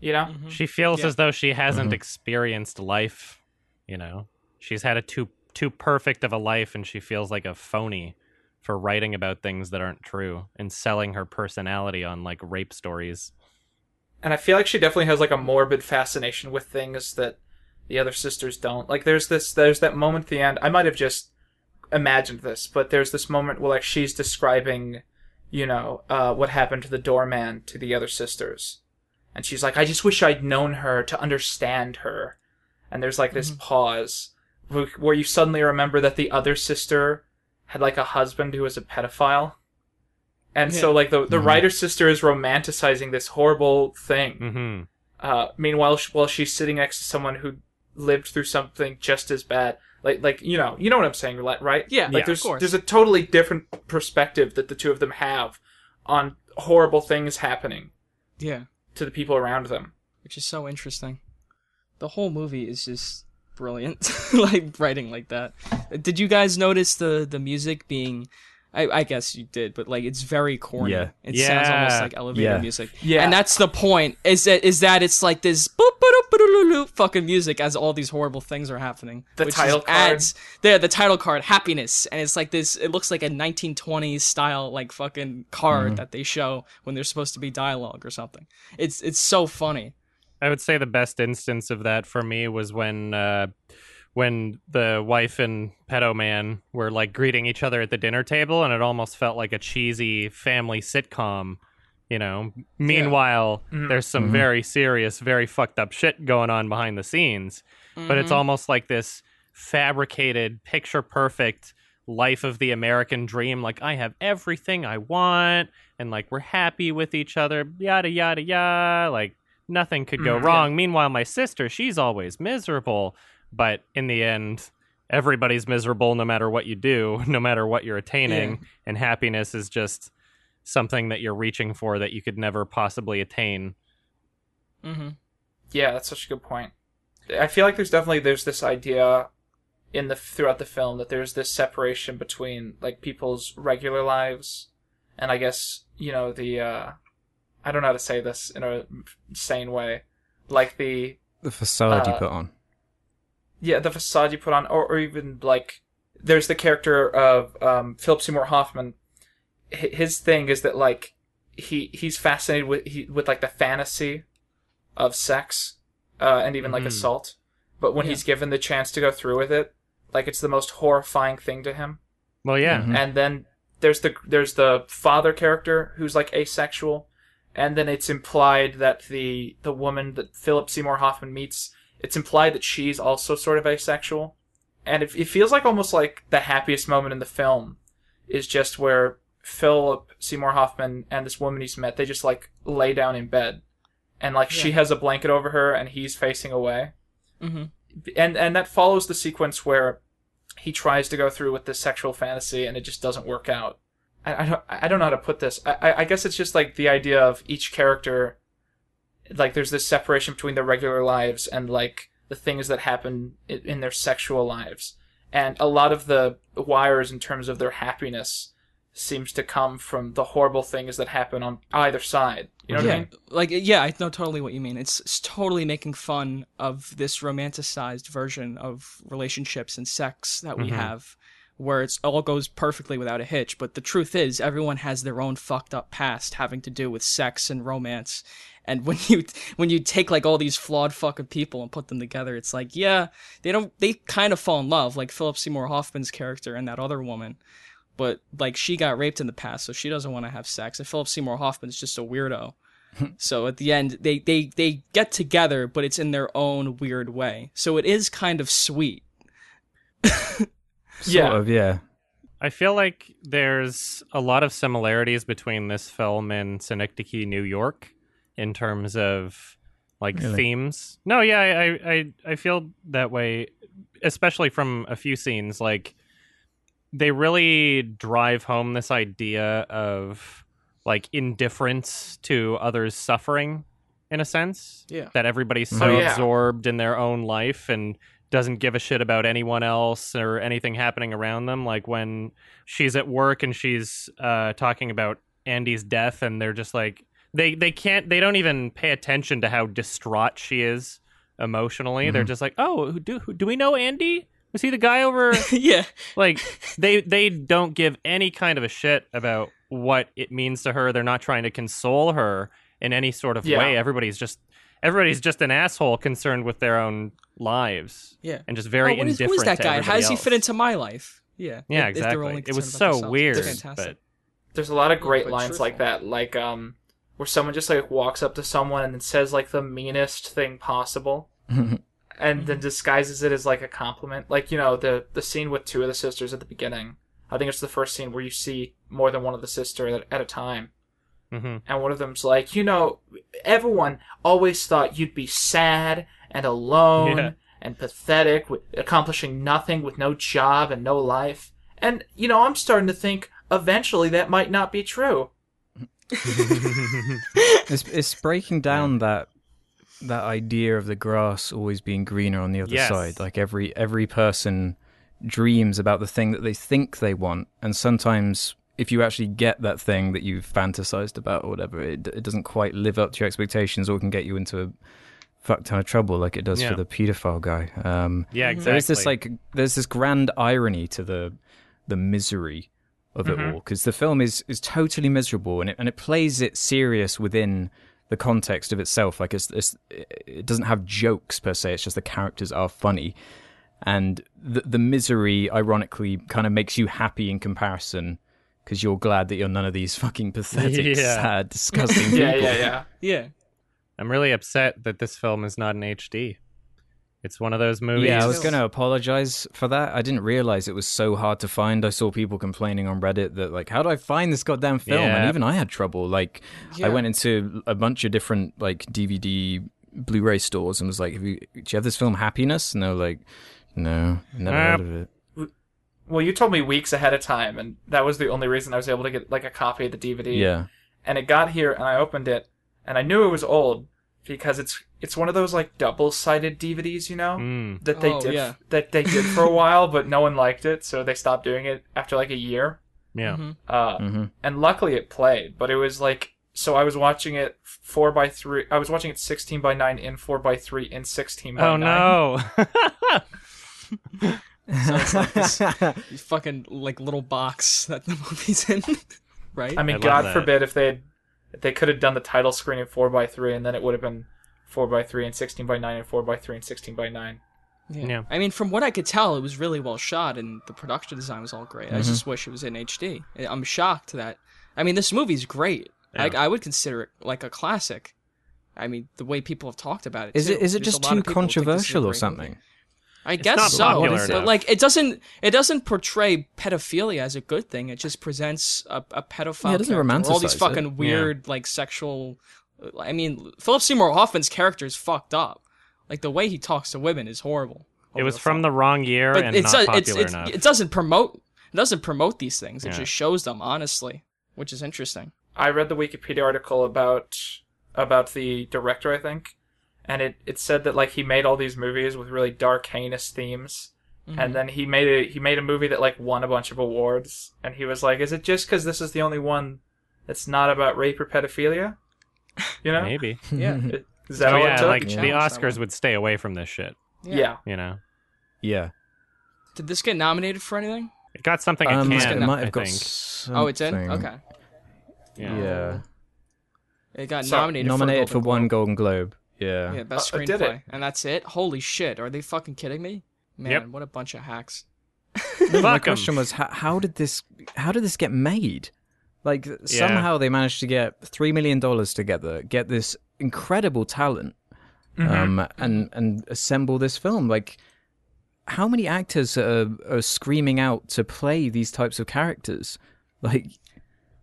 Speaker 4: you know.
Speaker 1: She feels
Speaker 2: Yeah.
Speaker 1: as though she hasn't
Speaker 3: Mhm.
Speaker 1: experienced life. You know, she's had a too too perfect of a life, and she feels like a phony for writing about things that aren't true and selling her personality on like rape stories.
Speaker 4: and I feel like she definitely has like a morbid fascination with things that the other sisters don't. Like there's this there's that moment at the end. I might have just imagined this, but there's this moment where like she's describing, you know, uh, what happened to the doorman to the other sisters, and she's like, I just wish I'd known her to understand her. And there's like this pause where where you suddenly remember that the other sister had like a husband who was a pedophile. And so,
Speaker 2: Yeah.
Speaker 4: like the the
Speaker 3: Mhm.
Speaker 4: writer sister is romanticizing this horrible thing,
Speaker 2: Mm.
Speaker 1: Mm-hmm.
Speaker 4: uh, meanwhile, sh while she's sitting next to someone who lived through something just as bad, like like you know, you know what I'm saying, li- right?
Speaker 2: Yeah,
Speaker 4: Like
Speaker 2: yeah, of
Speaker 4: there's
Speaker 2: course.
Speaker 4: there's a totally different perspective that the two of them have on horrible things happening
Speaker 2: Yeah,
Speaker 4: to the people around them.
Speaker 2: which is so interesting. The whole movie is just brilliant, like writing like that. Did you guys notice the the music being I, I guess you did, but like it's very corny.
Speaker 3: Yeah.
Speaker 2: It sounds almost
Speaker 1: Yeah.
Speaker 2: like elevator
Speaker 3: Yeah.
Speaker 2: music.
Speaker 4: Yeah.
Speaker 2: And that's the point. Is that is that it's like this boop boop boop boop boop fucking music as all these horrible things are happening.
Speaker 4: The
Speaker 2: which
Speaker 4: title
Speaker 2: just
Speaker 4: card.
Speaker 2: adds there the title card happiness and it's like this it looks like a 1920s style like fucking card that they show when there's supposed to be dialogue or something. It's it's so funny.
Speaker 1: I would say the best instance of that for me was when uh, when the wife and pedo man were like greeting each other at the dinner table, and it almost felt like a cheesy family sitcom. You know. Meanwhile,
Speaker 4: Mhm.
Speaker 1: there's some
Speaker 3: Mhm.
Speaker 1: very serious, very fucked up shit going on behind the scenes. But it's
Speaker 2: Mhm.
Speaker 1: almost like this fabricated, picture perfect life of the American dream. Like I have everything I want, and like we're happy with each other. Yada yada yada. Like nothing could go
Speaker 4: Mhm.
Speaker 1: wrong. Meanwhile, my sister, she's always miserable, but in the end, everybody's miserable no matter what you do, no matter what you're attaining, and happiness is just something that you're reaching for that you could never possibly attain.
Speaker 2: Mhm.
Speaker 4: Yeah, that's such a good point. I feel like there's definitely there's this idea in the throughout the film that there's this separation between like people's regular lives and I guess, you know, the uh I don't know how to say this in a sane way. Like the
Speaker 3: The facade you
Speaker 4: Uh,
Speaker 3: put on.
Speaker 4: yeah, the facade you put on, or, or even like there's the character of um, Philip Seymour Hoffman. Hi- His thing is that like he he's fascinated with he, with like the fantasy of sex uh, and even like
Speaker 1: Mhm.
Speaker 4: assault, but when
Speaker 2: Yeah.
Speaker 4: he's given the chance to go through with it, like it's the most horrifying thing to him.
Speaker 1: Well, yeah.
Speaker 3: Mhm.
Speaker 4: And then there's the there's the father character who's like asexual, and then it's implied that the the woman that Philip Seymour Hoffman meets, it's implied that she's also sort of asexual, and it, it feels like almost like the happiest moment in the film is just where Philip Seymour Hoffman and this woman he's met they just like lay down in bed, and like she
Speaker 2: Yeah.
Speaker 4: has a blanket over her and he's facing away
Speaker 2: Mhm.
Speaker 4: and and that follows the sequence where he tries to go through with this sexual fantasy and it just doesn't work out. I, I don't I don't know how to put this. I, I I guess it's just like the idea of each character, like there's this separation between their regular lives and like the things that happen in, in their sexual lives, and a lot of the wires in terms of their happiness seems to come from the horrible things that happen on either side. You know what I
Speaker 2: yeah,
Speaker 4: mean?
Speaker 2: like yeah, I know totally what you mean. It's, it's totally making fun of this romanticized version of relationships and sex that we
Speaker 1: Mhm.
Speaker 2: have, where it's all goes perfectly without a hitch. But the truth is, everyone has their own fucked up past having to do with sex and romance. And when you when you take like all these flawed fucking people and put them together, it's like yeah, they don't they kind of fall in love, like Philip Seymour Hoffman's character and that other woman. But like she got raped in the past, so she doesn't want to have sex. And Philip Seymour Hoffman's just a weirdo. So at the end, they, they, they get together, but it's in their own weird way. So it is kind of sweet.
Speaker 3: Sort
Speaker 4: yeah.
Speaker 3: of, yeah.
Speaker 1: I feel like there's a lot of similarities between this film and Synecdoche, New York, in terms of like
Speaker 3: Really?
Speaker 1: themes. No, yeah, I, I I I feel that way, especially from a few scenes. Like they really drive home this idea of like indifference to others' suffering, in a sense
Speaker 2: Yeah.
Speaker 1: that everybody's so
Speaker 4: Oh, yeah.
Speaker 1: absorbed in their own life and doesn't give a shit about anyone else or anything happening around them. Like when she's at work and she's uh, talking about Andy's death, and they're just like they they can't they don't even pay attention to how distraught she is emotionally. They're
Speaker 4: Mm-hmm.
Speaker 3: Mhm.
Speaker 1: just like, oh, who do who, do we know Andy? Was he the guy over
Speaker 2: yeah.
Speaker 1: like they they don't give any kind of a shit about what it means to her they're not trying to console her in any sort of
Speaker 4: Yeah.
Speaker 1: way everybody's just everybody's just an asshole concerned with their own lives
Speaker 2: Yeah.
Speaker 1: and just very
Speaker 2: Oh, what is-
Speaker 1: indifferent
Speaker 2: who is that
Speaker 1: to
Speaker 2: guy? How does he
Speaker 1: everybody
Speaker 2: fit
Speaker 1: else.
Speaker 2: into my life? Yeah.
Speaker 1: yeah
Speaker 2: if- if they're only
Speaker 1: exactly it was
Speaker 2: concerned about
Speaker 1: so
Speaker 2: themselves.
Speaker 1: weird
Speaker 2: It's fantastic.
Speaker 1: but
Speaker 4: There's a lot of great
Speaker 2: but
Speaker 4: lines like
Speaker 2: truthful.
Speaker 4: that, like um, where someone just like walks up to someone and then says like the meanest thing possible, and then disguises it as like a compliment. Like you know the the scene with two of the sisters at the beginning. I think it's the first scene where you see more than one of the sister at, at a time,
Speaker 1: Mhm.
Speaker 4: and one of them's like, you know, everyone always thought you'd be sad and alone
Speaker 1: Yeah.
Speaker 4: and pathetic, with, accomplishing nothing with no job and no life. And you know, I'm starting to think eventually that might not be true.
Speaker 1: mm-hmm.
Speaker 3: It's, it's breaking down that that idea of the grass always being greener on the other
Speaker 1: Yes.
Speaker 3: side. Like every every person dreams about the thing that they think they want, and sometimes if you actually get that thing that you've fantasized about or whatever, it, it doesn't quite live up to your expectations or can get you into a fuck ton of trouble like it does
Speaker 1: Yeah.
Speaker 3: for the pedophile guy. Um,
Speaker 1: Yeah, exactly.
Speaker 3: There is this like there's this grand irony to the the misery of it
Speaker 1: Mm-hmm.
Speaker 3: all, 'cause all because the film is is totally miserable and it and it plays it serious within the context of itself. Like it's, it's it doesn't have jokes per se. It's just the characters are funny, and the the misery ironically kind of makes you happy in comparison because you're glad that you're none of these fucking pathetic,
Speaker 1: Yeah.
Speaker 3: sad, disgusting people.
Speaker 4: Yeah, yeah, yeah.
Speaker 2: Yeah.
Speaker 1: I'm really upset that this film is not in HD. It's one of those movies.
Speaker 3: Yeah, I
Speaker 2: Movies.
Speaker 3: was going to apologize for that. I didn't realize it was so hard to find. I saw people complaining on Reddit that like, how do I find this goddamn film?
Speaker 1: Yeah.
Speaker 3: And even I had trouble. Like,
Speaker 2: Yeah.
Speaker 3: I went into a bunch of different like DVD, Blu-ray stores and was like, have you, "Do you have this film, Happiness?" And they were like, "No, never
Speaker 2: Ah.
Speaker 1: Nah.
Speaker 3: heard of it."
Speaker 4: Well, you told me weeks ahead of time, and that was the only reason I was able to get like a copy of the DVD.
Speaker 3: Yeah,
Speaker 4: And it got here, and I opened it, and I knew it was old because it's it's one of those like double-sided DVDs, you know,
Speaker 1: Mm.
Speaker 4: that they
Speaker 2: Oh,
Speaker 4: did
Speaker 2: yeah.
Speaker 4: that they did for a while, but no one liked it, so they stopped doing it after like a year.
Speaker 1: Yeah.
Speaker 2: Mhm.
Speaker 4: Uh,
Speaker 1: Mm-hmm.
Speaker 3: hmm
Speaker 4: and luckily it played, but it was like so I was watching it four by three. I was watching it sixteen by nine in four by three in sixteen by
Speaker 1: Oh
Speaker 4: nine.
Speaker 1: no.
Speaker 2: So it's like this you fucking like little box that the movie's in, right?
Speaker 4: I
Speaker 1: I
Speaker 4: mean,
Speaker 1: love
Speaker 4: God
Speaker 1: that.
Speaker 4: forbid if they had, if they could have done the title screen in four by three, and then it would have been four by three and sixteen by nine and four by three and sixteen by nine.
Speaker 1: Yeah.
Speaker 2: I mean, from what I could tell, it was really well shot, and the production design was all great. I just
Speaker 3: Mm-hmm.
Speaker 2: wish it was in HD. I- I'm shocked that. I mean, this movie's great.
Speaker 1: Yeah.
Speaker 2: Like, I would consider it like a classic. I mean, the way people have talked about it.
Speaker 3: is
Speaker 2: too.
Speaker 3: it is it
Speaker 2: There's a
Speaker 3: just
Speaker 2: lot of
Speaker 3: too
Speaker 2: people who think this is a
Speaker 3: controversial or
Speaker 2: great
Speaker 3: something?
Speaker 2: movie. I
Speaker 1: not
Speaker 2: guess so.
Speaker 1: popular
Speaker 2: But
Speaker 1: enough.
Speaker 2: like, it doesn't it doesn't portray pedophilia as a good thing. It just presents a, a pedophile.
Speaker 3: Yeah, it doesn't
Speaker 2: character with All
Speaker 3: romanticize
Speaker 2: these
Speaker 3: it.
Speaker 2: fucking weird like sexual. I mean, Philip Seymour Hoffman's character is fucked up. Like the way he talks to women is horrible.
Speaker 1: it
Speaker 2: over
Speaker 1: was
Speaker 2: the
Speaker 1: from
Speaker 2: phone.
Speaker 1: the wrong year
Speaker 2: But
Speaker 1: and
Speaker 2: it's,
Speaker 1: not
Speaker 2: uh,
Speaker 1: popular
Speaker 2: it's, it's,
Speaker 1: enough.
Speaker 2: it doesn't promote it doesn't promote these things. It
Speaker 1: Yeah.
Speaker 2: just shows them honestly, which is interesting.
Speaker 4: I read the Wikipedia article about about the director, I think, and it, it said that like he made all these movies with really dark, heinous themes,
Speaker 2: Mm-hmm.
Speaker 4: and then he made a he made a movie that like won a bunch of awards, and he was like, "Is it just because this is the only one that's not about rape or pedophilia?" You know,
Speaker 1: Maybe.
Speaker 2: Yeah.
Speaker 4: is
Speaker 1: So
Speaker 4: that all it
Speaker 1: yeah,
Speaker 4: took?
Speaker 1: like the
Speaker 2: Challenge that
Speaker 1: Oscars
Speaker 2: one.
Speaker 1: would stay away from this shit.
Speaker 4: yeah.
Speaker 1: You know,
Speaker 3: Yeah,
Speaker 2: Did this get nominated for anything?
Speaker 1: it got something it
Speaker 3: Um,
Speaker 1: can.
Speaker 3: it might have
Speaker 1: I
Speaker 3: got.
Speaker 1: think.
Speaker 2: Oh, it did.
Speaker 3: something.
Speaker 2: Okay,
Speaker 1: Yeah.
Speaker 3: yeah.
Speaker 2: it got
Speaker 4: So,
Speaker 2: nominated.
Speaker 3: nominated
Speaker 2: for,
Speaker 3: for
Speaker 2: a Golden
Speaker 3: one Golden Globe.
Speaker 2: Globe.
Speaker 3: Yeah,
Speaker 2: Yeah, best
Speaker 4: Uh, it did it.
Speaker 2: screenplay, and that's it. Holy shit! Are they fucking kidding me? Man,
Speaker 1: Yep.
Speaker 2: what a bunch of hacks.
Speaker 3: my
Speaker 1: Fuck 'em.
Speaker 3: question was how, how did this how did this get made like somehow they managed to get three million dollars together get this incredible talent
Speaker 1: Mm-hmm.
Speaker 3: um and and assemble this film like how many actors are, are screaming out to play these types of characters like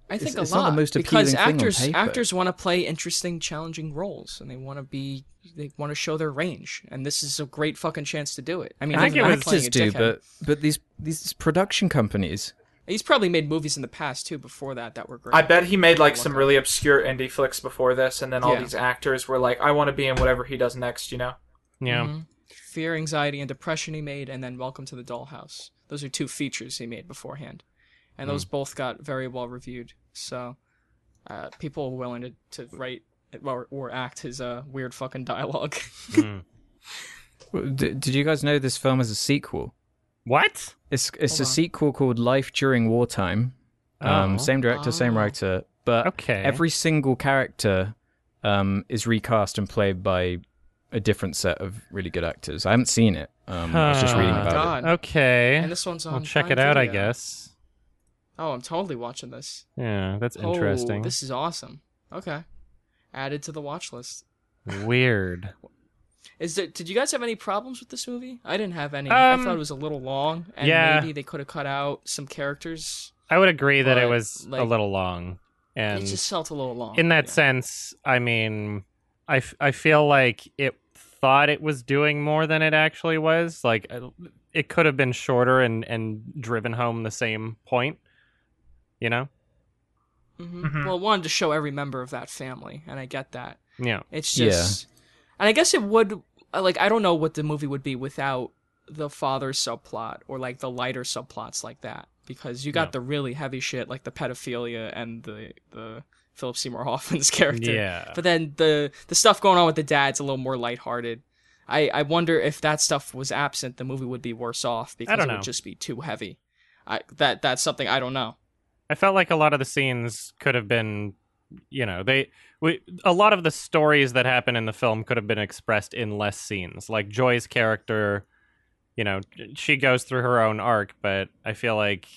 Speaker 2: I think
Speaker 3: It's-
Speaker 2: a
Speaker 3: it's
Speaker 2: lot
Speaker 3: not the most
Speaker 2: because
Speaker 3: appealing thing on
Speaker 2: actors
Speaker 3: paper.
Speaker 2: actors want to play interesting, challenging roles, and they want to be they want to show their range, and this is a great fucking chance to do it. I mean,
Speaker 1: I think
Speaker 2: other
Speaker 1: it
Speaker 2: than
Speaker 1: was-
Speaker 2: playing
Speaker 3: actors
Speaker 2: a
Speaker 3: do
Speaker 2: dickhead.
Speaker 3: but but these these production companies
Speaker 2: He's probably made movies in the past too before that that were great.
Speaker 4: I bet he made like some
Speaker 2: Look.
Speaker 4: really obscure indie flicks before this, and then all
Speaker 2: Yeah.
Speaker 4: these actors were like, "I want to be in whatever he does next," you know?
Speaker 1: Yeah.
Speaker 2: Mm-hmm. Fear, Anxiety, and Depression he made, and then Welcome to the Dollhouse. Those are two features he made beforehand, and
Speaker 1: Mm.
Speaker 2: those both got very well reviewed. So uh, people were willing to, to write or, or act his uh, weird fucking dialogue.
Speaker 1: Mm.
Speaker 3: Well, d- did you guys know this film has a sequel
Speaker 1: What?
Speaker 3: It's it's
Speaker 2: Hold
Speaker 3: a
Speaker 2: on.
Speaker 3: sequel called Life During Wartime. Um,
Speaker 1: Oh.
Speaker 3: Same director, same
Speaker 2: Oh.
Speaker 3: writer, but
Speaker 1: Okay.
Speaker 3: every single character um, is recast and played by a different set of really good actors. I haven't seen it. Um, I was just
Speaker 1: Huh.
Speaker 3: reading
Speaker 2: Oh my
Speaker 3: about
Speaker 2: God.
Speaker 1: Uh, Okay.
Speaker 2: and this one's on.
Speaker 1: I'll check
Speaker 2: Prime
Speaker 1: it out, I
Speaker 2: Video.
Speaker 1: guess.
Speaker 2: Oh, I'm totally watching this.
Speaker 1: Yeah, that's
Speaker 2: Oh,
Speaker 1: interesting.
Speaker 2: this is awesome. Okay, added to the watch list.
Speaker 1: Weird.
Speaker 2: Is there, did you guys have any problems with this movie? I didn't have any. I
Speaker 1: Um,
Speaker 2: thought it was a little long, and
Speaker 1: yeah.
Speaker 2: maybe they could have cut out some characters.
Speaker 1: I would agree that it
Speaker 2: But,
Speaker 1: was a
Speaker 2: like,
Speaker 1: little long, and
Speaker 2: it just felt a little long.
Speaker 1: in that
Speaker 2: yeah.
Speaker 1: sense, I mean, I, f- I feel like it thought it was doing more than it actually was. Like, I- it could have been shorter and, and driven home the same point, you know?
Speaker 2: hmm
Speaker 4: Mhm.
Speaker 2: Well, it wanted to show every member of that family, and I get that.
Speaker 1: Yeah.
Speaker 2: It's
Speaker 3: Yeah.
Speaker 2: just, and I guess it would uh, like I don't know what the movie would be without the father subplot or like the lighter subplots like that. because you got
Speaker 1: No.
Speaker 2: the really heavy shit like the pedophilia and the the Philip Seymour Hoffman's character.
Speaker 1: Yeah.
Speaker 2: But then the the stuff going on with the dad's a little more lighthearted. I I wonder if that stuff was absent, the movie would be worse off because
Speaker 1: don't
Speaker 2: it
Speaker 1: know.
Speaker 2: would just be too heavy. I that that's something I don't know.
Speaker 1: I felt like a lot of the scenes could have been, you know, they we a lot of the stories that happen in the film could have been expressed in less scenes. Like Joy's character, you know, she goes through her own arc, but I feel like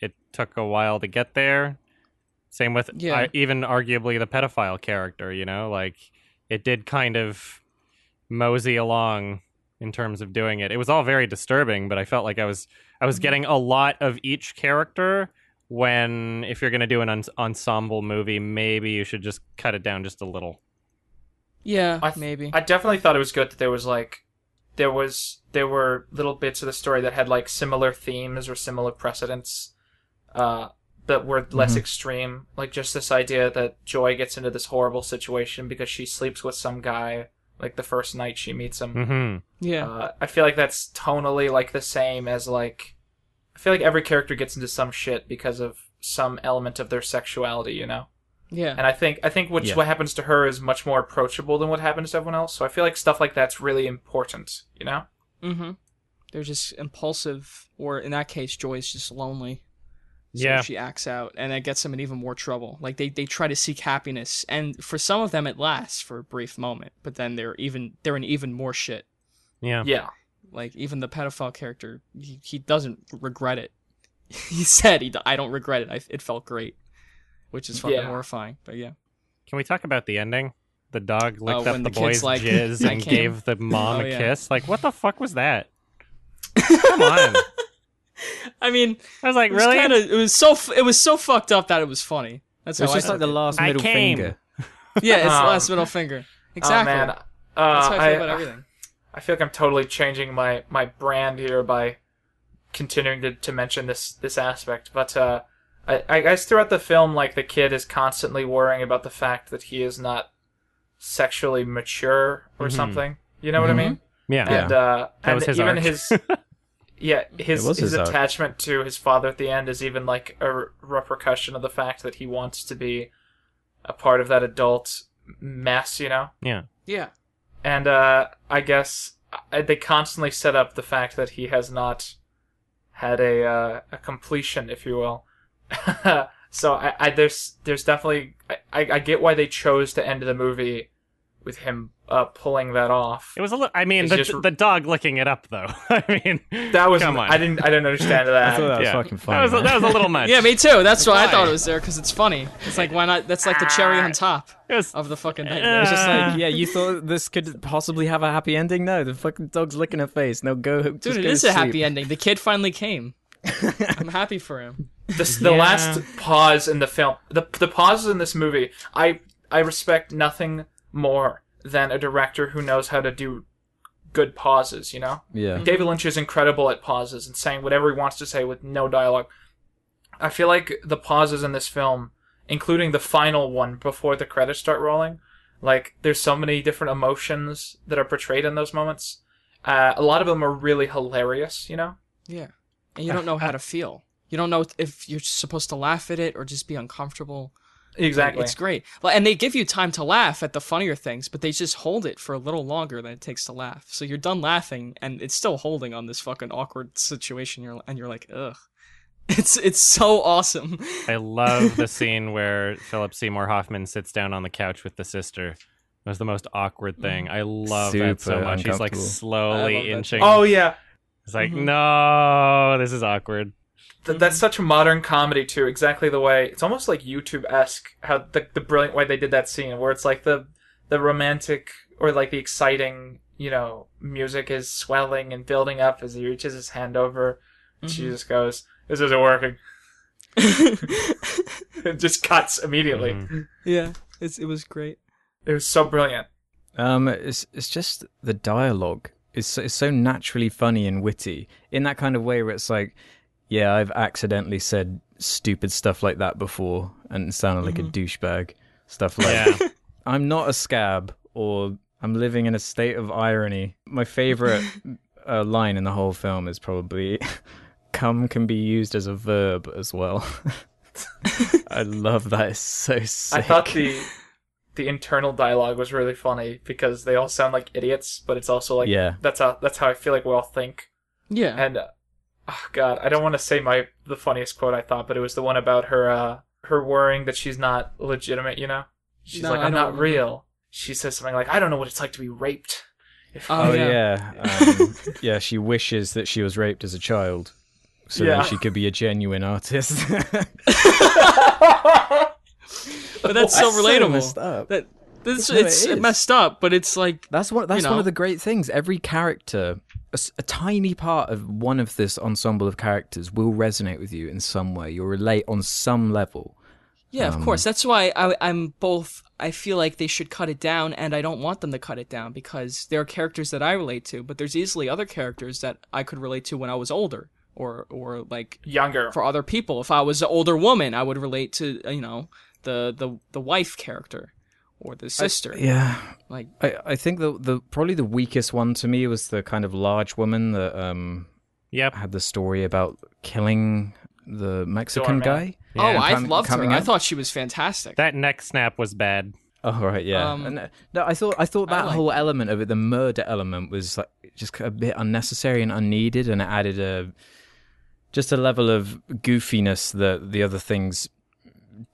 Speaker 1: it took a while to get there. Same with
Speaker 2: Yeah.
Speaker 1: I, even arguably the pedophile character, you know, like it did kind of mosey along in terms of doing it. It was all very disturbing, but I felt like I was I was getting a lot of each character when if you're going to do an ens- ensemble movie, maybe you should just cut it down just a little.
Speaker 2: Yeah,
Speaker 4: I th-
Speaker 2: maybe.
Speaker 4: I definitely thought it was good that there was like there was there were little bits of the story that had like similar themes or similar precedents uh that were less extreme like just this idea that Joy gets into this horrible situation because she sleeps with some guy like the first night she meets him
Speaker 1: Mhm.
Speaker 2: yeah.
Speaker 4: uh, I feel like that's tonally like the same as like I feel like every character gets into some shit because of some element of their sexuality, you know.
Speaker 2: yeah.
Speaker 4: And I think I think what's
Speaker 3: Yeah.
Speaker 4: what happens to her is much more approachable than what happens to everyone else. So I feel like stuff like that's really important, you know.
Speaker 2: Mm-hmm. They're just impulsive, or in that case, Joy's just lonely. So
Speaker 1: Yeah.
Speaker 2: she acts out, and it gets them in even more trouble. Like they, they try to seek happiness, and for some of them, it lasts for a brief moment, but then they're even they're in even more shit.
Speaker 1: Yeah.
Speaker 4: Yeah,
Speaker 2: Like even the pedophile character, he, he doesn't regret it. he said he d- I don't regret it. I, it felt great, which is fucking
Speaker 4: Yeah.
Speaker 2: horrifying. But yeah,
Speaker 1: Can we talk about the ending? The dog
Speaker 2: Oh,
Speaker 1: licked
Speaker 2: when
Speaker 1: up the,
Speaker 2: the kid's
Speaker 1: boy's
Speaker 2: like,
Speaker 1: jizz
Speaker 2: "I
Speaker 1: and
Speaker 2: can't."
Speaker 1: gave the mom
Speaker 2: Oh,
Speaker 1: a
Speaker 2: yeah.
Speaker 1: kiss. Like, what the fuck was that? Come on.
Speaker 2: I mean,
Speaker 1: I was like,
Speaker 2: it was
Speaker 1: really?
Speaker 2: kinda- it was so f- it was so fucked up that it was funny. That's
Speaker 3: It was
Speaker 2: how
Speaker 3: just
Speaker 2: I
Speaker 3: like the
Speaker 2: took
Speaker 3: last
Speaker 1: I
Speaker 3: middle
Speaker 1: came.
Speaker 3: finger.
Speaker 2: it. yeah, it's the
Speaker 4: Um,
Speaker 2: last middle finger. Exactly.
Speaker 4: Oh man, uh,
Speaker 2: That's how I feel
Speaker 4: I-
Speaker 2: about everything.
Speaker 4: I feel like I'm totally changing my, my brand here by continuing to, to mention this this aspect. But uh, I, I guess throughout the film, like the kid is constantly worrying about the fact that he is not sexually mature or
Speaker 1: Mhm.
Speaker 4: something. You know
Speaker 3: Mhm.
Speaker 4: what I mean?
Speaker 1: yeah.
Speaker 3: Yeah.
Speaker 4: And uh,
Speaker 1: That
Speaker 4: and
Speaker 1: was his
Speaker 4: even
Speaker 1: arc.
Speaker 4: his yeah his
Speaker 3: It was
Speaker 4: his,
Speaker 3: his arc.
Speaker 4: attachment to his father at the end is even like a re- repercussion of the fact that he wants to be a part of that adult mess. You know?
Speaker 2: Yeah.
Speaker 4: and uh, I guess I, they constantly set up the fact that he has not had a uh, a completion, if you will. so I, I there's there's definitely I, I I get why they chose to end the movie with him uh, pulling that off.
Speaker 1: It was a little. I mean,
Speaker 4: It's
Speaker 1: the,
Speaker 4: just-
Speaker 1: the dog licking it up, though. I mean,
Speaker 4: that was
Speaker 1: come on.
Speaker 4: I didn't I didn't understand
Speaker 3: I thought that
Speaker 4: that.
Speaker 3: was
Speaker 1: Yeah.
Speaker 3: fucking
Speaker 1: That
Speaker 3: funny.
Speaker 1: was, a, that was a little much.
Speaker 2: Yeah, me too. That's why Ah. I thought
Speaker 1: Why?
Speaker 2: it was there because it's funny. It's like why not? That's like the cherry on top
Speaker 1: It was-
Speaker 2: of the fucking
Speaker 1: Uh,
Speaker 2: nightmare.
Speaker 3: It's just like, yeah, you thought this could possibly have a happy ending? No, the fucking dog's licking her face. No, go.
Speaker 2: Dude, it is a happy ending. The kid finally came. I'm happy for him.
Speaker 4: This, the last pause in the film, the the pauses in this movie, I I respect nothing more than a director who knows how to do good pauses. You know.
Speaker 1: Mm-hmm.
Speaker 3: Yeah.
Speaker 4: David Lynch is incredible at pauses and saying whatever he wants to say with no dialogue. I feel like the pauses in this film, including the final one before the credits start rolling, like there's so many different emotions that are portrayed in those moments. Uh, a lot of them are really hilarious, you know.
Speaker 2: Yeah, and you don't know how to feel. You don't know if you're supposed to laugh at it or just be uncomfortable.
Speaker 4: Exactly.
Speaker 2: It's great. Well, And they give you time to laugh at the funnier things, but they just hold it for a little longer than it takes to laugh. So you're done laughing, and it's still holding on this fucking awkward situation. You're and you're like, ugh. It's it's so awesome.
Speaker 1: I love the scene where Philip Seymour Hoffman sits down on the couch with the sister. It was the most awkward thing. I love that so
Speaker 3: Mm-hmm. Super
Speaker 1: much. He's like
Speaker 3: uncomfortable. mm-hmm.
Speaker 2: I love
Speaker 1: slowly
Speaker 2: that.
Speaker 1: inching.
Speaker 4: oh yeah,
Speaker 1: it's like
Speaker 2: Mhm.
Speaker 1: no, this is awkward.
Speaker 4: Th- that's such modern comedy too. Exactly the way it's almost like YouTube esque how the the brilliant way they did that scene where it's like the the romantic or like the exciting you know music is swelling and building up as he reaches his hand over.
Speaker 3: Mm-hmm.
Speaker 4: and She just goes, "This isn't working." it just cuts immediately.
Speaker 3: Mm-hmm.
Speaker 2: yeah, it's, it was great.
Speaker 4: It was so brilliant.
Speaker 3: Um, it's it's just the dialogue is so, is so naturally funny and witty in that kind of way where it's like, yeah, I've accidentally said stupid stuff like that before and sounded like a douchebag. Stuff like,
Speaker 1: Yeah,
Speaker 3: I'm not a scab, or I'm living in a state of irony. My favorite uh, line in the whole film is probably, come can be used as a verb as well. I love that. It's so sick.
Speaker 4: I thought the the internal dialogue was really funny because they all sound like idiots, but it's also like
Speaker 3: Yeah.
Speaker 4: that's how that's how I feel like we all think.
Speaker 2: Yeah.
Speaker 4: And uh, oh god, I don't want to say my the funniest quote I thought, but it was the one about her uh her worrying that she's not legitimate, you know? She's
Speaker 2: No,
Speaker 4: like
Speaker 2: I
Speaker 4: I'm
Speaker 2: don't
Speaker 4: not
Speaker 2: remember.
Speaker 4: real. She says something like I don't know what it's like to be raped. If
Speaker 2: Oh,
Speaker 3: Oh,
Speaker 2: yeah.
Speaker 3: yeah. Um, yeah, she wishes that she was raped as a child so
Speaker 4: Yeah.
Speaker 3: that she could be a genuine artist.
Speaker 2: but that's so
Speaker 3: That's so
Speaker 2: relatable.
Speaker 3: messed up.
Speaker 2: that this
Speaker 3: what it
Speaker 2: it's
Speaker 3: is.
Speaker 2: messed up, but it's like
Speaker 3: That's one. That's
Speaker 2: You
Speaker 3: one
Speaker 2: know.
Speaker 3: of the great things. Every character, a, s- a tiny part of one of this ensemble of characters, will resonate with you in some way. You'll relate on some level.
Speaker 2: yeah, of course. That's why I, I'm both. I feel like they should cut it down, and I don't want them to cut it down because there are characters that I relate to, but there's easily other characters that I could relate to when I was older, or or like
Speaker 4: younger.
Speaker 2: for other people. If I was an older woman, I would relate to you know the the the wife character or the sister.
Speaker 3: Yeah,
Speaker 2: Like
Speaker 3: I, I think the the probably the weakest one to me was the kind of large woman that um
Speaker 1: Yep.
Speaker 3: had the story about killing the Mexican
Speaker 4: Doorman.
Speaker 3: guy.
Speaker 2: oh, I
Speaker 3: Com-
Speaker 2: loved her.
Speaker 3: coming
Speaker 2: I
Speaker 3: up.
Speaker 2: thought she was fantastic.
Speaker 1: That neck snap was bad.
Speaker 3: Oh right, yeah.
Speaker 2: Um,
Speaker 3: And, uh, no, I thought I thought
Speaker 2: I
Speaker 3: that
Speaker 2: like
Speaker 3: whole element of it, the murder element, was like just a bit unnecessary and unneeded, and it added a just a level of goofiness that the other things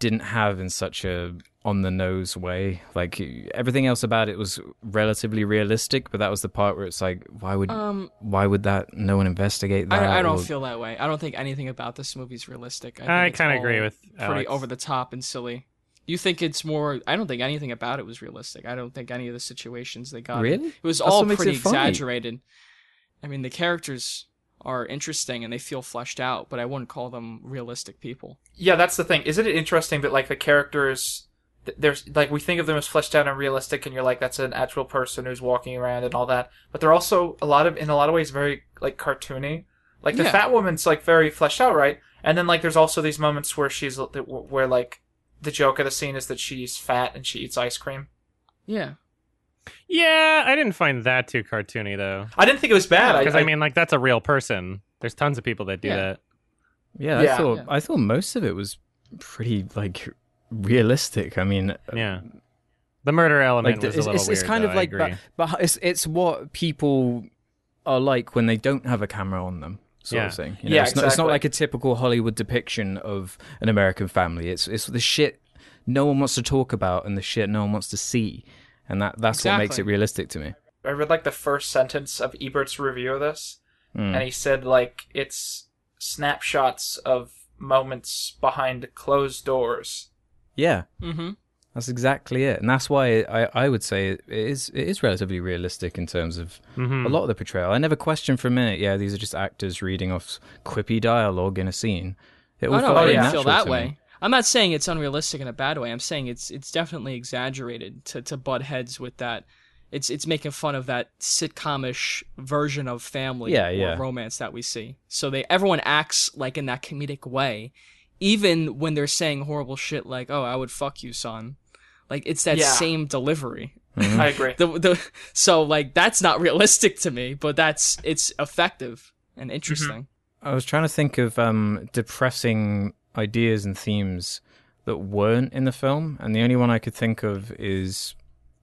Speaker 3: didn't have in such a on the nose way. Like everything else about it was relatively realistic, but that was the part where it's like, why would
Speaker 2: um,
Speaker 3: why would that no one investigate that?
Speaker 2: I, I don't
Speaker 3: or-
Speaker 2: feel that way. I don't think anything about this movie's realistic. think
Speaker 1: I
Speaker 2: it's
Speaker 1: kinda
Speaker 2: all
Speaker 1: agree with
Speaker 2: pretty
Speaker 1: Alex.
Speaker 2: over the top and silly. You think it's more? I don't think anything about it was realistic. I don't think any of the situations they got. in-
Speaker 3: Really?
Speaker 2: It was
Speaker 3: That's
Speaker 2: all
Speaker 3: what makes
Speaker 2: pretty
Speaker 3: it funny.
Speaker 2: exaggerated. I mean, the characters are interesting and they feel fleshed out, but I wouldn't call them realistic people.
Speaker 4: Yeah, that's the thing. Isn't it interesting that like the characters th- there's like we think of them as fleshed out and realistic and you're like that's an actual person who's walking around and all that. But they're also a lot of in a lot of ways very like cartoony. Like the
Speaker 2: Yeah.
Speaker 4: fat woman's like very fleshed out, right? And then like there's also these moments where she's where like the joke of the scene is that she's fat and she eats ice cream.
Speaker 2: Yeah.
Speaker 1: Yeah, I didn't find that too cartoony though.
Speaker 4: I didn't think it was bad.
Speaker 1: Because
Speaker 4: I,
Speaker 1: I, mean, like that's a real person. There's tons of people that do
Speaker 2: Yeah.
Speaker 1: that.
Speaker 3: Yeah, I
Speaker 4: Yeah.
Speaker 3: thought
Speaker 2: Yeah.
Speaker 3: I thought most of it was pretty like realistic. I mean,
Speaker 1: Yeah. The murder element
Speaker 3: the-
Speaker 1: Oh, was a little
Speaker 3: it's, it's
Speaker 1: weird,
Speaker 3: kind
Speaker 1: though,
Speaker 3: of
Speaker 1: I
Speaker 3: like
Speaker 1: agree.
Speaker 3: but, but it's it's what people are like when they don't have a camera on them sort
Speaker 1: Yeah.
Speaker 3: of thing you know,
Speaker 4: Yeah,
Speaker 3: it's, not, it's not
Speaker 4: exactly.
Speaker 3: like a typical hollywood depiction of an american family it's it's the shit no one wants to talk about and the shit no one wants to see and that that's what makes
Speaker 2: Exactly.
Speaker 3: it realistic to me
Speaker 4: I read like the first sentence of Ebert's review of this,
Speaker 3: Mm.
Speaker 4: and he said like it's snapshots of moments behind closed doors.
Speaker 3: yeah
Speaker 2: Mm-hmm.
Speaker 3: that's exactly it and that's why i i would say it is it is relatively realistic in terms of
Speaker 1: Mhm.
Speaker 3: a lot of the portrayal i never questioned for a minute yeah these are just actors reading off quippy dialogue in a scene it all
Speaker 2: I know. I
Speaker 3: felt
Speaker 4: felt
Speaker 3: very
Speaker 2: didn't
Speaker 3: natural
Speaker 2: feel that
Speaker 3: to me.
Speaker 2: way. I'm not saying it's unrealistic in a bad way. I'm saying it's it's definitely exaggerated to to butt heads with that. It's it's making fun of that sitcomish version of family
Speaker 3: Yeah,
Speaker 2: or
Speaker 3: yeah.
Speaker 2: romance that we see. So they everyone acts like in that comedic way, even when they're saying horrible shit like "Oh, I would fuck you, son." Like it's that
Speaker 4: Yeah.
Speaker 2: same delivery.
Speaker 3: Hmm. Mm-hmm.
Speaker 4: I agree.
Speaker 2: The, the so like that's not realistic to me, but that's it's effective and
Speaker 1: Mm-hmm.
Speaker 2: interesting.
Speaker 3: I was trying to think of um, depressing ideas and themes that weren't in the film, and the only one I could think of is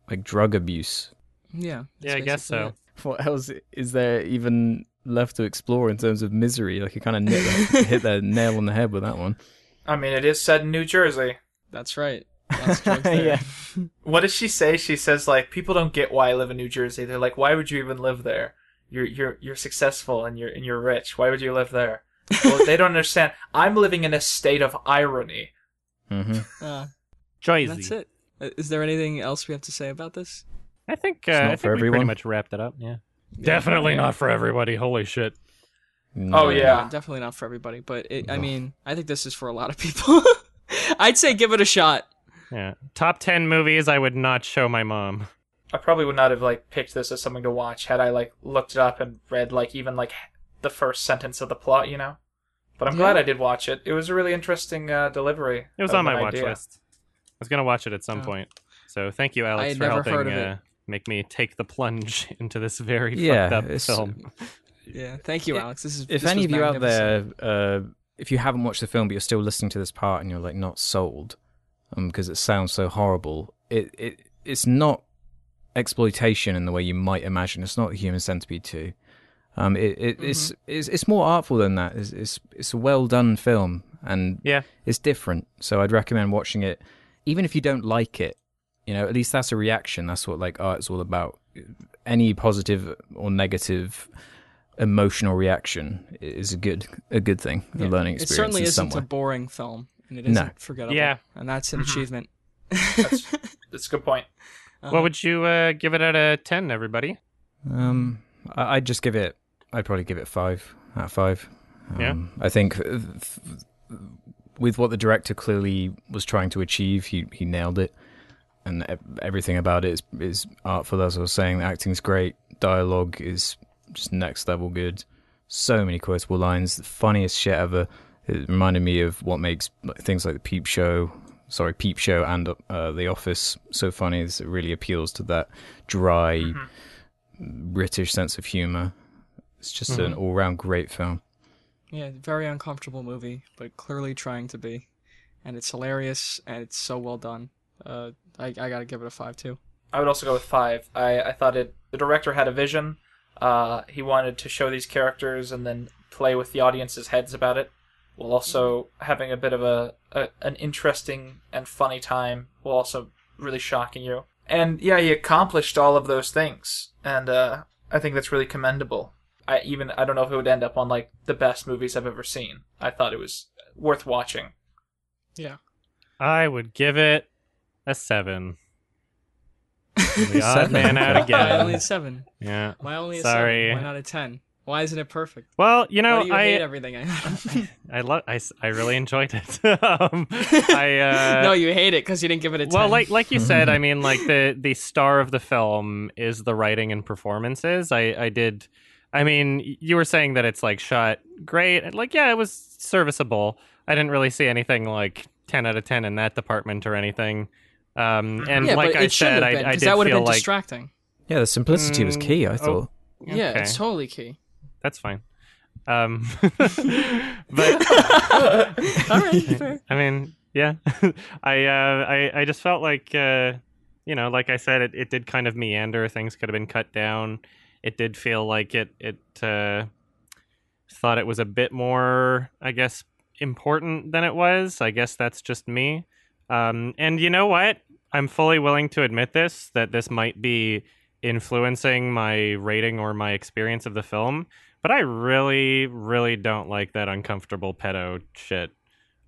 Speaker 3: like drug abuse.
Speaker 2: Yeah.
Speaker 1: Yeah, I
Speaker 2: that's
Speaker 1: guess
Speaker 2: basically
Speaker 1: so.
Speaker 2: it.
Speaker 3: What else is there even left to explore in terms of misery? Like you kind of hit the nail on the head with that one.
Speaker 4: I mean, it is said in New Jersey.
Speaker 2: That's right. Lots of drugs there.
Speaker 3: Yeah.
Speaker 4: What does she say? She says like people don't get why I live in New Jersey. They're like, why would you even live there? You're you're you're successful and you're and you're rich. Why would you live there? Well, they don't understand. I'm living in a state of irony.
Speaker 3: Mhm.
Speaker 2: Uh,
Speaker 1: Joyzy.
Speaker 2: that's it. Uh, Is there anything else we have to say about this?
Speaker 1: I think uh,
Speaker 3: not
Speaker 1: I think
Speaker 3: for
Speaker 1: we pretty
Speaker 3: everyone.
Speaker 1: much wrapped it up. Yeah. Definitely not for everybody. Holy shit.
Speaker 3: No.
Speaker 4: Oh yeah,
Speaker 2: Uh, Definitely not for everybody, but it, I mean, I think this is for a lot of people. I'd say give it a shot.
Speaker 1: Yeah. Top 10 movies I would not show my mom.
Speaker 4: I probably would not have like picked this as something to watch had I like looked it up and read like even like the first sentence of the plot, you know. But I'm glad I did watch it. It was a really interesting uh, delivery.
Speaker 1: It was
Speaker 4: of
Speaker 1: on my
Speaker 4: an
Speaker 1: watch
Speaker 4: idea.
Speaker 1: list. I was going to watch it at some
Speaker 2: Oh.
Speaker 1: point. So thank you, Alex,
Speaker 2: had
Speaker 1: for
Speaker 2: never
Speaker 1: helping
Speaker 2: heard of
Speaker 1: uh, make me take the plunge into this very
Speaker 3: Yeah,
Speaker 1: fucked up
Speaker 3: it's-
Speaker 1: film.
Speaker 2: Yeah. Thank you, Alex. This is.
Speaker 3: If
Speaker 2: this was
Speaker 3: any of you out
Speaker 2: magnificent.
Speaker 3: there, uh, if you haven't watched the film but you're still listening to this part and you're like not sold, because it sounds so horrible, it, it it's not exploitation in the way you might imagine. It's not Human Centipede two. Um, it, it it's,
Speaker 2: Mm-hmm.
Speaker 3: it's it's more artful than that. It's it's, it's a well done film and
Speaker 1: Yeah.
Speaker 3: it's different. So I'd recommend watching it, even if you don't like it. You know, at least that's a reaction. That's what like art's all about. Any positive or negative emotional reaction is a good a good thing, a learning
Speaker 2: It
Speaker 3: experience.
Speaker 2: certainly
Speaker 3: in
Speaker 2: isn't
Speaker 3: some
Speaker 2: a
Speaker 3: way.
Speaker 2: boring film, and it
Speaker 3: No.
Speaker 2: isn't forgettable.
Speaker 1: Yeah. Mm-hmm.
Speaker 2: And that's an achievement.
Speaker 4: That's, that's a good point.
Speaker 1: What would you uh, give it out of 10, everybody?
Speaker 3: Um, I, I'd just give it. I'd probably give it five out of five. Um,
Speaker 1: Yeah.
Speaker 3: I think th- th- with what the director clearly was trying to achieve, he he nailed it, and ev- everything about it is is artful. As I was saying, the acting's great, dialogue is just next level good. So many quotable lines, the funniest shit ever. It reminded me of what makes like, things like the Peep Show, sorry, Peep Show and uh, The Office so funny. Is it really appeals to that dry. British sense of humor. It's just an all round great film.
Speaker 2: Yeah, very uncomfortable movie, but clearly trying to be, and it's hilarious and it's so well done. Uh, I I gotta give it a five too.
Speaker 4: I would also go with five. I, I thought it. The director had a vision. Uh, he wanted to show these characters and then play with the audience's heads about it, while also having a bit of a, a an interesting and funny time, while also really shocking you. And yeah, he accomplished all of those things, and uh, I think that's really commendable. I even I don't know if it would end up on like the best movies I've ever seen. I thought it was worth watching.
Speaker 2: Yeah.
Speaker 1: I would give it a 7. The odd
Speaker 3: Seven.
Speaker 1: man out
Speaker 2: Why only a
Speaker 1: again.
Speaker 2: seven?
Speaker 1: Yeah.
Speaker 2: Why only a
Speaker 1: Sorry.
Speaker 2: seven? Why not a ten? Why isn't it perfect?
Speaker 1: Well, you
Speaker 2: Why
Speaker 1: know,
Speaker 2: do you
Speaker 1: I
Speaker 2: hate everything? Adam?
Speaker 1: I love I, s- I really enjoyed it. um, I uh,
Speaker 2: no, you hate it because you didn't give it a ten.
Speaker 1: well, like like you said, I mean, like the the star of the film is the writing and performances. I I did, I mean, y- you were saying that it's like shot great. and, Like, yeah, it was serviceable. I didn't really see anything like ten out of ten in that department or anything. Um, and
Speaker 2: yeah,
Speaker 1: like
Speaker 2: but
Speaker 1: I
Speaker 2: it shouldn't
Speaker 1: said,
Speaker 2: have been,
Speaker 1: I, I
Speaker 2: 'cause
Speaker 1: did
Speaker 2: that would have
Speaker 1: feel
Speaker 2: been
Speaker 1: like
Speaker 2: distracting.
Speaker 3: Yeah, the simplicity was key. I
Speaker 1: Mm,
Speaker 3: thought.
Speaker 2: Yeah,
Speaker 1: okay.
Speaker 2: it's totally key.
Speaker 1: that's fine. Um, but
Speaker 2: All right, fair.
Speaker 1: I mean, yeah, I, uh, I I just felt like uh, you know, like I said, it, it did kind of meander. Things could have been cut down. It did feel like it it uh, thought it was a bit more, I guess, important than it was. I guess that's just me. Um, and you know what? I'm fully willing to admit this that this might be influencing my rating or my experience of the film. But I really, really don't like that uncomfortable pedo shit.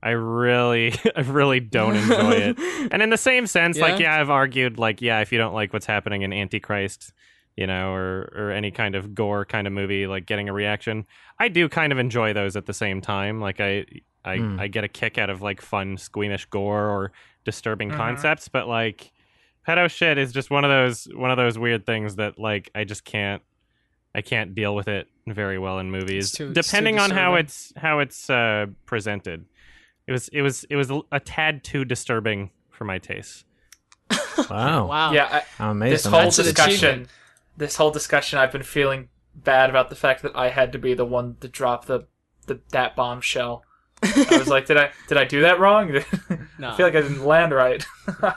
Speaker 1: I really, I really don't enjoy it. And in the same sense, like,
Speaker 2: Yeah?
Speaker 1: yeah, I've argued, like, yeah, if you don't like what's happening in Antichrist, you know, or or any kind of gore kind of movie, like getting a reaction, I do kind of enjoy those at the same time. Like, I, I,
Speaker 3: Hmm.
Speaker 1: I get a kick out of like fun, squeamish gore or disturbing
Speaker 4: Mhm.
Speaker 1: concepts, but like, pedo shit is just one of those one of those weird things that like I just can't I can't deal with it very well in movies.
Speaker 2: It's too- it's too
Speaker 1: depending on how
Speaker 2: disturbing.
Speaker 1: it's how it's uh, presented. It was it was it was a tad too disturbing for my taste.
Speaker 3: Wow,
Speaker 2: Wow.
Speaker 4: Yeah, I,
Speaker 3: amazing!
Speaker 4: this whole
Speaker 2: That's an
Speaker 4: discussion
Speaker 2: achievement.
Speaker 4: this whole discussion i've been feeling bad about the fact that i had to be the one to drop the, the that bombshell i was like did i did i do that wrong
Speaker 2: Nah.
Speaker 4: i feel like i didn't land right uh,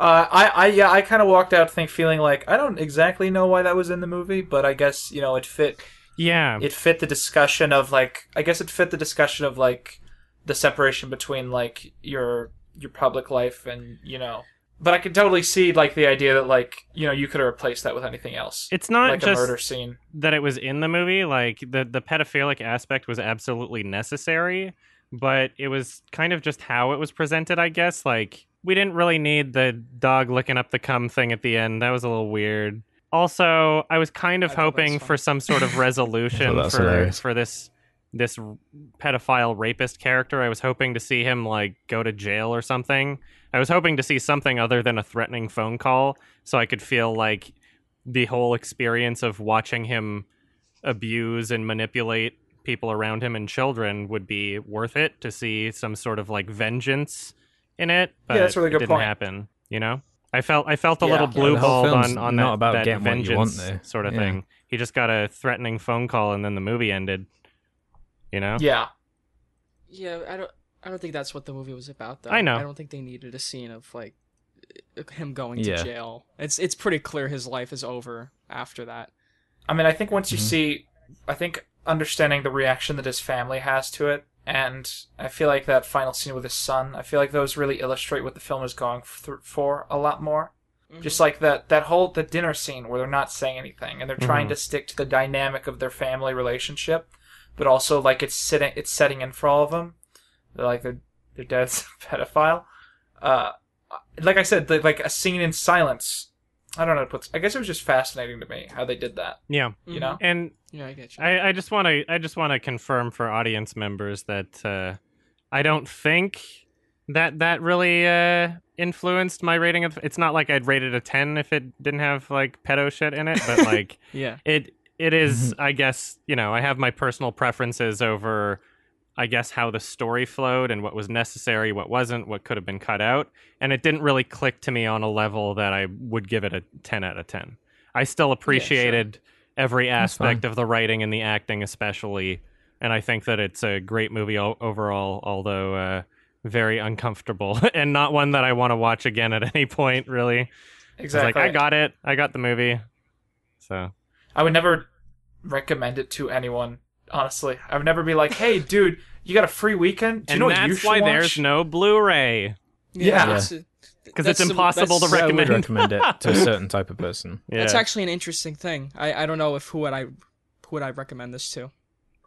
Speaker 4: i i yeah i kind of walked out think feeling like i don't exactly know why that was in the movie but i guess you know it fit
Speaker 1: Yeah.
Speaker 4: it fit the discussion of like i guess it fit the discussion of like the separation between like your your public life and you know but i could totally see like the idea that like you know you could have replaced that with anything else
Speaker 1: it's not
Speaker 4: like
Speaker 1: just
Speaker 4: a murder scene
Speaker 1: that it was in the movie like the the pedophilic aspect was absolutely necessary but it was kind of just how it was presented i guess like we didn't really need the dog licking up the cum thing at the end that was a little weird also i was kind of
Speaker 2: I thought that was
Speaker 1: hoping
Speaker 2: fun.
Speaker 1: for some sort of
Speaker 3: that
Speaker 1: resolution
Speaker 3: was
Speaker 1: for
Speaker 3: hilarious.
Speaker 1: for this this pedophile rapist character i was hoping to see him like go to jail or something i was hoping to see something other than a threatening phone call so i could feel like the whole experience of watching him abuse and manipulate people around him and children would be worth it to see some sort of like vengeance in it. But
Speaker 4: that's a really
Speaker 1: it
Speaker 4: good
Speaker 1: didn't
Speaker 4: point.
Speaker 1: happen, you know? I felt I felt a
Speaker 4: Yeah.
Speaker 1: little
Speaker 4: Yeah,
Speaker 1: blue
Speaker 3: the whole
Speaker 1: balled on
Speaker 3: film's
Speaker 1: on
Speaker 3: not
Speaker 1: that,
Speaker 3: about
Speaker 1: that
Speaker 3: getting what you want,
Speaker 1: vengeance
Speaker 3: though.
Speaker 1: sort of
Speaker 3: Yeah.
Speaker 1: thing. He just got a threatening phone call, and then the movie ended. You know,
Speaker 4: Yeah.
Speaker 2: Yeah, I don't. I don't think that's what the movie was about, though.
Speaker 1: I know.
Speaker 2: I don't think they needed a scene of like uh, him going
Speaker 3: Yeah.
Speaker 2: to jail. It's it's pretty clear his life is over after that.
Speaker 4: I mean, I think once you
Speaker 1: Mm-hmm.
Speaker 4: see, I think understanding the reaction that his family has to it, and I feel like that final scene with his son, I feel like those really illustrate what the film is going f- th- for a lot more. Just like that that whole the dinner scene where they're not saying anything and they're
Speaker 1: Mm-hmm.
Speaker 4: trying to stick to the dynamic of their family relationship, but also like it's sitting it's setting in for all of them. They're like their their dad's a pedophile. Uh, like I said, the, like a scene in silence. I don't know. How to put, I guess it was just fascinating to me how they did that.
Speaker 1: yeah.
Speaker 4: You know.
Speaker 1: And
Speaker 2: Mm-hmm. Yeah, I get you.
Speaker 1: I, I just want to I just want to confirm for audience members that uh, I don't think that that really uh, influenced my rating of. It's not like I'd rate it a ten if it didn't have like pedo shit in it, but like
Speaker 2: yeah.
Speaker 1: it it is, I guess you know I have my personal preferences over I guess how the story flowed and what was necessary, what wasn't, what could have been cut out, and it didn't really click to me on a level that I would give it a ten out of ten. I still appreciated every aspect of the writing and the acting, especially, and I think that it's a great movie o- overall, although uh, very uncomfortable and not one that I want to watch again at any point. Really, It's
Speaker 4: Exactly.
Speaker 1: like I got it, I got the movie, so.
Speaker 4: I would never recommend it to anyone. Honestly, I would never be like, "Hey, dude, you got a free weekend? Do you
Speaker 1: and
Speaker 4: know what you
Speaker 1: that's
Speaker 4: should
Speaker 1: why
Speaker 4: watch?"
Speaker 1: there's no Blu-ray
Speaker 4: Yeah.
Speaker 2: that's-
Speaker 1: because
Speaker 2: that's
Speaker 1: it's
Speaker 2: some-
Speaker 1: impossible to
Speaker 2: that's-
Speaker 3: I
Speaker 1: recommend.
Speaker 3: would recommend it to a certain type of person.
Speaker 1: yeah.
Speaker 2: That's actually an interesting thing. I, I don't know if who would I who would I recommend this to.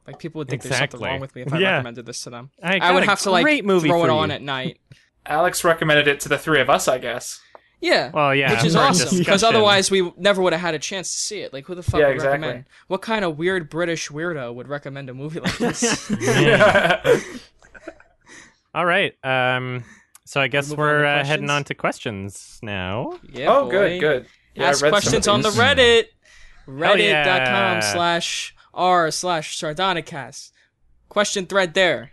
Speaker 2: Like people would think there's something
Speaker 1: Exactly.
Speaker 2: wrong with me if I
Speaker 1: Yeah.
Speaker 2: recommended this to them.
Speaker 1: I
Speaker 2: I
Speaker 1: got
Speaker 2: would
Speaker 1: a
Speaker 2: have to like
Speaker 1: great movie
Speaker 2: throw it
Speaker 1: for
Speaker 2: on
Speaker 1: you.
Speaker 2: at night.
Speaker 4: Alex recommended it to the three of us, I guess.
Speaker 2: Yeah.
Speaker 1: Well, yeah,
Speaker 2: Which is
Speaker 1: for a
Speaker 2: awesome because
Speaker 1: discussion.
Speaker 2: otherwise we never would have had a chance to see it. Like who the fuck
Speaker 4: Yeah,
Speaker 2: would
Speaker 4: exactly.
Speaker 2: recommend? What kind of weird British weirdo would recommend a movie like this?
Speaker 1: All right. Um, so I guess
Speaker 2: Move on to
Speaker 1: we're uh, heading
Speaker 2: questions?
Speaker 1: on to questions now.
Speaker 2: yeah,
Speaker 4: oh,
Speaker 2: boy.
Speaker 4: good, good. Yeah, I
Speaker 2: Ask
Speaker 4: read some
Speaker 2: questions
Speaker 4: of
Speaker 2: on the
Speaker 4: these.
Speaker 2: Reddit. Reddit.com
Speaker 1: yeah.
Speaker 2: slash r slash sardonicast. Question thread there.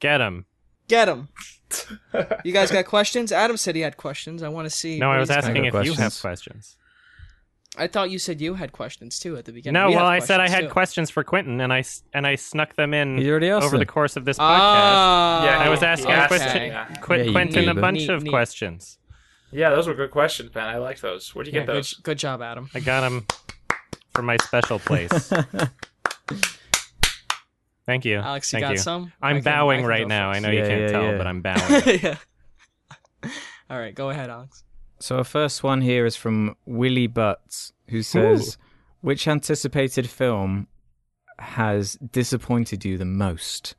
Speaker 1: Get them.
Speaker 2: Get them. you guys got questions? Adam said he had questions. I want to see.
Speaker 1: No, I
Speaker 2: what
Speaker 1: was
Speaker 2: he's got.
Speaker 1: asking if
Speaker 3: got
Speaker 1: you have questions.
Speaker 2: I thought you said you had questions too at the beginning.
Speaker 1: No,
Speaker 2: We
Speaker 1: well, I
Speaker 2: have
Speaker 1: said I
Speaker 2: questions,
Speaker 1: had
Speaker 2: too.
Speaker 1: questions for Quentin, and I s- and I snuck them in
Speaker 3: You already asked
Speaker 1: Mm. over the
Speaker 3: them.
Speaker 1: course of this podcast.
Speaker 2: Ah.
Speaker 4: Yeah,
Speaker 1: I was asking
Speaker 4: Okay.
Speaker 1: Quentin, Qu-
Speaker 3: Yeah, you
Speaker 1: Quentin a
Speaker 3: did.
Speaker 1: bunch
Speaker 2: Neat,
Speaker 1: of
Speaker 2: neat.
Speaker 1: questions.
Speaker 4: Yeah, those were good questions, man. I like those. Where'd you
Speaker 2: Yeah,
Speaker 4: get
Speaker 2: good,
Speaker 4: those?
Speaker 2: good job, Adam.
Speaker 1: I got them from my special place. Thank you.
Speaker 2: Alex, you
Speaker 1: Thank
Speaker 2: got
Speaker 1: you.
Speaker 2: some? I
Speaker 1: I'm
Speaker 2: can- I
Speaker 1: bowing
Speaker 2: can
Speaker 1: right
Speaker 2: go
Speaker 1: now. I
Speaker 2: first.
Speaker 1: know you
Speaker 3: Yeah,
Speaker 1: can't
Speaker 3: yeah,
Speaker 1: tell,
Speaker 3: yeah.
Speaker 1: but I'm bowing.
Speaker 2: yeah. Oh, All right, go ahead, Alex.
Speaker 3: So our first one here is from Willie Butts, who says, "Which anticipated film has disappointed you the most?"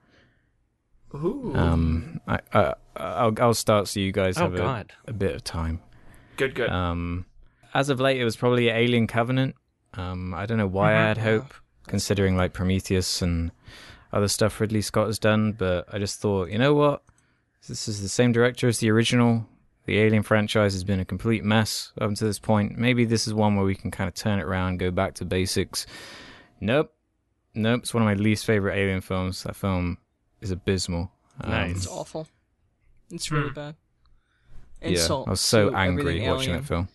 Speaker 4: Ooh,
Speaker 3: Um, I, I, I'll, I'll start so you guys
Speaker 1: Oh,
Speaker 3: have a,
Speaker 1: God.
Speaker 3: a bit of time.
Speaker 4: good, good.
Speaker 3: Um, as of late, it was probably Alien Covenant. Um, I don't know why
Speaker 2: Uh-huh.
Speaker 3: I had hope, considering like Prometheus and other stuff Ridley Scott has done, but I just thought, you know what? This is the same director as the original. The Alien franchise has been a complete mess up to this point. Maybe this is one where we can kind of turn it around, go back to basics. Nope. Nope. It's one of my least favorite Alien films. That film is abysmal. Um,
Speaker 1: Nice.
Speaker 2: It's awful. It's really bad.
Speaker 3: Hmm. Yeah,
Speaker 2: Insult.
Speaker 3: I was so
Speaker 2: to
Speaker 3: angry
Speaker 2: everything
Speaker 3: watching
Speaker 2: alien.
Speaker 3: that film.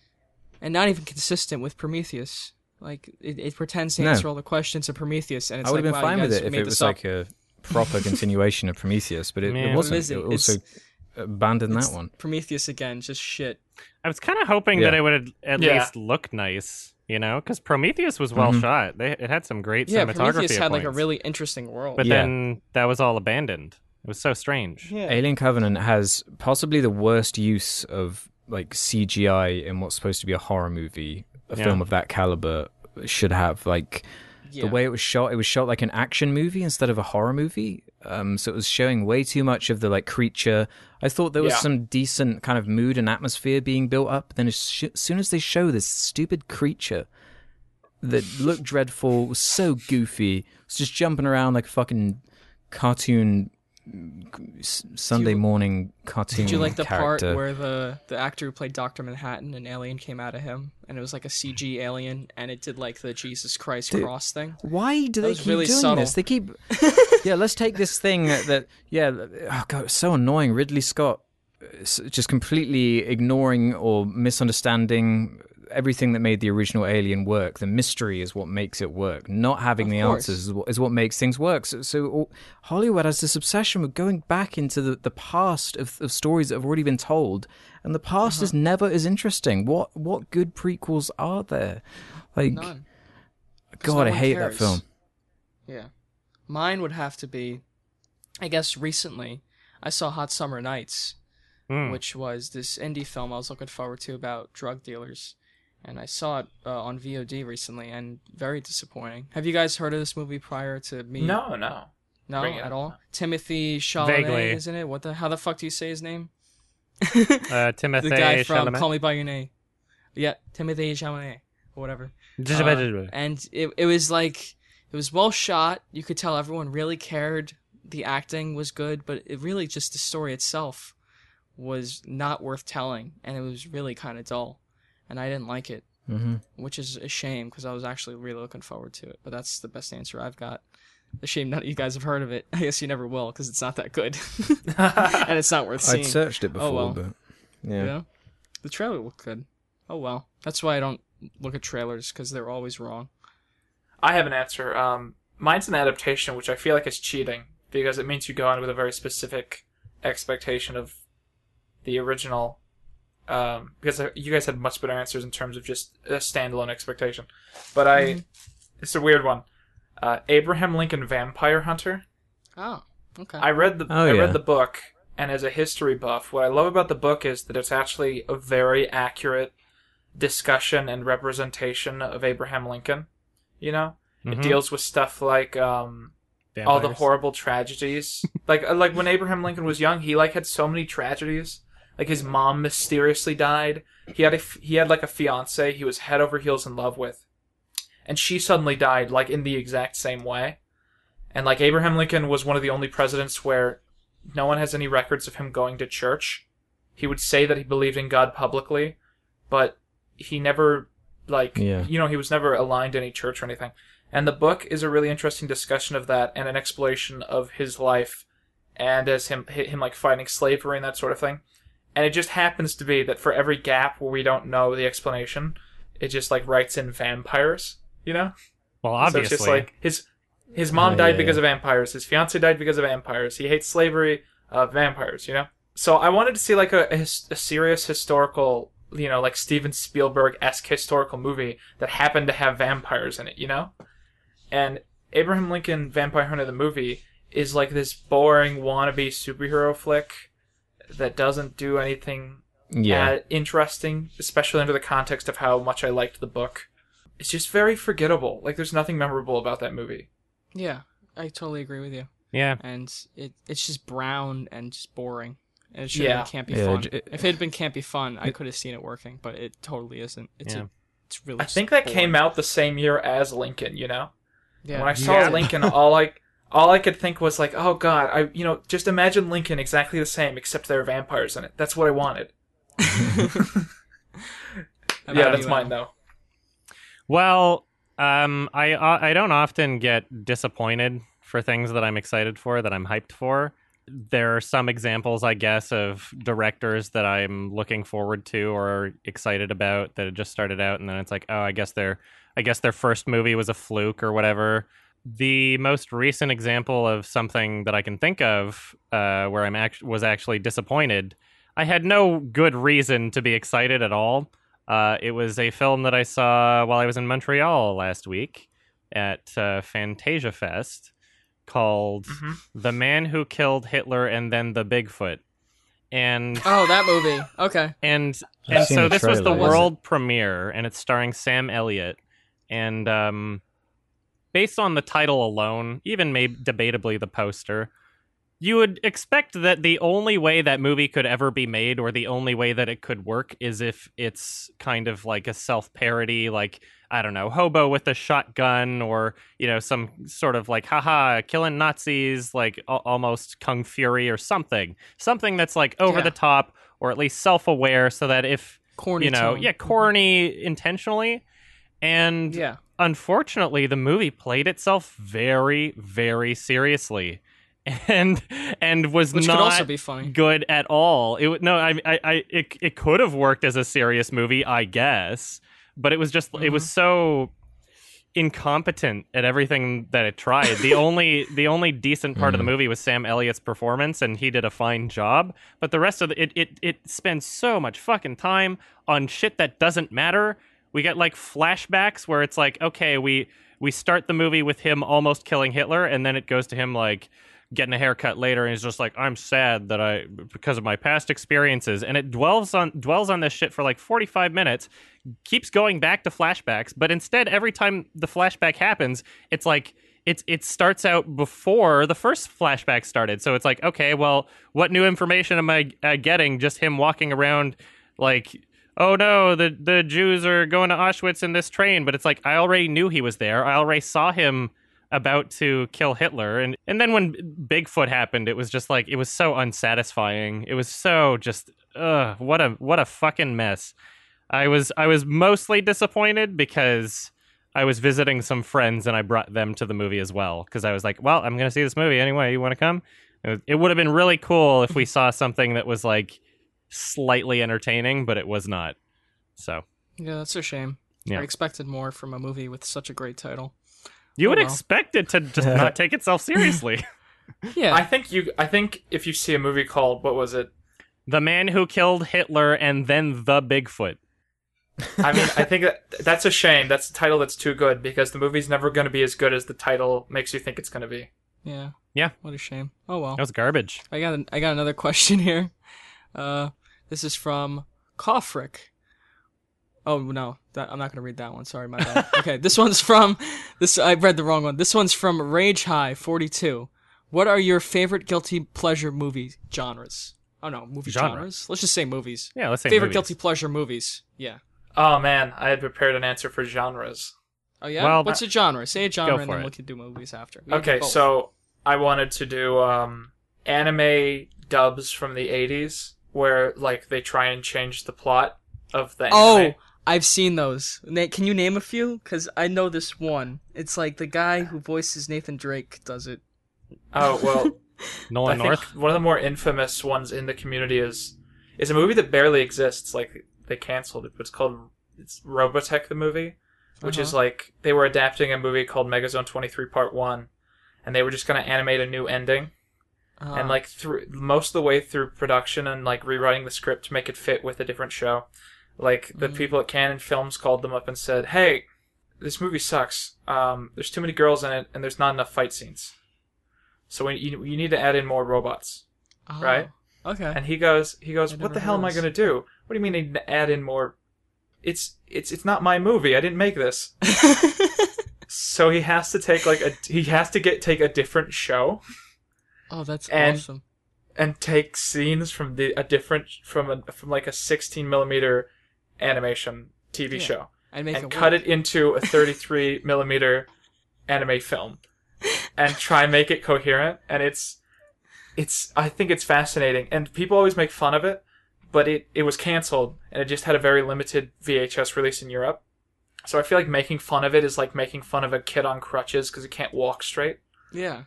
Speaker 2: and not even consistent with Prometheus. Like it, it pretends to
Speaker 3: No.
Speaker 2: answer all the questions of Prometheus, and it's
Speaker 3: I
Speaker 2: like,
Speaker 3: would have
Speaker 2: wow,
Speaker 3: been fine
Speaker 2: you
Speaker 3: with
Speaker 2: guys
Speaker 3: it if
Speaker 2: made
Speaker 3: it
Speaker 2: this
Speaker 3: was
Speaker 2: up.
Speaker 3: like a proper continuation of Prometheus, but it,
Speaker 1: Yeah.
Speaker 3: it
Speaker 1: What
Speaker 3: wasn't.
Speaker 2: is it?
Speaker 3: It also abandoned that one.
Speaker 2: Prometheus again, just shit.
Speaker 1: I was kind of hoping that
Speaker 3: Yeah.
Speaker 1: it would at
Speaker 4: Yeah.
Speaker 1: least look nice, you know, because Prometheus was well shot. They, it had some great
Speaker 2: Yeah,
Speaker 1: cinematography.
Speaker 2: Prometheus
Speaker 1: at
Speaker 2: had like a
Speaker 1: points.
Speaker 2: really interesting world.
Speaker 1: but
Speaker 3: Yeah.
Speaker 1: then that was all abandoned. It was so strange.
Speaker 2: yeah,
Speaker 3: Alien Covenant has possibly the worst use of like CGI in what's supposed to be a horror movie. A
Speaker 1: Yeah.
Speaker 3: film of that caliber should have like
Speaker 2: yeah.
Speaker 3: the way it was shot. It was shot like an action movie instead of a horror movie. Um, so it was showing way too much of the like creature. I thought there was
Speaker 4: Yeah.
Speaker 3: some decent kind of mood and atmosphere being built up. Then as sh- soon as they show this stupid creature that looked dreadful, was so goofy, was just jumping around like a fucking cartoon mm, s- Sunday morning cartoon.
Speaker 2: Did you like the
Speaker 3: character.
Speaker 2: part where the the actor who played Doctor Manhattan, an alien came out of him, and it was like a CG alien, and it did like the Jesus Christ cross thing?
Speaker 3: Why do they
Speaker 2: was
Speaker 3: keep
Speaker 2: really
Speaker 3: doing
Speaker 2: subtle.
Speaker 3: this? They keep. yeah, let's take this thing that. that yeah, oh god, it's so annoying. Ridley Scott s- just completely ignoring or misunderstanding everything that made the original Alien work. The mystery is what makes it work. Not having
Speaker 2: Of
Speaker 3: the
Speaker 2: course.
Speaker 3: answers is what, is what makes things work. So, so all, Hollywood has this obsession with going back into the, the past of, of stories that have already been told, and the past is never as interesting. What what good prequels are there? Like,
Speaker 2: None. 'Cause
Speaker 3: God,
Speaker 2: no
Speaker 3: I
Speaker 2: one
Speaker 3: hate
Speaker 2: cares.
Speaker 3: that film.
Speaker 2: Yeah. Mine would have to be, I guess recently, I saw Hot Summer Nights,
Speaker 1: Hmm.
Speaker 2: which was this indie film I was looking forward to about drug dealers. And I saw it uh, on VOD recently and very disappointing. Have you guys heard of this movie prior to me?
Speaker 4: No, no.
Speaker 2: No,
Speaker 4: Bring it
Speaker 2: at
Speaker 4: up.
Speaker 2: all? Timothy Chalamet,
Speaker 1: Vaguely.
Speaker 2: isn't it? What the? How the fuck do you say his name?
Speaker 1: uh, Timothy
Speaker 2: the guy from
Speaker 1: Chalamet.
Speaker 2: Call Me by Your Name. Yeah, Timothy Chalamet or whatever. Uh, and it it was like it was well shot. You could tell everyone really cared. The acting was good, but it really just the story itself was not worth telling, and it was really kind of dull, and I didn't like it,
Speaker 3: Mm-hmm.
Speaker 2: which is a shame because I was actually really looking forward to it. But that's the best answer I've got. A shame none of you guys have heard of it. I guess you never will because it's not that good, and it's not worth seeing.
Speaker 3: I'd searched it before,
Speaker 2: Oh, well.
Speaker 3: but
Speaker 2: Yeah.
Speaker 3: yeah.
Speaker 2: The trailer looked good. Oh well. That's why I don't look at trailers because they're always wrong.
Speaker 4: I have an answer. Um, mine's an adaptation, which I feel like is cheating because it means you go in with a very specific expectation of the original. Um, because uh, you guys had much better answers in terms of just a standalone expectation, but I,
Speaker 2: Mm-hmm.
Speaker 4: it's a weird one. Uh, Abraham Lincoln Vampire Hunter.
Speaker 2: Oh, okay.
Speaker 4: I read the
Speaker 3: Oh,
Speaker 4: I
Speaker 3: yeah.
Speaker 4: read the book, and as a history buff, what I love about the book is that it's actually a very accurate discussion and representation of Abraham Lincoln. You know, it
Speaker 3: Mm-hmm.
Speaker 1: Mhm.
Speaker 4: deals with stuff like um, all the horrible tragedies, like uh, like when Abraham Lincoln was young, he like had so many tragedies. Like his mom mysteriously died. He had a f- he had like a fiance he was head over heels in love with, and she suddenly died like in the exact same way. And like Abraham Lincoln was one of the only presidents where no one has any records of him going to church. He would say that he believed in God publicly, but he never like
Speaker 3: Yeah.
Speaker 4: you know he was never aligned to any church or anything. And the book is a really interesting discussion of that and an exploration of his life and as him hi- him like fighting slavery and that sort of thing. And it just happens to be that for every gap where we don't know the explanation, it just like writes in vampires, you know?
Speaker 1: Well,
Speaker 4: So it's
Speaker 1: obviously.
Speaker 4: just like his his mom
Speaker 3: Oh,
Speaker 4: died
Speaker 3: yeah,
Speaker 4: because of vampires. His fiance died because of vampires. He hates slavery. Uh, vampires, you know. So I wanted to see like a, a his- a serious historical, you know, like Steven Spielberg esque historical movie that happened to have vampires in it, you know. And Abraham Lincoln Vampire Hunter the movie is like this boring wannabe superhero flick that doesn't do anything
Speaker 3: Yeah.
Speaker 4: uh, interesting, especially under the context of how much I liked the book. It's just very forgettable. Like, there's nothing memorable about that movie.
Speaker 2: yeah, I totally agree with you.
Speaker 1: yeah.
Speaker 2: And it it's just brown and just boring. And it should
Speaker 4: Yeah.
Speaker 2: yeah. can't be
Speaker 3: Yeah,
Speaker 2: fun.
Speaker 3: j-
Speaker 2: if it had been can't be fun, I could have seen it working, but it totally isn't. It's
Speaker 1: Yeah.
Speaker 2: a, it's really
Speaker 4: I think that came out the same year as Lincoln. You know,
Speaker 2: Yeah.
Speaker 4: when I saw
Speaker 1: Yeah.
Speaker 4: Lincoln, all I all I could think was like, oh God, I you know just imagine Lincoln exactly the same except there are vampires in it. That's what I wanted. yeah, that's mine though.
Speaker 1: Well, um, I I don't often get disappointed for things that I'm excited for, that I'm hyped for. There are some examples, I guess, of directors that I'm looking forward to or excited about that had just started out, and then it's like, oh, I guess their I guess their first movie was a fluke or whatever. The most recent example of something that I can think of uh, where I'm act- was actually disappointed. I had no good reason to be excited at all. Uh, it was a film that I saw while I was in Montreal last week at uh, Fantasia Fest called
Speaker 4: Mhm.
Speaker 1: The Man Who Killed Hitler and Then the Bigfoot. And
Speaker 2: Oh, that movie. Okay.
Speaker 1: and
Speaker 3: I've
Speaker 1: and
Speaker 3: seen
Speaker 1: so
Speaker 3: the
Speaker 1: this was the
Speaker 3: trailer.
Speaker 1: world premiere and it's starring Sam Elliott and um based on the title alone, even maybe debatably the poster, you would expect that the only way that movie could ever be made or the only way that it could work is if it's kind of like a self-parody like I don't know, hobo with a shotgun or, you know, some sort of like haha killing Nazis like al- almost kung fury or something. Something that's like over
Speaker 2: Yeah.
Speaker 1: the top or at least self-aware so that if
Speaker 2: Corny.
Speaker 1: you know,
Speaker 2: tone. Mm-hmm.
Speaker 1: yeah, corny intentionally. And
Speaker 2: Yeah.
Speaker 1: unfortunately, the movie played itself very, very seriously. and and was
Speaker 2: which
Speaker 1: not
Speaker 2: could also be funny.
Speaker 1: good at all. It wa- no, I, I, I it, it could have worked as a serious movie, I guess, but it was just it was so incompetent at everything that it tried. The only the only decent part of the movie was Sam Elliott's performance, and he did a fine job. But the rest of the, it it it spends so much fucking time on shit that doesn't matter. We get like flashbacks where it's like, okay, we we start the movie with him almost killing Hitler, and then it goes to him like getting a haircut later and he's just like i'm sad that i because of my past experiences and it dwells on dwells on this shit for like 45 minutes keeps going back to flashbacks but instead every time the flashback happens it's like it's it starts out before the first flashback started so it's like okay well what new information am i uh, getting just him walking around like oh no the the jews are going to auschwitz in this train but it's like i already knew he was there i already saw him about to kill hitler and and then when bigfoot happened it was just like it was so unsatisfying it was so just ugh, what a what a fucking mess i was i was mostly disappointed because i was visiting some friends and i brought them to the movie as well because i was like well i'm gonna see this movie anyway you want to come it, was- it would have been really cool if we saw something that was like slightly entertaining, but it was not. So
Speaker 2: Yeah, that's a shame.
Speaker 1: Yeah.
Speaker 2: I expected more from a movie with such a great title.
Speaker 1: you
Speaker 2: Oh,
Speaker 1: would
Speaker 2: well.
Speaker 1: expect it to just not take itself seriously.
Speaker 2: Yeah,
Speaker 4: I think you. I think if you see a movie called what was it?
Speaker 1: the man who killed Hitler and then the Bigfoot.
Speaker 4: I mean, I think that that's a shame. That's a title that's too good because the movie's never going to be as good as the title makes you think it's going to be.
Speaker 2: yeah,
Speaker 1: Yeah.
Speaker 2: What a shame. Oh well.
Speaker 1: That was garbage.
Speaker 2: I got an, I got another question here. Uh, this is from Kofrick. Oh no, that, I'm not gonna read that one. Sorry, my bad. okay, this one's from this. I read the wrong one. This one's from Rage High 42. What are your favorite guilty pleasure movie genres? Oh no, movie
Speaker 1: Genre.
Speaker 2: genres. Let's just say movies.
Speaker 1: Yeah, let's say
Speaker 2: favorite
Speaker 1: movies.
Speaker 2: guilty pleasure movies. Yeah.
Speaker 4: Oh man, I had prepared an answer for genres.
Speaker 2: Oh yeah.
Speaker 1: Well,
Speaker 2: What's a genre? Say a genre, and
Speaker 1: for
Speaker 2: then we
Speaker 1: it.
Speaker 2: can do movies after. We can do
Speaker 4: Okay,
Speaker 2: both.
Speaker 4: so I wanted to do um, anime dubs from the '80s, where like they try and change the plot of the.
Speaker 2: Oh,
Speaker 4: anime.
Speaker 2: I've seen those. Na- can you name a few? Because I know this one. It's like the guy who voices Nathan Drake does it.
Speaker 4: oh well, I
Speaker 1: Nolan
Speaker 4: think
Speaker 1: North.
Speaker 4: one of the more infamous ones in the community is is a movie that barely exists. Like they canceled it, but it's called it's Robotech the movie, which
Speaker 1: Uh-huh.
Speaker 4: is like they were adapting a movie called Megazone Twenty Three Part One, and they were just gonna animate a new ending.
Speaker 2: Uh,
Speaker 4: and like through most of the way through production and like rewriting the script to make it fit with a different show like the
Speaker 2: Mm.
Speaker 4: people at canon films called them up and said hey this movie sucks um, there's too many girls in it and there's not enough fight scenes so we, you, you need to add in more robots
Speaker 2: oh,
Speaker 4: right?
Speaker 2: Okay.
Speaker 4: and he goes he goes
Speaker 2: I
Speaker 4: what
Speaker 2: never
Speaker 4: the hell am i
Speaker 2: realized.
Speaker 4: going to do what do you mean I need to add in more it's it's it's not my movie i didn't make this so he has to take like a he has to get take a different show
Speaker 2: oh, that's
Speaker 4: and-
Speaker 2: awesome.
Speaker 4: and take scenes from the a different from a from like a 16 millimeter animation TV
Speaker 2: Yeah,
Speaker 4: show
Speaker 2: And make
Speaker 4: and cut it into a 33 millimeter anime film and try and make it coherent and it's it's I think it's fascinating and people always make fun of it but it it was canceled and it just had a very limited VHS release in Europe so I feel like making fun of it is like making fun of a kid on crutches because he can't walk straight
Speaker 2: Yeah.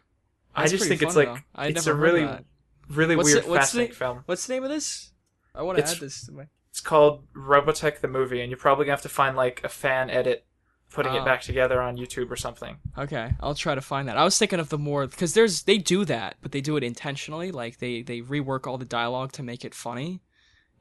Speaker 4: I
Speaker 2: That's
Speaker 4: just
Speaker 2: pretty
Speaker 4: think it's
Speaker 2: fun,
Speaker 4: like
Speaker 2: though. I
Speaker 4: it's
Speaker 2: never
Speaker 4: a
Speaker 2: heard
Speaker 4: really
Speaker 2: that.
Speaker 4: really
Speaker 2: What's
Speaker 4: weird
Speaker 2: it- what's
Speaker 4: fascinating
Speaker 2: the-
Speaker 4: film
Speaker 2: What's the name of this? I want to
Speaker 4: It's-
Speaker 2: add this to my.
Speaker 4: It's called Robotech the movie, and you're probably gonna have to find like a fan edit, putting
Speaker 2: Ah.
Speaker 4: it back together on YouTube or something.
Speaker 2: Okay, I'll try to find that. I was thinking of the more because there's they do that, but they do it intentionally. Like they they rework all the dialogue to make it funny,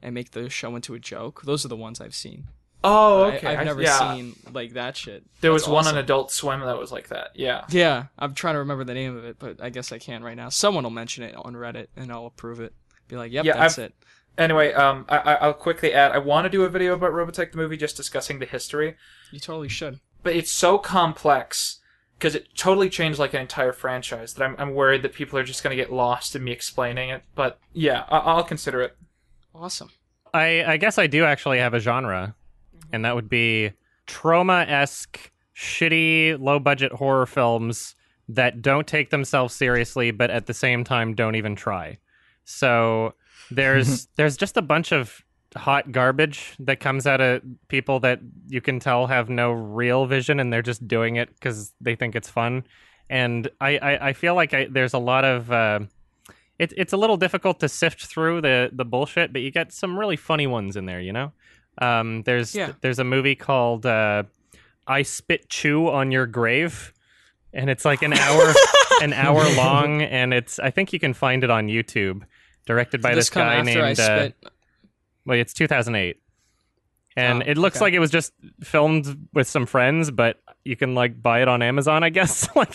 Speaker 2: and make the show into a joke. Those are the ones I've seen.
Speaker 4: Oh,
Speaker 2: I- I've never seen like that shit.
Speaker 4: There
Speaker 2: That's
Speaker 4: was one on
Speaker 2: awesome.
Speaker 4: Adult Swim that was like that. Yeah.
Speaker 2: Yeah, I'm trying to remember the name of it, but I guess I can't right now. Someone will mention it on Reddit, and I'll approve it. Be like, "Yep,
Speaker 4: Yeah,
Speaker 2: that's
Speaker 4: I've-
Speaker 2: it."
Speaker 4: Anyway, um, I- I- I'll quickly add. I want to do a video about Robotech the movie, just discussing the history,
Speaker 2: You totally should.
Speaker 4: but it's so complex because it totally changed like an entire franchise that I'm I'm worried that people are just gonna get lost in me explaining it. But yeah, I- I'll consider it.
Speaker 2: Awesome.
Speaker 1: I, I guess I do actually have a genre, and that would be trauma esque, shitty, low budget horror films that don't take themselves seriously, but at the same time don't even try. So there's there's just a bunch of hot garbage that comes out of people that you can tell have no real vision and they're just doing it because they think it's fun. and I, I, I feel like I, there's a lot of uh, it's it's a little difficult to sift through the the bullshit, but you get some really funny ones in there. You know, um, there's
Speaker 2: Yeah.
Speaker 1: there's a movie called uh, "I Spit Chew on Your Grave," and it's like an hour an hour long, and it's I think you can find it on YouTube, directed by
Speaker 2: Did
Speaker 1: this,
Speaker 2: come
Speaker 1: guy
Speaker 2: after
Speaker 1: named
Speaker 2: I
Speaker 1: uh,
Speaker 2: spit.
Speaker 1: well, it's 2008. And
Speaker 2: Oh,
Speaker 1: it looks
Speaker 2: okay.
Speaker 1: like it was just filmed with some friends, but you can like buy it on Amazon, I guess. like,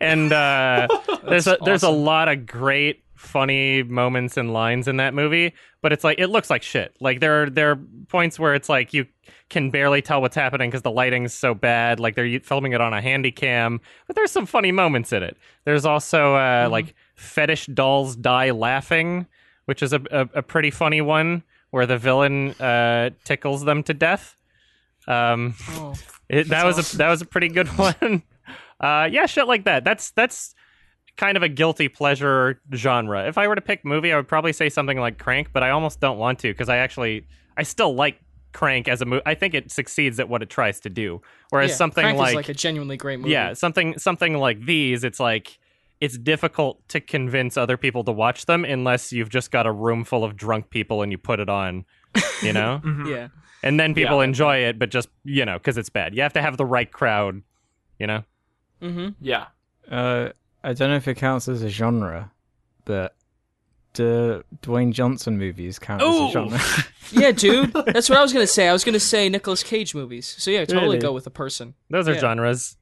Speaker 1: and uh, there's a
Speaker 2: That's
Speaker 1: there's a
Speaker 2: awesome.
Speaker 1: lot of great funny moments and lines in that movie, but it's like it looks like shit. Like there are there are points where it's like you can barely tell what's happening because the lighting's so bad. Like they're filming it on a handy cam, but there's some funny moments in it. There's also uh,
Speaker 2: Mm-hmm.
Speaker 1: like fetish dolls die laughing, which is a, a, a pretty funny one where the villain uh, tickles them to death. Um,
Speaker 2: Oh.
Speaker 1: it, that was a that was a pretty good one. Uh, yeah, shit like that. That's that's kind of a guilty pleasure genre. If I were to pick movie, I would probably say something like Crank, but I almost don't want to because I actually I still like Crank as a movie. I think it succeeds at what it tries to do. Whereas
Speaker 2: Yeah,
Speaker 1: something
Speaker 2: Crank
Speaker 1: like,
Speaker 2: is like a genuinely great movie.
Speaker 1: yeah, something something like these, it's like it's difficult to convince other people to watch them unless you've just got a room full of drunk people and you put it on, you know?
Speaker 2: yeah.
Speaker 1: and then people enjoy it, but just you know, because it's bad. You have to have the right crowd, you know.
Speaker 2: Mm-hmm.
Speaker 4: Yeah.
Speaker 3: Uh, I don't know if it counts as a genre, but the Dwayne Johnson movies count as
Speaker 2: Ooh!
Speaker 3: a genre.
Speaker 2: Yeah, dude. That's what I was gonna say. I was gonna say Nicolas Cage movies. So yeah, I totally
Speaker 1: Really?
Speaker 2: go with a person.
Speaker 1: Those are
Speaker 2: Yeah.
Speaker 1: genres.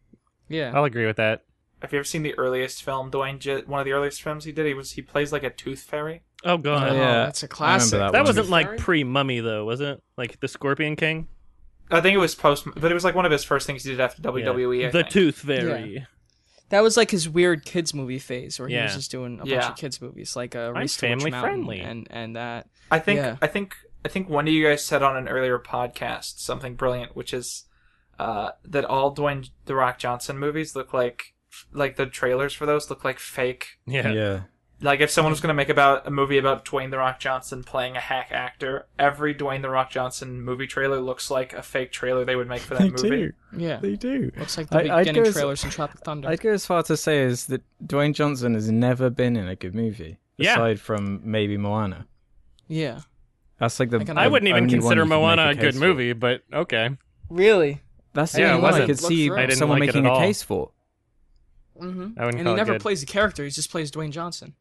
Speaker 2: Yeah.
Speaker 1: I'll agree with that.
Speaker 4: Have you ever seen the earliest film Dwayne? J- one of the earliest films he did, he was he plays like a tooth fairy.
Speaker 1: Oh god,
Speaker 3: Oh, yeah.
Speaker 2: that's a
Speaker 3: I remember
Speaker 2: classic.
Speaker 3: that
Speaker 1: that
Speaker 3: one.
Speaker 1: wasn't like
Speaker 2: Sorry?
Speaker 1: pre Mummy though, was it? Like the Scorpion King,
Speaker 4: I think it was post, but it was like one of his first things he did after WWE.
Speaker 3: E
Speaker 4: I
Speaker 1: the
Speaker 4: think.
Speaker 1: Tooth Fairy.
Speaker 2: That was like his weird kids movie phase, where he was
Speaker 1: Yeah.
Speaker 2: just doing a
Speaker 4: Yeah.
Speaker 2: bunch of kids movies, like uh, Reese to Witch
Speaker 1: family
Speaker 2: Mountain
Speaker 1: friendly.
Speaker 2: and and that.
Speaker 4: I think
Speaker 2: Yeah.
Speaker 4: I think I think one of you guys said on an earlier podcast something brilliant, which is uh, that all Dwayne the Rock Johnson movies look like like the trailers for those look like fake.
Speaker 1: Yeah.
Speaker 3: yeah.
Speaker 4: Like if someone was going to make about a movie about Dwayne the Rock Johnson playing a hack actor, every Dwayne the Rock Johnson movie trailer looks like a fake trailer they would make for that
Speaker 3: They
Speaker 4: movie.
Speaker 3: do.
Speaker 2: Yeah,
Speaker 3: They do.
Speaker 2: looks like the
Speaker 3: I- I'd
Speaker 2: beginning
Speaker 3: go as-
Speaker 2: trailers in Tropic Thunder.
Speaker 3: I'd go as far to say is that Dwayne Johnson has never been in a good movie.
Speaker 1: Yeah.
Speaker 3: Aside from maybe Moana.
Speaker 2: yeah,
Speaker 3: That's like the.
Speaker 2: I can-
Speaker 3: the
Speaker 1: I wouldn't even
Speaker 3: only one
Speaker 1: consider
Speaker 3: you can make
Speaker 1: Moana a
Speaker 3: case
Speaker 1: good
Speaker 3: for.
Speaker 1: movie, but okay.
Speaker 2: really.
Speaker 3: That's the
Speaker 1: Yeah,
Speaker 3: only
Speaker 1: it
Speaker 3: one I
Speaker 1: wasn't.
Speaker 3: could see
Speaker 2: I
Speaker 1: didn't
Speaker 3: someone
Speaker 1: like it
Speaker 3: making
Speaker 1: at
Speaker 3: a
Speaker 1: all.
Speaker 3: case for.
Speaker 2: Mm-hmm.
Speaker 1: I wouldn't call
Speaker 2: And he
Speaker 1: it
Speaker 2: never
Speaker 1: good.
Speaker 2: plays the character; he just plays Dwayne Johnson.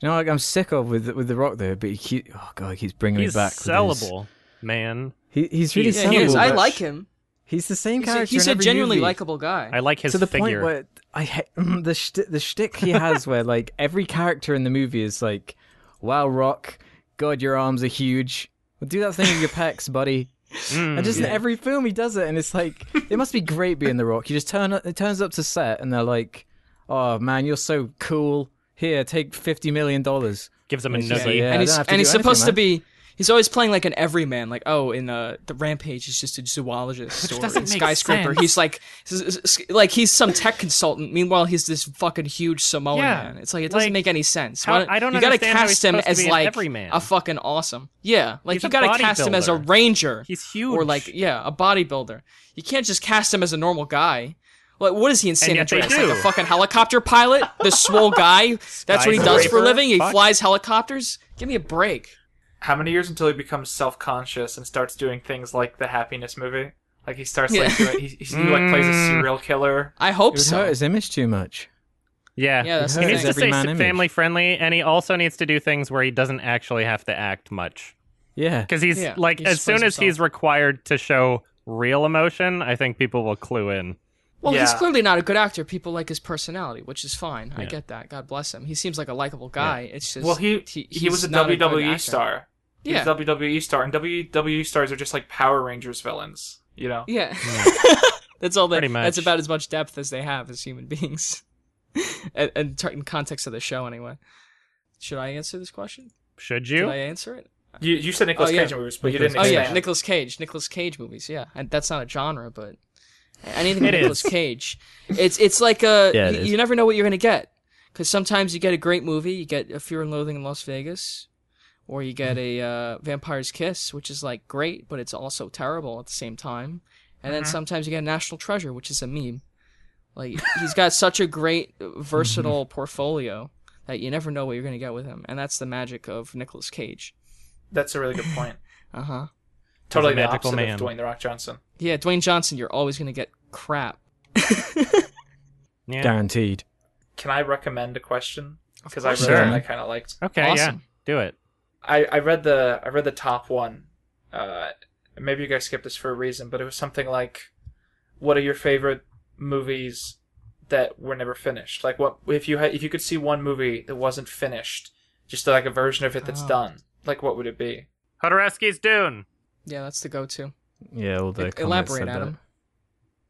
Speaker 3: You know, like I'm sick of with with the Rock though, but he keep, oh god, he keeps bringing
Speaker 1: He's
Speaker 3: me back. With his-
Speaker 1: sellable, man.
Speaker 3: he, he's really
Speaker 1: Yeah,
Speaker 2: Yeah,
Speaker 3: sellable.
Speaker 2: he is. I
Speaker 3: but
Speaker 2: like him.
Speaker 3: He's the same
Speaker 2: He's a,
Speaker 3: character.
Speaker 2: he's
Speaker 3: in
Speaker 2: a
Speaker 3: every
Speaker 2: genuinely
Speaker 3: movie.
Speaker 2: likable guy.
Speaker 1: I like his
Speaker 3: to the
Speaker 1: figure.
Speaker 3: point where I hate the sh- the shtick he has, where like every character in the movie is like, "Wow, Rock, God, your arms are huge. Well, do that thing with your pecs, buddy."
Speaker 1: Mm.
Speaker 3: And just in every film he does it, and it's like it must be great being the Rock. You just turn up, it turns up to set, and they're like, "Oh man, you're so cool. Here, take fifty million dollars."
Speaker 1: gives him a
Speaker 3: It's just
Speaker 1: noogie.
Speaker 3: like, yeah, I
Speaker 2: and he's
Speaker 3: don't have to
Speaker 2: and
Speaker 3: do
Speaker 2: he's
Speaker 3: anything,
Speaker 2: supposed to
Speaker 3: man.
Speaker 2: be. He's always playing like an everyman, like oh, in uh, the Rampage, he's just a zoologist or
Speaker 1: doesn't
Speaker 2: a
Speaker 1: make
Speaker 2: skyscraper.
Speaker 1: sense.
Speaker 2: He's like, s- s- s- like he's some tech consultant. Meanwhile, he's this fucking huge Samoan
Speaker 1: Yeah,
Speaker 2: man. It's like it doesn't
Speaker 1: like,
Speaker 2: make any sense.
Speaker 1: how-
Speaker 2: Why
Speaker 1: I don't
Speaker 2: You gotta
Speaker 1: understand how he's
Speaker 2: cast him
Speaker 1: supposed to
Speaker 2: as
Speaker 1: be an
Speaker 2: like
Speaker 1: everyman.
Speaker 2: a fucking awesome. Yeah, like
Speaker 1: He's
Speaker 2: you
Speaker 1: a
Speaker 2: gotta cast him as a
Speaker 1: bodybuilder.
Speaker 2: ranger
Speaker 1: He's huge.
Speaker 2: or like yeah, a bodybuilder. You can't just cast him as a normal guy. Like what is he in San
Speaker 1: yet they
Speaker 2: Andreas? Like
Speaker 1: do.
Speaker 2: a fucking helicopter pilot, the swole guy. That's what he does for
Speaker 1: Skyscraper?
Speaker 2: a living. He
Speaker 1: Fuck.
Speaker 2: flies helicopters. Give me a break.
Speaker 4: How many years until he becomes self-conscious and starts doing things like the Happiness movie? Like he starts like
Speaker 2: Yeah.
Speaker 4: doing, he, he, he like plays a
Speaker 1: Mm.
Speaker 4: serial killer.
Speaker 2: I hope
Speaker 3: It would
Speaker 2: so.
Speaker 3: hurt his image too much.
Speaker 1: yeah.
Speaker 2: Yeah, that's
Speaker 3: He
Speaker 2: the
Speaker 1: He
Speaker 3: hurts
Speaker 1: needs
Speaker 2: thing.
Speaker 1: to
Speaker 3: every
Speaker 1: stay
Speaker 3: man image.
Speaker 1: family friendly, and he also needs to do things where he doesn't actually have to act much.
Speaker 3: Yeah,
Speaker 1: because he's
Speaker 2: Yeah,
Speaker 1: like
Speaker 2: he
Speaker 1: as
Speaker 2: just plays
Speaker 1: soon as he's
Speaker 2: himself.
Speaker 1: required to show real emotion i think people will clue in
Speaker 2: Well, he's
Speaker 4: Yeah.
Speaker 2: clearly not a good actor. People like his personality, which is fine. I
Speaker 1: Yeah.
Speaker 2: get that. God bless him. He seems like a likable guy. It's just
Speaker 4: Well, he he,
Speaker 2: he's
Speaker 4: was a
Speaker 2: not good
Speaker 4: WWE
Speaker 2: actor.
Speaker 4: star. He was
Speaker 2: Yeah,
Speaker 4: a WWE star, and WWE stars are just like Power Rangers villains. You know,
Speaker 2: yeah. that's all. That,
Speaker 1: Pretty much.
Speaker 2: That's about as much depth as they have as human beings, and, and t- in context of the show anyway. Should I answer this question?
Speaker 1: should
Speaker 2: Did
Speaker 1: you
Speaker 2: I answer it?
Speaker 4: you you said Nicholas
Speaker 2: Oh, yeah.
Speaker 4: Cage movies, but you
Speaker 3: Nicolas
Speaker 4: didn't.
Speaker 2: Oh yeah,
Speaker 4: expand.
Speaker 2: Nicolas Cage, Nicolas Cage movies. Yeah, and that's not a genre, but anything with
Speaker 1: It
Speaker 2: Nicolas
Speaker 1: is.
Speaker 2: Cage, it's it's like a
Speaker 3: Yeah, it
Speaker 2: you,
Speaker 3: is.
Speaker 2: you never know what you're gonna get because sometimes you get a great movie, you get a Fear and Loathing in Las Vegas, or you get a uh, Vampire's Kiss, which is like great, but it's also terrible at the same time, and then sometimes you get a National Treasure, which is a meme. Like he's got such a great uh, versatile
Speaker 3: Mm-hmm.
Speaker 2: portfolio that you never know what you're gonna get with him, and that's the magic of Nicolas Cage.
Speaker 4: That's a really good point.
Speaker 2: Uh huh.
Speaker 4: Totally
Speaker 1: a
Speaker 4: the
Speaker 1: magical
Speaker 4: opposite
Speaker 1: man.
Speaker 4: of Dwayne the Rock Johnson.
Speaker 2: Yeah, Dwayne Johnson, you're always gonna get crap.
Speaker 1: Yeah.
Speaker 3: Guaranteed.
Speaker 4: Can I recommend a question? Because I read
Speaker 2: course.
Speaker 4: it and
Speaker 1: Sure.
Speaker 4: I kind of liked.
Speaker 1: Okay, yeah.
Speaker 2: Awesome.
Speaker 1: Do it.
Speaker 4: I, I read the I read the top one. Uh, maybe you guys skipped this for a reason, but it was something like, "What are your favorite movies that were never finished? Like, what if you had if you could see one movie that wasn't finished, just like a version of it that's
Speaker 2: Oh.
Speaker 4: done? Like, what would it be?
Speaker 1: Hodorowski's Dune.
Speaker 2: Yeah, that's the go-to.
Speaker 3: Yeah, all the
Speaker 2: E-
Speaker 3: comments
Speaker 2: elaborate,
Speaker 3: said that.
Speaker 2: Adam.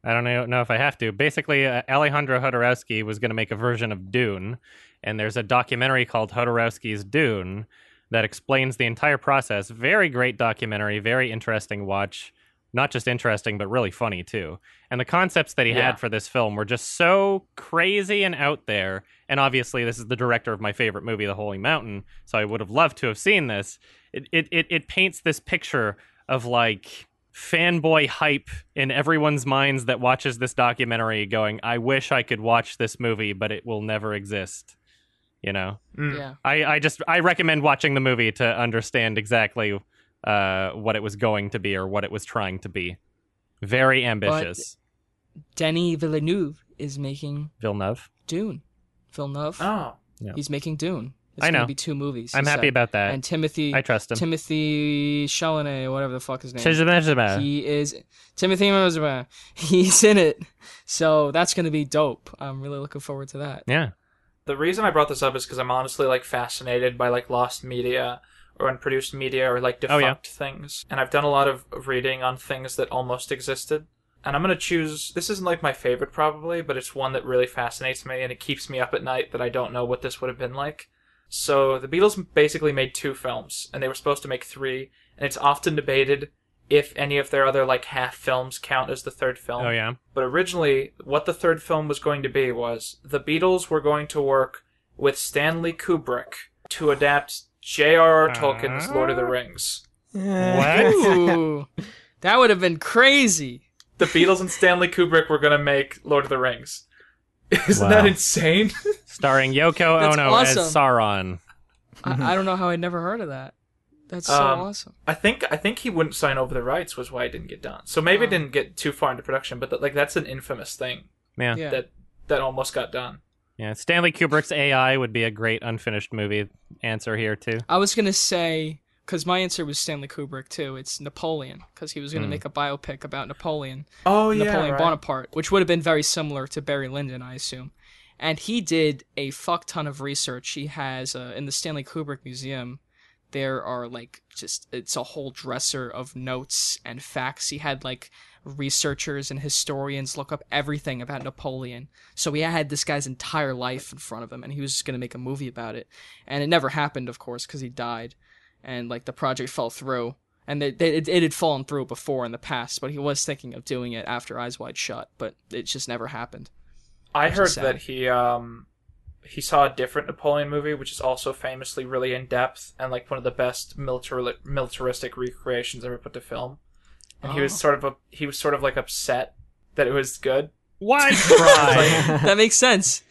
Speaker 1: I don't know, know if I have to. Basically, uh, Alejandro Hodorowski was going to make a version of Dune, and there's a documentary called Hodorowski's Dune that explains the entire process. Very great documentary, very interesting watch. Not just interesting, but really funny too. And the concepts that he
Speaker 4: Yeah.
Speaker 1: had for this film were just so crazy and out there. And obviously, this is the director of my favorite movie, The Holy Mountain, so I would have loved to have seen this. It it it, it paints this picture of like fanboy hype in everyone's minds that watches this documentary going i wish i could watch this movie but it will never exist you know
Speaker 4: Mm.
Speaker 2: Yeah.
Speaker 1: i, I just i recommend watching the movie to understand exactly uh, what it was going to be or what it was trying to be very ambitious
Speaker 2: Denny Villeneuve is making
Speaker 1: villeneuve
Speaker 2: Dune. Villeneuve.
Speaker 4: Oh,
Speaker 2: He's making Dune. It's
Speaker 1: I know.
Speaker 2: gonna be two movies. he
Speaker 1: i'm happy
Speaker 2: said.
Speaker 1: about that
Speaker 2: And Timothy
Speaker 1: i trust him
Speaker 2: Timothy Chalamet, whatever the fuck his name. is.
Speaker 1: Shizumezuma.
Speaker 2: He is Timothy Mozuma. He's in it. So that's gonna be dope. I'm really looking forward to that.
Speaker 1: yeah
Speaker 4: the reason I brought this up is because I'm honestly like fascinated by like lost media or unproduced media or like
Speaker 1: Oh,
Speaker 4: defunct
Speaker 1: yeah.
Speaker 4: things, and I've done a lot of reading on things that almost existed. And I'm gonna choose. This isn't like my favorite probably, but it's one that really fascinates me and it keeps me up at night that I don't know what this would have been like. So the Beatles basically made two films, and they were supposed to make three, and it's often debated if any of their other like half films count as the third film.
Speaker 1: oh yeah
Speaker 4: But originally, what the third film was going to be was the Beatles were going to work with Stanley Kubrick to adapt J.R.R. Tolkien's Lord of the Rings.
Speaker 2: Ooh, that would have been crazy.
Speaker 4: The Beatles and Stanley Kubrick were going to make Lord of the Rings. Isn't that
Speaker 3: Wow.
Speaker 4: insane?
Speaker 1: starring yoko
Speaker 2: That's
Speaker 1: ono as
Speaker 2: awesome.
Speaker 1: sauron Mm-hmm.
Speaker 2: I, I don't know how I'd never heard of that. That's so
Speaker 4: Um,
Speaker 2: awesome.
Speaker 4: I think I think he wouldn't sign over the rights was why it didn't get done. So maybe it didn't get too far into production, but that like that's an infamous thing
Speaker 1: yeah
Speaker 2: Yeah.
Speaker 4: that that almost got done.
Speaker 1: yeah stanley kubrick's ai would be a great unfinished movie answer here too
Speaker 2: I was gonna say because my answer was Stanley Kubrick too. It's Napoleon because he was gonna make a biopic about Napoleon,
Speaker 4: Oh
Speaker 2: Napoleon Bonaparte, which would have been very similar to Barry Lyndon, I assume. And he did a fuck ton of research. He has uh, in the Stanley Kubrick Museum. There are like just it's a whole dresser of notes and facts. He had like researchers and historians look up everything about Napoleon. So he had this guy's entire life in front of him, and he was just going to make a movie about it. And it never happened, of course, because he died, and like the project fell through. And they, they, it, it had fallen through before in the past, but he was thinking of doing it after Eyes Wide Shut, but it just never happened.
Speaker 4: I
Speaker 2: is
Speaker 4: heard
Speaker 2: sad.
Speaker 4: that he um he saw a different Napoleon movie, which is also famously really in depth and like one of the best militar- militaristic recreations ever put to film. And he was
Speaker 2: Oh.
Speaker 4: sort of a, he was sort of like upset that it was good.
Speaker 1: why cry
Speaker 2: that makes sense.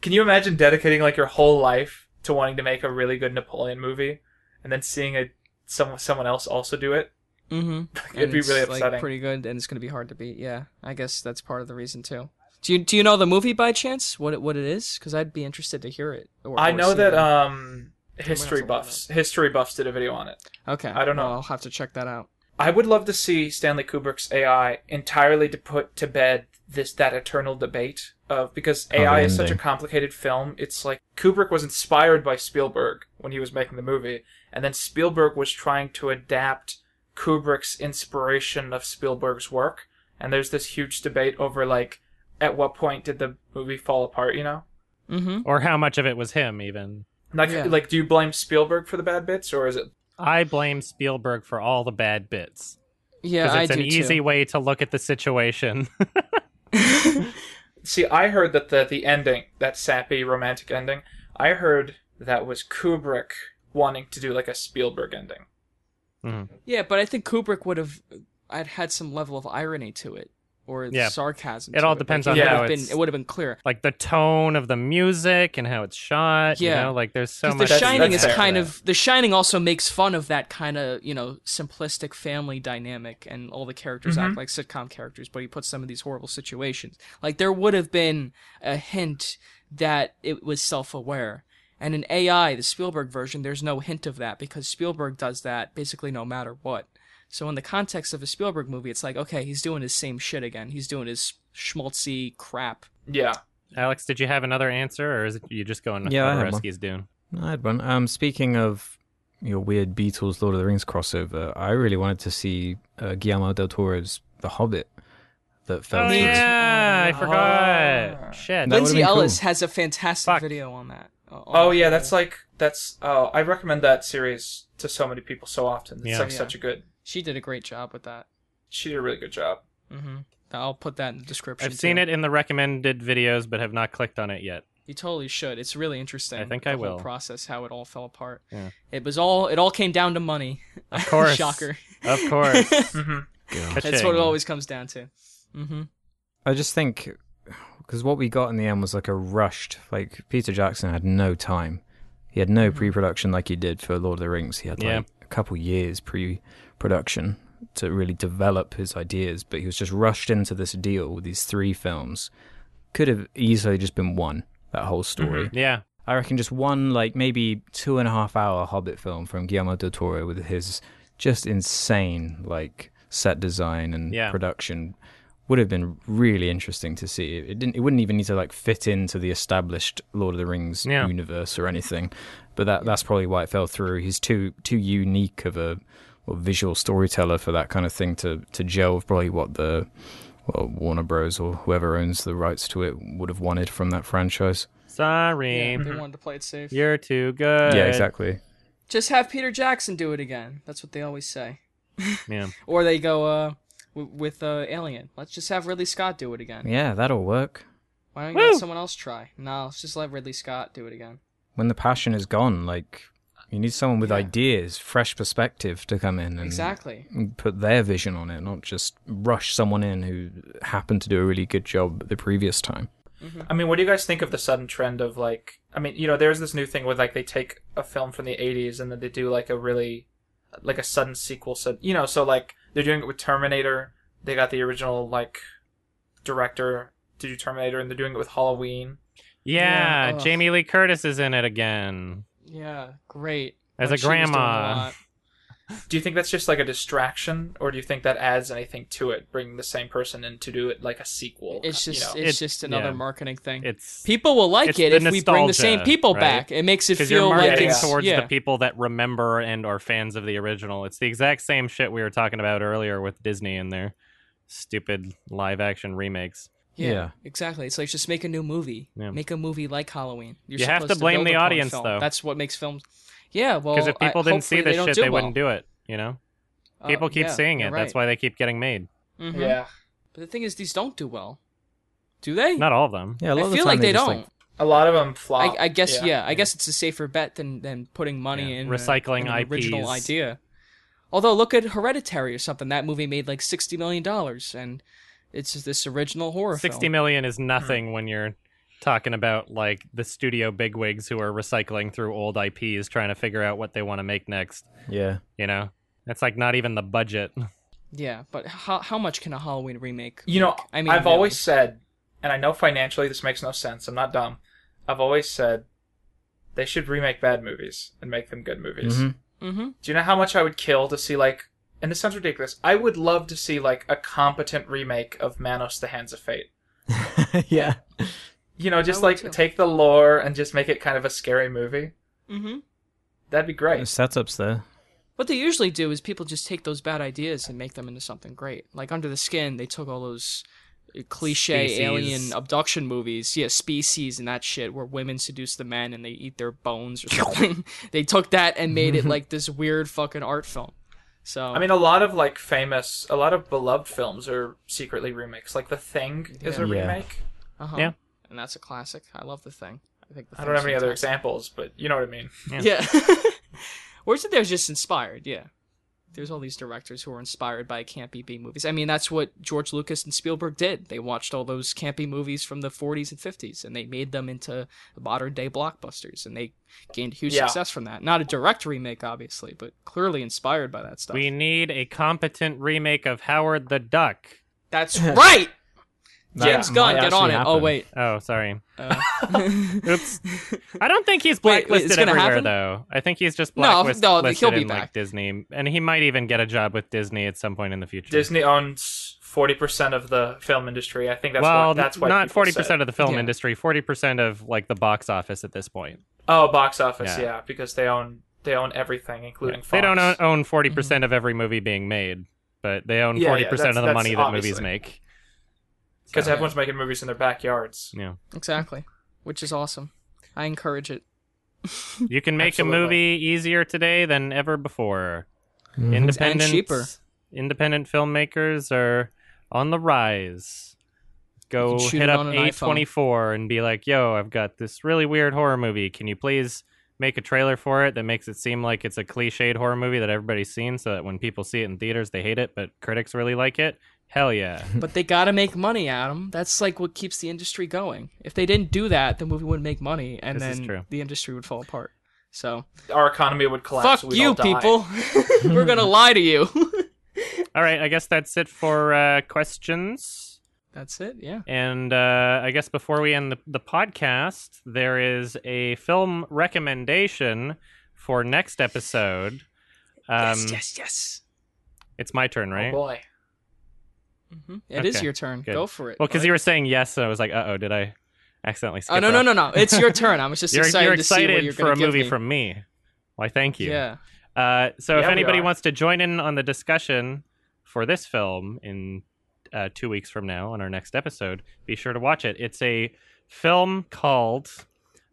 Speaker 4: Can you imagine dedicating like your whole life to wanting to make a really good Napoleon movie, and then seeing a some someone else also do it?
Speaker 2: Mm-hmm.
Speaker 4: It'd be really
Speaker 2: Like,
Speaker 4: upsetting.
Speaker 2: pretty good, and it's going to be hard to beat. Yeah, I guess that's part of the reason too. Do you do you know the movie by chance? What it what it is? Because I'd be interested to hear it. Or,
Speaker 4: I
Speaker 2: or
Speaker 4: know
Speaker 2: see
Speaker 4: that
Speaker 2: it.
Speaker 4: um
Speaker 2: have to
Speaker 4: history
Speaker 2: look it up.
Speaker 4: buffs history buffs did a video on it.
Speaker 2: okay,
Speaker 4: I don't know.
Speaker 2: well, I'll have to check that out.
Speaker 4: I would love to see Stanley Kubrick's AI entirely to put to bed this that eternal debate of because
Speaker 3: the
Speaker 4: AI is such a
Speaker 3: ending.
Speaker 4: complicated film. It's like Kubrick was inspired by Spielberg when he was making the movie, and then Spielberg was trying to adapt Kubrick's inspiration of Spielberg's work, and there's this huge debate over like at what point did the movie fall apart, you know?
Speaker 2: Mm-hmm.
Speaker 1: or how much of it was him even
Speaker 4: Like
Speaker 2: Yeah.
Speaker 4: like do you blame Spielberg for the bad bits or is it
Speaker 2: Ah.
Speaker 1: i blame spielberg for all the bad bits
Speaker 2: Yeah,
Speaker 1: because
Speaker 2: I
Speaker 1: it's
Speaker 2: do
Speaker 1: an easy
Speaker 2: too.
Speaker 1: way to look at the situation
Speaker 4: See, I heard that the the ending, that sappy romantic ending, I heard that was Kubrick wanting to do like a Spielberg ending.
Speaker 2: uh, Yeah, but I think Kubrick would have. I'd had some level of irony to it. or its
Speaker 1: Yeah.
Speaker 2: sarcasm.
Speaker 1: It
Speaker 2: to
Speaker 1: all depends
Speaker 2: Like,
Speaker 4: on
Speaker 2: it
Speaker 4: how
Speaker 2: would have been
Speaker 1: it's-
Speaker 2: it would have been clear.
Speaker 1: Like the tone of the music and how it's shot.
Speaker 2: Yeah.
Speaker 1: You know, like there's so
Speaker 2: 'Cause
Speaker 1: much.
Speaker 2: the
Speaker 4: That's-
Speaker 2: Shining
Speaker 4: that's
Speaker 2: is
Speaker 4: fair.
Speaker 2: kind of the Shining also makes fun of that kind of you know simplistic family dynamic, and all the characters
Speaker 4: Mm-hmm.
Speaker 2: act like sitcom characters, but he puts them in these horrible situations. Like there would have been a hint that it was self-aware, and in AI, the Spielberg version, there's no hint of that because Spielberg does that basically no matter what. So in the context of a Spielberg movie, it's like okay, he's doing his same shit again. He's doing his schmaltzy crap.
Speaker 4: Yeah.
Speaker 1: Alex, did you have another answer, or is it you just going
Speaker 3: Yeah, I had one.
Speaker 1: Jodorowsky's Dune?
Speaker 3: I had one. Um, speaking of your weird Beatles Lord of the Rings crossover, I really wanted to see uh, Guillermo del Toro's The Hobbit that fell
Speaker 1: Oh
Speaker 3: through.
Speaker 1: yeah, I forgot.
Speaker 4: Ah.
Speaker 1: Shit.
Speaker 3: That would've
Speaker 2: Lindsay
Speaker 3: been cool.
Speaker 2: Ellis has a fantastic
Speaker 1: Fuck.
Speaker 2: video on that.
Speaker 4: Oh yeah, that's like that's. Oh, I recommend that series to so many people so often. It's
Speaker 1: Yeah.
Speaker 4: like
Speaker 2: Yeah.
Speaker 4: such a good.
Speaker 2: she did a great job with that.
Speaker 4: She did a really good job.
Speaker 2: Mm-hmm. I'll put that in the description.
Speaker 1: I've seen
Speaker 2: too.
Speaker 1: it in the recommended videos, but have not clicked on it yet.
Speaker 2: You totally should. It's really interesting.
Speaker 1: I think
Speaker 2: the
Speaker 1: I
Speaker 2: whole
Speaker 1: will.
Speaker 2: process how it all fell apart.
Speaker 1: Yeah.
Speaker 2: It was all. It all came down to money.
Speaker 1: Of course.
Speaker 2: Shocker.
Speaker 1: Of course. Mm-hmm.
Speaker 4: hmm
Speaker 2: That's what it always comes down to. Mm-hmm.
Speaker 3: I just think because what we got in the end was like a rushed. Like Peter Jackson had no time. He had no pre-production like he did for Lord of the Rings. He had like
Speaker 1: Mm-hmm. Yeah.
Speaker 3: a couple years pre-production to really develop his ideas, but he was just rushed into this deal with these three films. Could have easily just been one that whole story.
Speaker 1: Yeah.
Speaker 3: I reckon just one, like maybe two and a half hour Hobbit film from Guillermo del Toro with his just insane, like set design and
Speaker 1: Yeah.
Speaker 3: production would have been really interesting to see. It didn't. It wouldn't even need to like fit into the established Lord of the Rings
Speaker 1: Yeah.
Speaker 3: universe or anything. But that that's probably why it fell through. He's too too unique of a well, visual storyteller for that kind of thing to to gel with probably what the well, Warner Bros or whoever owns the rights to it would have wanted from that franchise.
Speaker 1: Sorry.
Speaker 2: They wanted to play it safe.
Speaker 1: Mm-hmm. You're too good.
Speaker 3: yeah, exactly.
Speaker 2: Just have Peter Jackson do it again. That's what they always say.
Speaker 1: Yeah.
Speaker 2: Or they go uh, w- with uh, Alien. Let's just have Ridley Scott do it again.
Speaker 3: Yeah, that'll work.
Speaker 2: Why don't you let
Speaker 1: Woo!
Speaker 2: someone else try? No, let's just let Ridley Scott do it again.
Speaker 3: When the passion is gone, like you need someone with
Speaker 2: Yeah.
Speaker 3: ideas, fresh perspective to come in and
Speaker 2: Exactly.
Speaker 3: put their vision on it, not just rush someone in who happened to do a really good job the previous time.
Speaker 2: Mm-hmm.
Speaker 4: I mean, what do you guys think of the sudden trend of like? I mean, you know, there's this new thing where like they take a film from the '80s and then they do like a really, like a sudden sequel. So you know, so like they're doing it with Terminator. They got the original like director to do Terminator, and they're doing it with Halloween.
Speaker 1: Yeah.
Speaker 2: Yeah, ugh.
Speaker 1: Jamie Lee Curtis is in it again.
Speaker 2: Yeah, great.
Speaker 1: As
Speaker 2: Like,
Speaker 1: a
Speaker 2: she was doing
Speaker 1: grandma.
Speaker 2: lot.
Speaker 4: Do you think that's just like a distraction, or do you think that adds anything to it, bringing the same person in to do it like a sequel?
Speaker 2: It's
Speaker 4: you
Speaker 2: just
Speaker 4: know?
Speaker 2: it's
Speaker 1: It-
Speaker 2: just another
Speaker 1: yeah.
Speaker 2: marketing thing.
Speaker 1: It's
Speaker 2: people will like
Speaker 1: it's
Speaker 2: it
Speaker 1: the
Speaker 2: if we bring the same
Speaker 1: nostalgia,
Speaker 2: people
Speaker 1: right?
Speaker 2: back. It makes it
Speaker 1: because you're
Speaker 2: feel like
Speaker 1: marketing
Speaker 2: it's
Speaker 1: towards
Speaker 2: yeah.
Speaker 1: the people that remember and are fans of the original. It's the exact same shit we were talking about earlier with Disney and their stupid live action remakes.
Speaker 2: Yeah,
Speaker 3: Yeah.
Speaker 2: exactly. It's like just make a new movie.
Speaker 1: Yeah.
Speaker 2: Make a movie like Halloween. You're
Speaker 1: You have
Speaker 2: supposed
Speaker 1: to blame
Speaker 2: build
Speaker 1: the
Speaker 2: upon
Speaker 1: audience,
Speaker 2: film.
Speaker 1: though.
Speaker 2: That's what makes films. Yeah, well,
Speaker 1: Because if people
Speaker 2: I,
Speaker 1: didn't see this
Speaker 2: hopefully they don't
Speaker 1: shit,
Speaker 2: do
Speaker 1: they
Speaker 2: well.
Speaker 1: wouldn't do it. You know,
Speaker 2: Uh,
Speaker 1: people keep
Speaker 2: yeah,
Speaker 1: seeing it.
Speaker 2: you're
Speaker 1: That's
Speaker 2: right.
Speaker 1: why they keep getting made.
Speaker 2: Mhm.
Speaker 4: yeah,
Speaker 2: But the thing is, these don't do well. Do they?
Speaker 1: Not all of them.
Speaker 3: Yeah, a lot
Speaker 2: I
Speaker 3: of the
Speaker 2: feel
Speaker 3: time
Speaker 2: like they,
Speaker 3: just,
Speaker 2: don't.
Speaker 4: a lot of them
Speaker 1: Uh,
Speaker 4: flop.
Speaker 2: I, I guess yeah. I guess it's a safer bet than than putting money
Speaker 1: Yeah.
Speaker 2: in
Speaker 1: Recycling
Speaker 2: a, in an original
Speaker 1: IPs.
Speaker 2: idea. Although look at Hereditary or something. That movie made like sixty million dollars, and it's just this original horror
Speaker 1: Sixty
Speaker 2: film.
Speaker 1: million is nothing when you're talking about like the studio bigwigs who are recycling through old IPs, trying to figure out what they want to make next.
Speaker 3: yeah,
Speaker 1: You know, that's like not even the budget.
Speaker 2: Yeah, but how how much can a Halloween remake?
Speaker 4: You know,
Speaker 2: I
Speaker 4: I
Speaker 2: mean,
Speaker 4: mean, I've
Speaker 2: really.
Speaker 4: always said, and I know financially this makes no sense. I'm not dumb. I've always said they should remake bad movies and make them good movies.
Speaker 3: Mhm.
Speaker 2: Mm-hmm.
Speaker 4: Do you know how much I would kill to see like? And this sounds ridiculous. I would love to see like a competent remake of Manos: The Hands of Fate.
Speaker 3: yeah.
Speaker 4: You know, just
Speaker 2: would
Speaker 4: like
Speaker 2: too.
Speaker 4: take the lore and just make it kind of a scary movie.
Speaker 2: Mm-hmm.
Speaker 4: That'd be great.
Speaker 3: Setups there.
Speaker 2: What they usually do is people just take those bad ideas and make them into something great. Like Under the Skin, they took all those uh, cliche
Speaker 1: Species.
Speaker 2: alien abduction movies, yeah, species and that shit, where women seduce the men and they eat their bones or something. they took that and made it like this weird fucking art film. So
Speaker 4: I mean, a lot of like famous, a lot of beloved films are secretly remakes. Like The Thing is a
Speaker 3: Yeah. Yeah.
Speaker 4: remake.
Speaker 2: uh-huh.
Speaker 1: Yeah.
Speaker 2: and that's a classic. I love the thing. I think the
Speaker 4: I don't have
Speaker 2: Thing's
Speaker 4: any other
Speaker 2: fantastic.
Speaker 4: examples, but you know what I mean.
Speaker 2: Yeah, where's it? They're just inspired. Yeah, there's all these directors who are inspired by campy B movies. I mean, that's what George Lucas and Spielberg did. They watched all those campy movies from the 40s and 50s and they made them into modern day blockbusters and they gained huge
Speaker 4: Yeah.
Speaker 2: success from that. Not a direct remake, obviously, but clearly inspired by that stuff.
Speaker 1: We need a competent remake of Howard the Duck.
Speaker 2: That's right!
Speaker 3: That
Speaker 2: James
Speaker 3: might
Speaker 2: Gunn, get
Speaker 3: actually
Speaker 2: on it. Oh,
Speaker 3: happen.
Speaker 2: wait.
Speaker 1: Oh, sorry.
Speaker 2: Uh,
Speaker 1: Oops. I don't think he's
Speaker 2: Wait, wait,
Speaker 1: blacklisted
Speaker 2: it's gonna
Speaker 1: everywhere
Speaker 2: happen?
Speaker 1: though. I think he's just
Speaker 2: No,
Speaker 1: blacklist-
Speaker 2: no,
Speaker 1: blacklisted
Speaker 2: he'll be
Speaker 1: in like
Speaker 2: back.
Speaker 1: Disney, and he might even get a job with Disney at some point in the future.
Speaker 4: Disney owns forty percent of the film industry. I think that's
Speaker 1: well,
Speaker 4: why, that's why
Speaker 1: not
Speaker 4: people
Speaker 1: forty
Speaker 4: said-
Speaker 1: percent of the film
Speaker 2: Yeah.
Speaker 1: industry, forty percent of like the box office at this point.
Speaker 4: Oh, box office,
Speaker 1: Yeah.
Speaker 4: yeah, because they own they own everything, including Fox.
Speaker 1: They don't own- own forty
Speaker 2: Mm-hmm.
Speaker 1: percent of every movie being made, but they own
Speaker 4: Yeah, yeah,
Speaker 1: forty percent of the
Speaker 4: that's-
Speaker 1: money that
Speaker 4: that's
Speaker 1: movies
Speaker 4: obviously.
Speaker 1: make.
Speaker 4: because
Speaker 2: Yeah.
Speaker 4: everyone's making movies in their backyards.
Speaker 1: Yeah,
Speaker 2: exactly. Which is awesome. I encourage it.
Speaker 1: you can make
Speaker 4: Absolutely.
Speaker 1: a movie easier today than ever before. Independent,
Speaker 2: Mm-hmm. cheaper.
Speaker 1: Independent filmmakers are on the rise. Go
Speaker 2: You can shoot
Speaker 1: hit
Speaker 2: it
Speaker 1: up
Speaker 2: on an iPhone.
Speaker 1: A24 and be like, "Yo, I've got this really weird horror movie. Can you please make a trailer for it that makes it seem like it's a cliched horror movie that everybody's seen, so that when people see it in theaters, they hate it, but critics really like it? Hell yeah!
Speaker 2: But they gotta make money, Adam. That's like what keeps the industry going. If they didn't do that, the movie wouldn't make money, and
Speaker 1: This is
Speaker 2: then
Speaker 1: true.
Speaker 2: the industry would fall apart. So
Speaker 4: Our economy would collapse.
Speaker 2: fuck
Speaker 4: we'd
Speaker 2: you,
Speaker 4: all die.
Speaker 2: people. We're gonna lie to you.
Speaker 1: All right, I guess that's it for uh, questions.
Speaker 2: That's it. Yeah.
Speaker 1: And uh, I guess before we end the, the podcast, there is a film recommendation for next episode. Um,
Speaker 2: yes. Yes. Yes.
Speaker 1: It's my turn, right?
Speaker 4: Oh boy.
Speaker 2: hmm It is
Speaker 1: okay,
Speaker 2: your turn.
Speaker 1: good.
Speaker 2: Go for it.
Speaker 1: well, because you were saying yes, and I was like, uh oh, did I accidentally skip
Speaker 2: Oh no no
Speaker 1: up?
Speaker 2: no no! It's your turn. I was just
Speaker 1: You're
Speaker 2: excited,
Speaker 1: you're
Speaker 2: to see what
Speaker 1: excited
Speaker 2: you're
Speaker 1: for
Speaker 2: gonna
Speaker 1: a
Speaker 2: give
Speaker 1: movie
Speaker 2: me.
Speaker 1: from me. Why, thank you.
Speaker 2: Yeah.
Speaker 1: Uh, so if
Speaker 4: Yeah, we
Speaker 1: anybody
Speaker 4: are.
Speaker 1: wants to join in on the discussion for this film in uh, two weeks from now on our next episode, be sure to watch it. It's a film called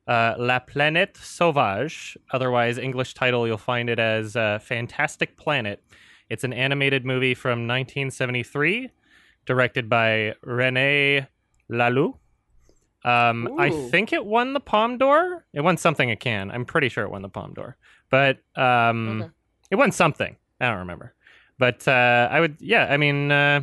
Speaker 1: uh, La Planète Sauvage. Otherwise, English title you'll find it as uh, Fantastic Planet. It's an animated movie from 1973, directed by Rene Laloux. Um, I
Speaker 2: Ooh.
Speaker 1: think it won the Palme d'Or. It won something at Cannes. I'm pretty sure it won the Palme d'Or but um,
Speaker 2: Okay.
Speaker 1: it won something. I don't remember, but uh, I would. Yeah, I mean, uh,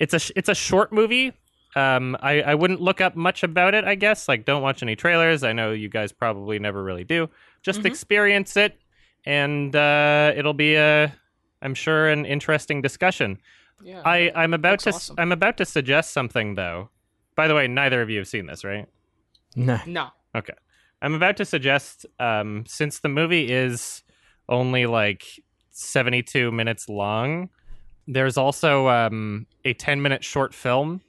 Speaker 1: it's a sh- it's a short movie. Um, I I wouldn't look up much about it. I guess like don't watch any trailers. I know you guys probably never really do. Just
Speaker 2: Mhm.
Speaker 1: experience it, and uh, it'll be a I'm sure an interesting discussion.
Speaker 2: Yeah.
Speaker 1: I I'm about
Speaker 2: looks
Speaker 1: to s-
Speaker 2: awesome.
Speaker 1: I'm about to suggest something though. By the way, neither of you have seen this, right?
Speaker 3: No.
Speaker 2: No.
Speaker 1: I'm about to suggest, um, since the movie is only like 72 minutes long, there's also um, a 10 minute short film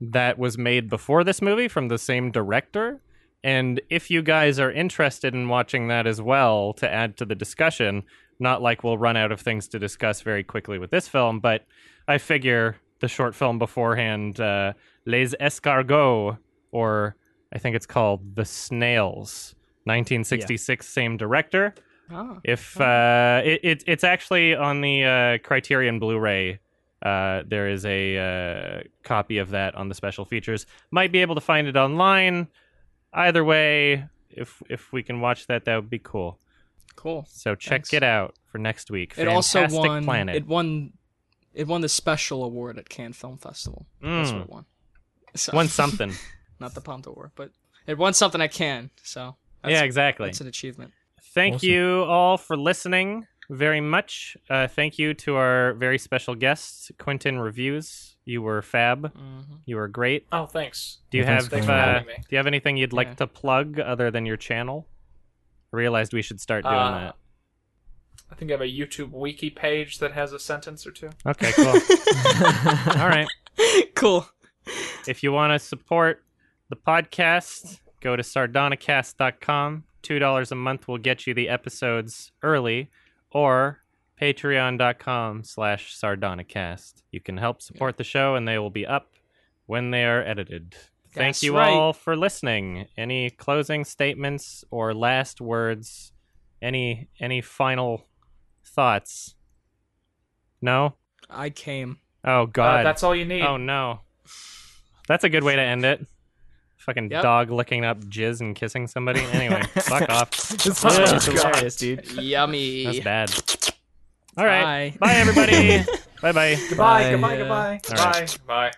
Speaker 1: that was made before this movie from the same director. And if you guys are interested in watching that as well to add to the discussion, not like we'll run out of things to discuss very quickly with this film, but I figure the short film beforehand, uh, Les Escargots, or I think it's called The Snails, 1966, same director.
Speaker 2: Oh.
Speaker 1: If uh, it, it, it's actually on the uh, Criterion Blu-ray, uh, there is a uh, copy of that on the special features. Might be able to find it online. Either way, if if we can watch that, that would be cool.
Speaker 2: Cool.
Speaker 1: So check
Speaker 2: Thanks.
Speaker 1: it out for next week.
Speaker 2: It also
Speaker 1: Fantastic
Speaker 2: won.
Speaker 1: Planet.
Speaker 2: It won. It won the special award at Cannes Film Festival. That's
Speaker 1: Mm.
Speaker 2: what it won. So-
Speaker 1: won something.
Speaker 2: not the Palme d'Or, but it won something I can. So that's,
Speaker 1: yeah, exactly.
Speaker 2: that's an achievement.
Speaker 1: Thank
Speaker 3: Awesome.
Speaker 1: you all for listening very much. Uh, thank you to our very special guest, Quentin Reviews. You were fab. You were great.
Speaker 4: Oh, thanks.
Speaker 1: Do you
Speaker 3: Well, thanks
Speaker 1: have
Speaker 3: for
Speaker 1: uh,
Speaker 4: coming on.
Speaker 1: Do you have anything you'd like
Speaker 2: Yeah.
Speaker 1: to plug other than your channel? I realized we should start doing
Speaker 4: Uh, I think I have a YouTube wiki page that has a sentence or two.
Speaker 1: that. Okay, cool. all right.
Speaker 2: Cool.
Speaker 1: If you want to support the podcast, go to sardonicast.com. $2 a month will get you the episodes early or patreon.com slash sardonicast. You can help support the show and they will be up when they are edited. Thank
Speaker 2: That's
Speaker 1: you
Speaker 2: right.
Speaker 1: all for listening. Any closing statements or last words? Any any final thoughts? No?
Speaker 2: I came.
Speaker 1: Oh
Speaker 4: Uh,
Speaker 1: god.
Speaker 4: that's all you need.
Speaker 1: Oh no. That's a good way to end it. Fucking
Speaker 2: Yep.
Speaker 1: dog licking up jizz and kissing somebody. Anyway, fuck off.
Speaker 3: It's
Speaker 4: Oh,
Speaker 3: hilarious,
Speaker 4: God.
Speaker 3: dude.
Speaker 1: That's
Speaker 2: Yummy.
Speaker 1: bad.
Speaker 4: All right.
Speaker 6: Bye.
Speaker 4: Bye, everybody. bye bye.
Speaker 1: Goodbye,
Speaker 2: Bye.
Speaker 1: goodbye, goodbye.
Speaker 4: All right.
Speaker 1: Bye. Bye.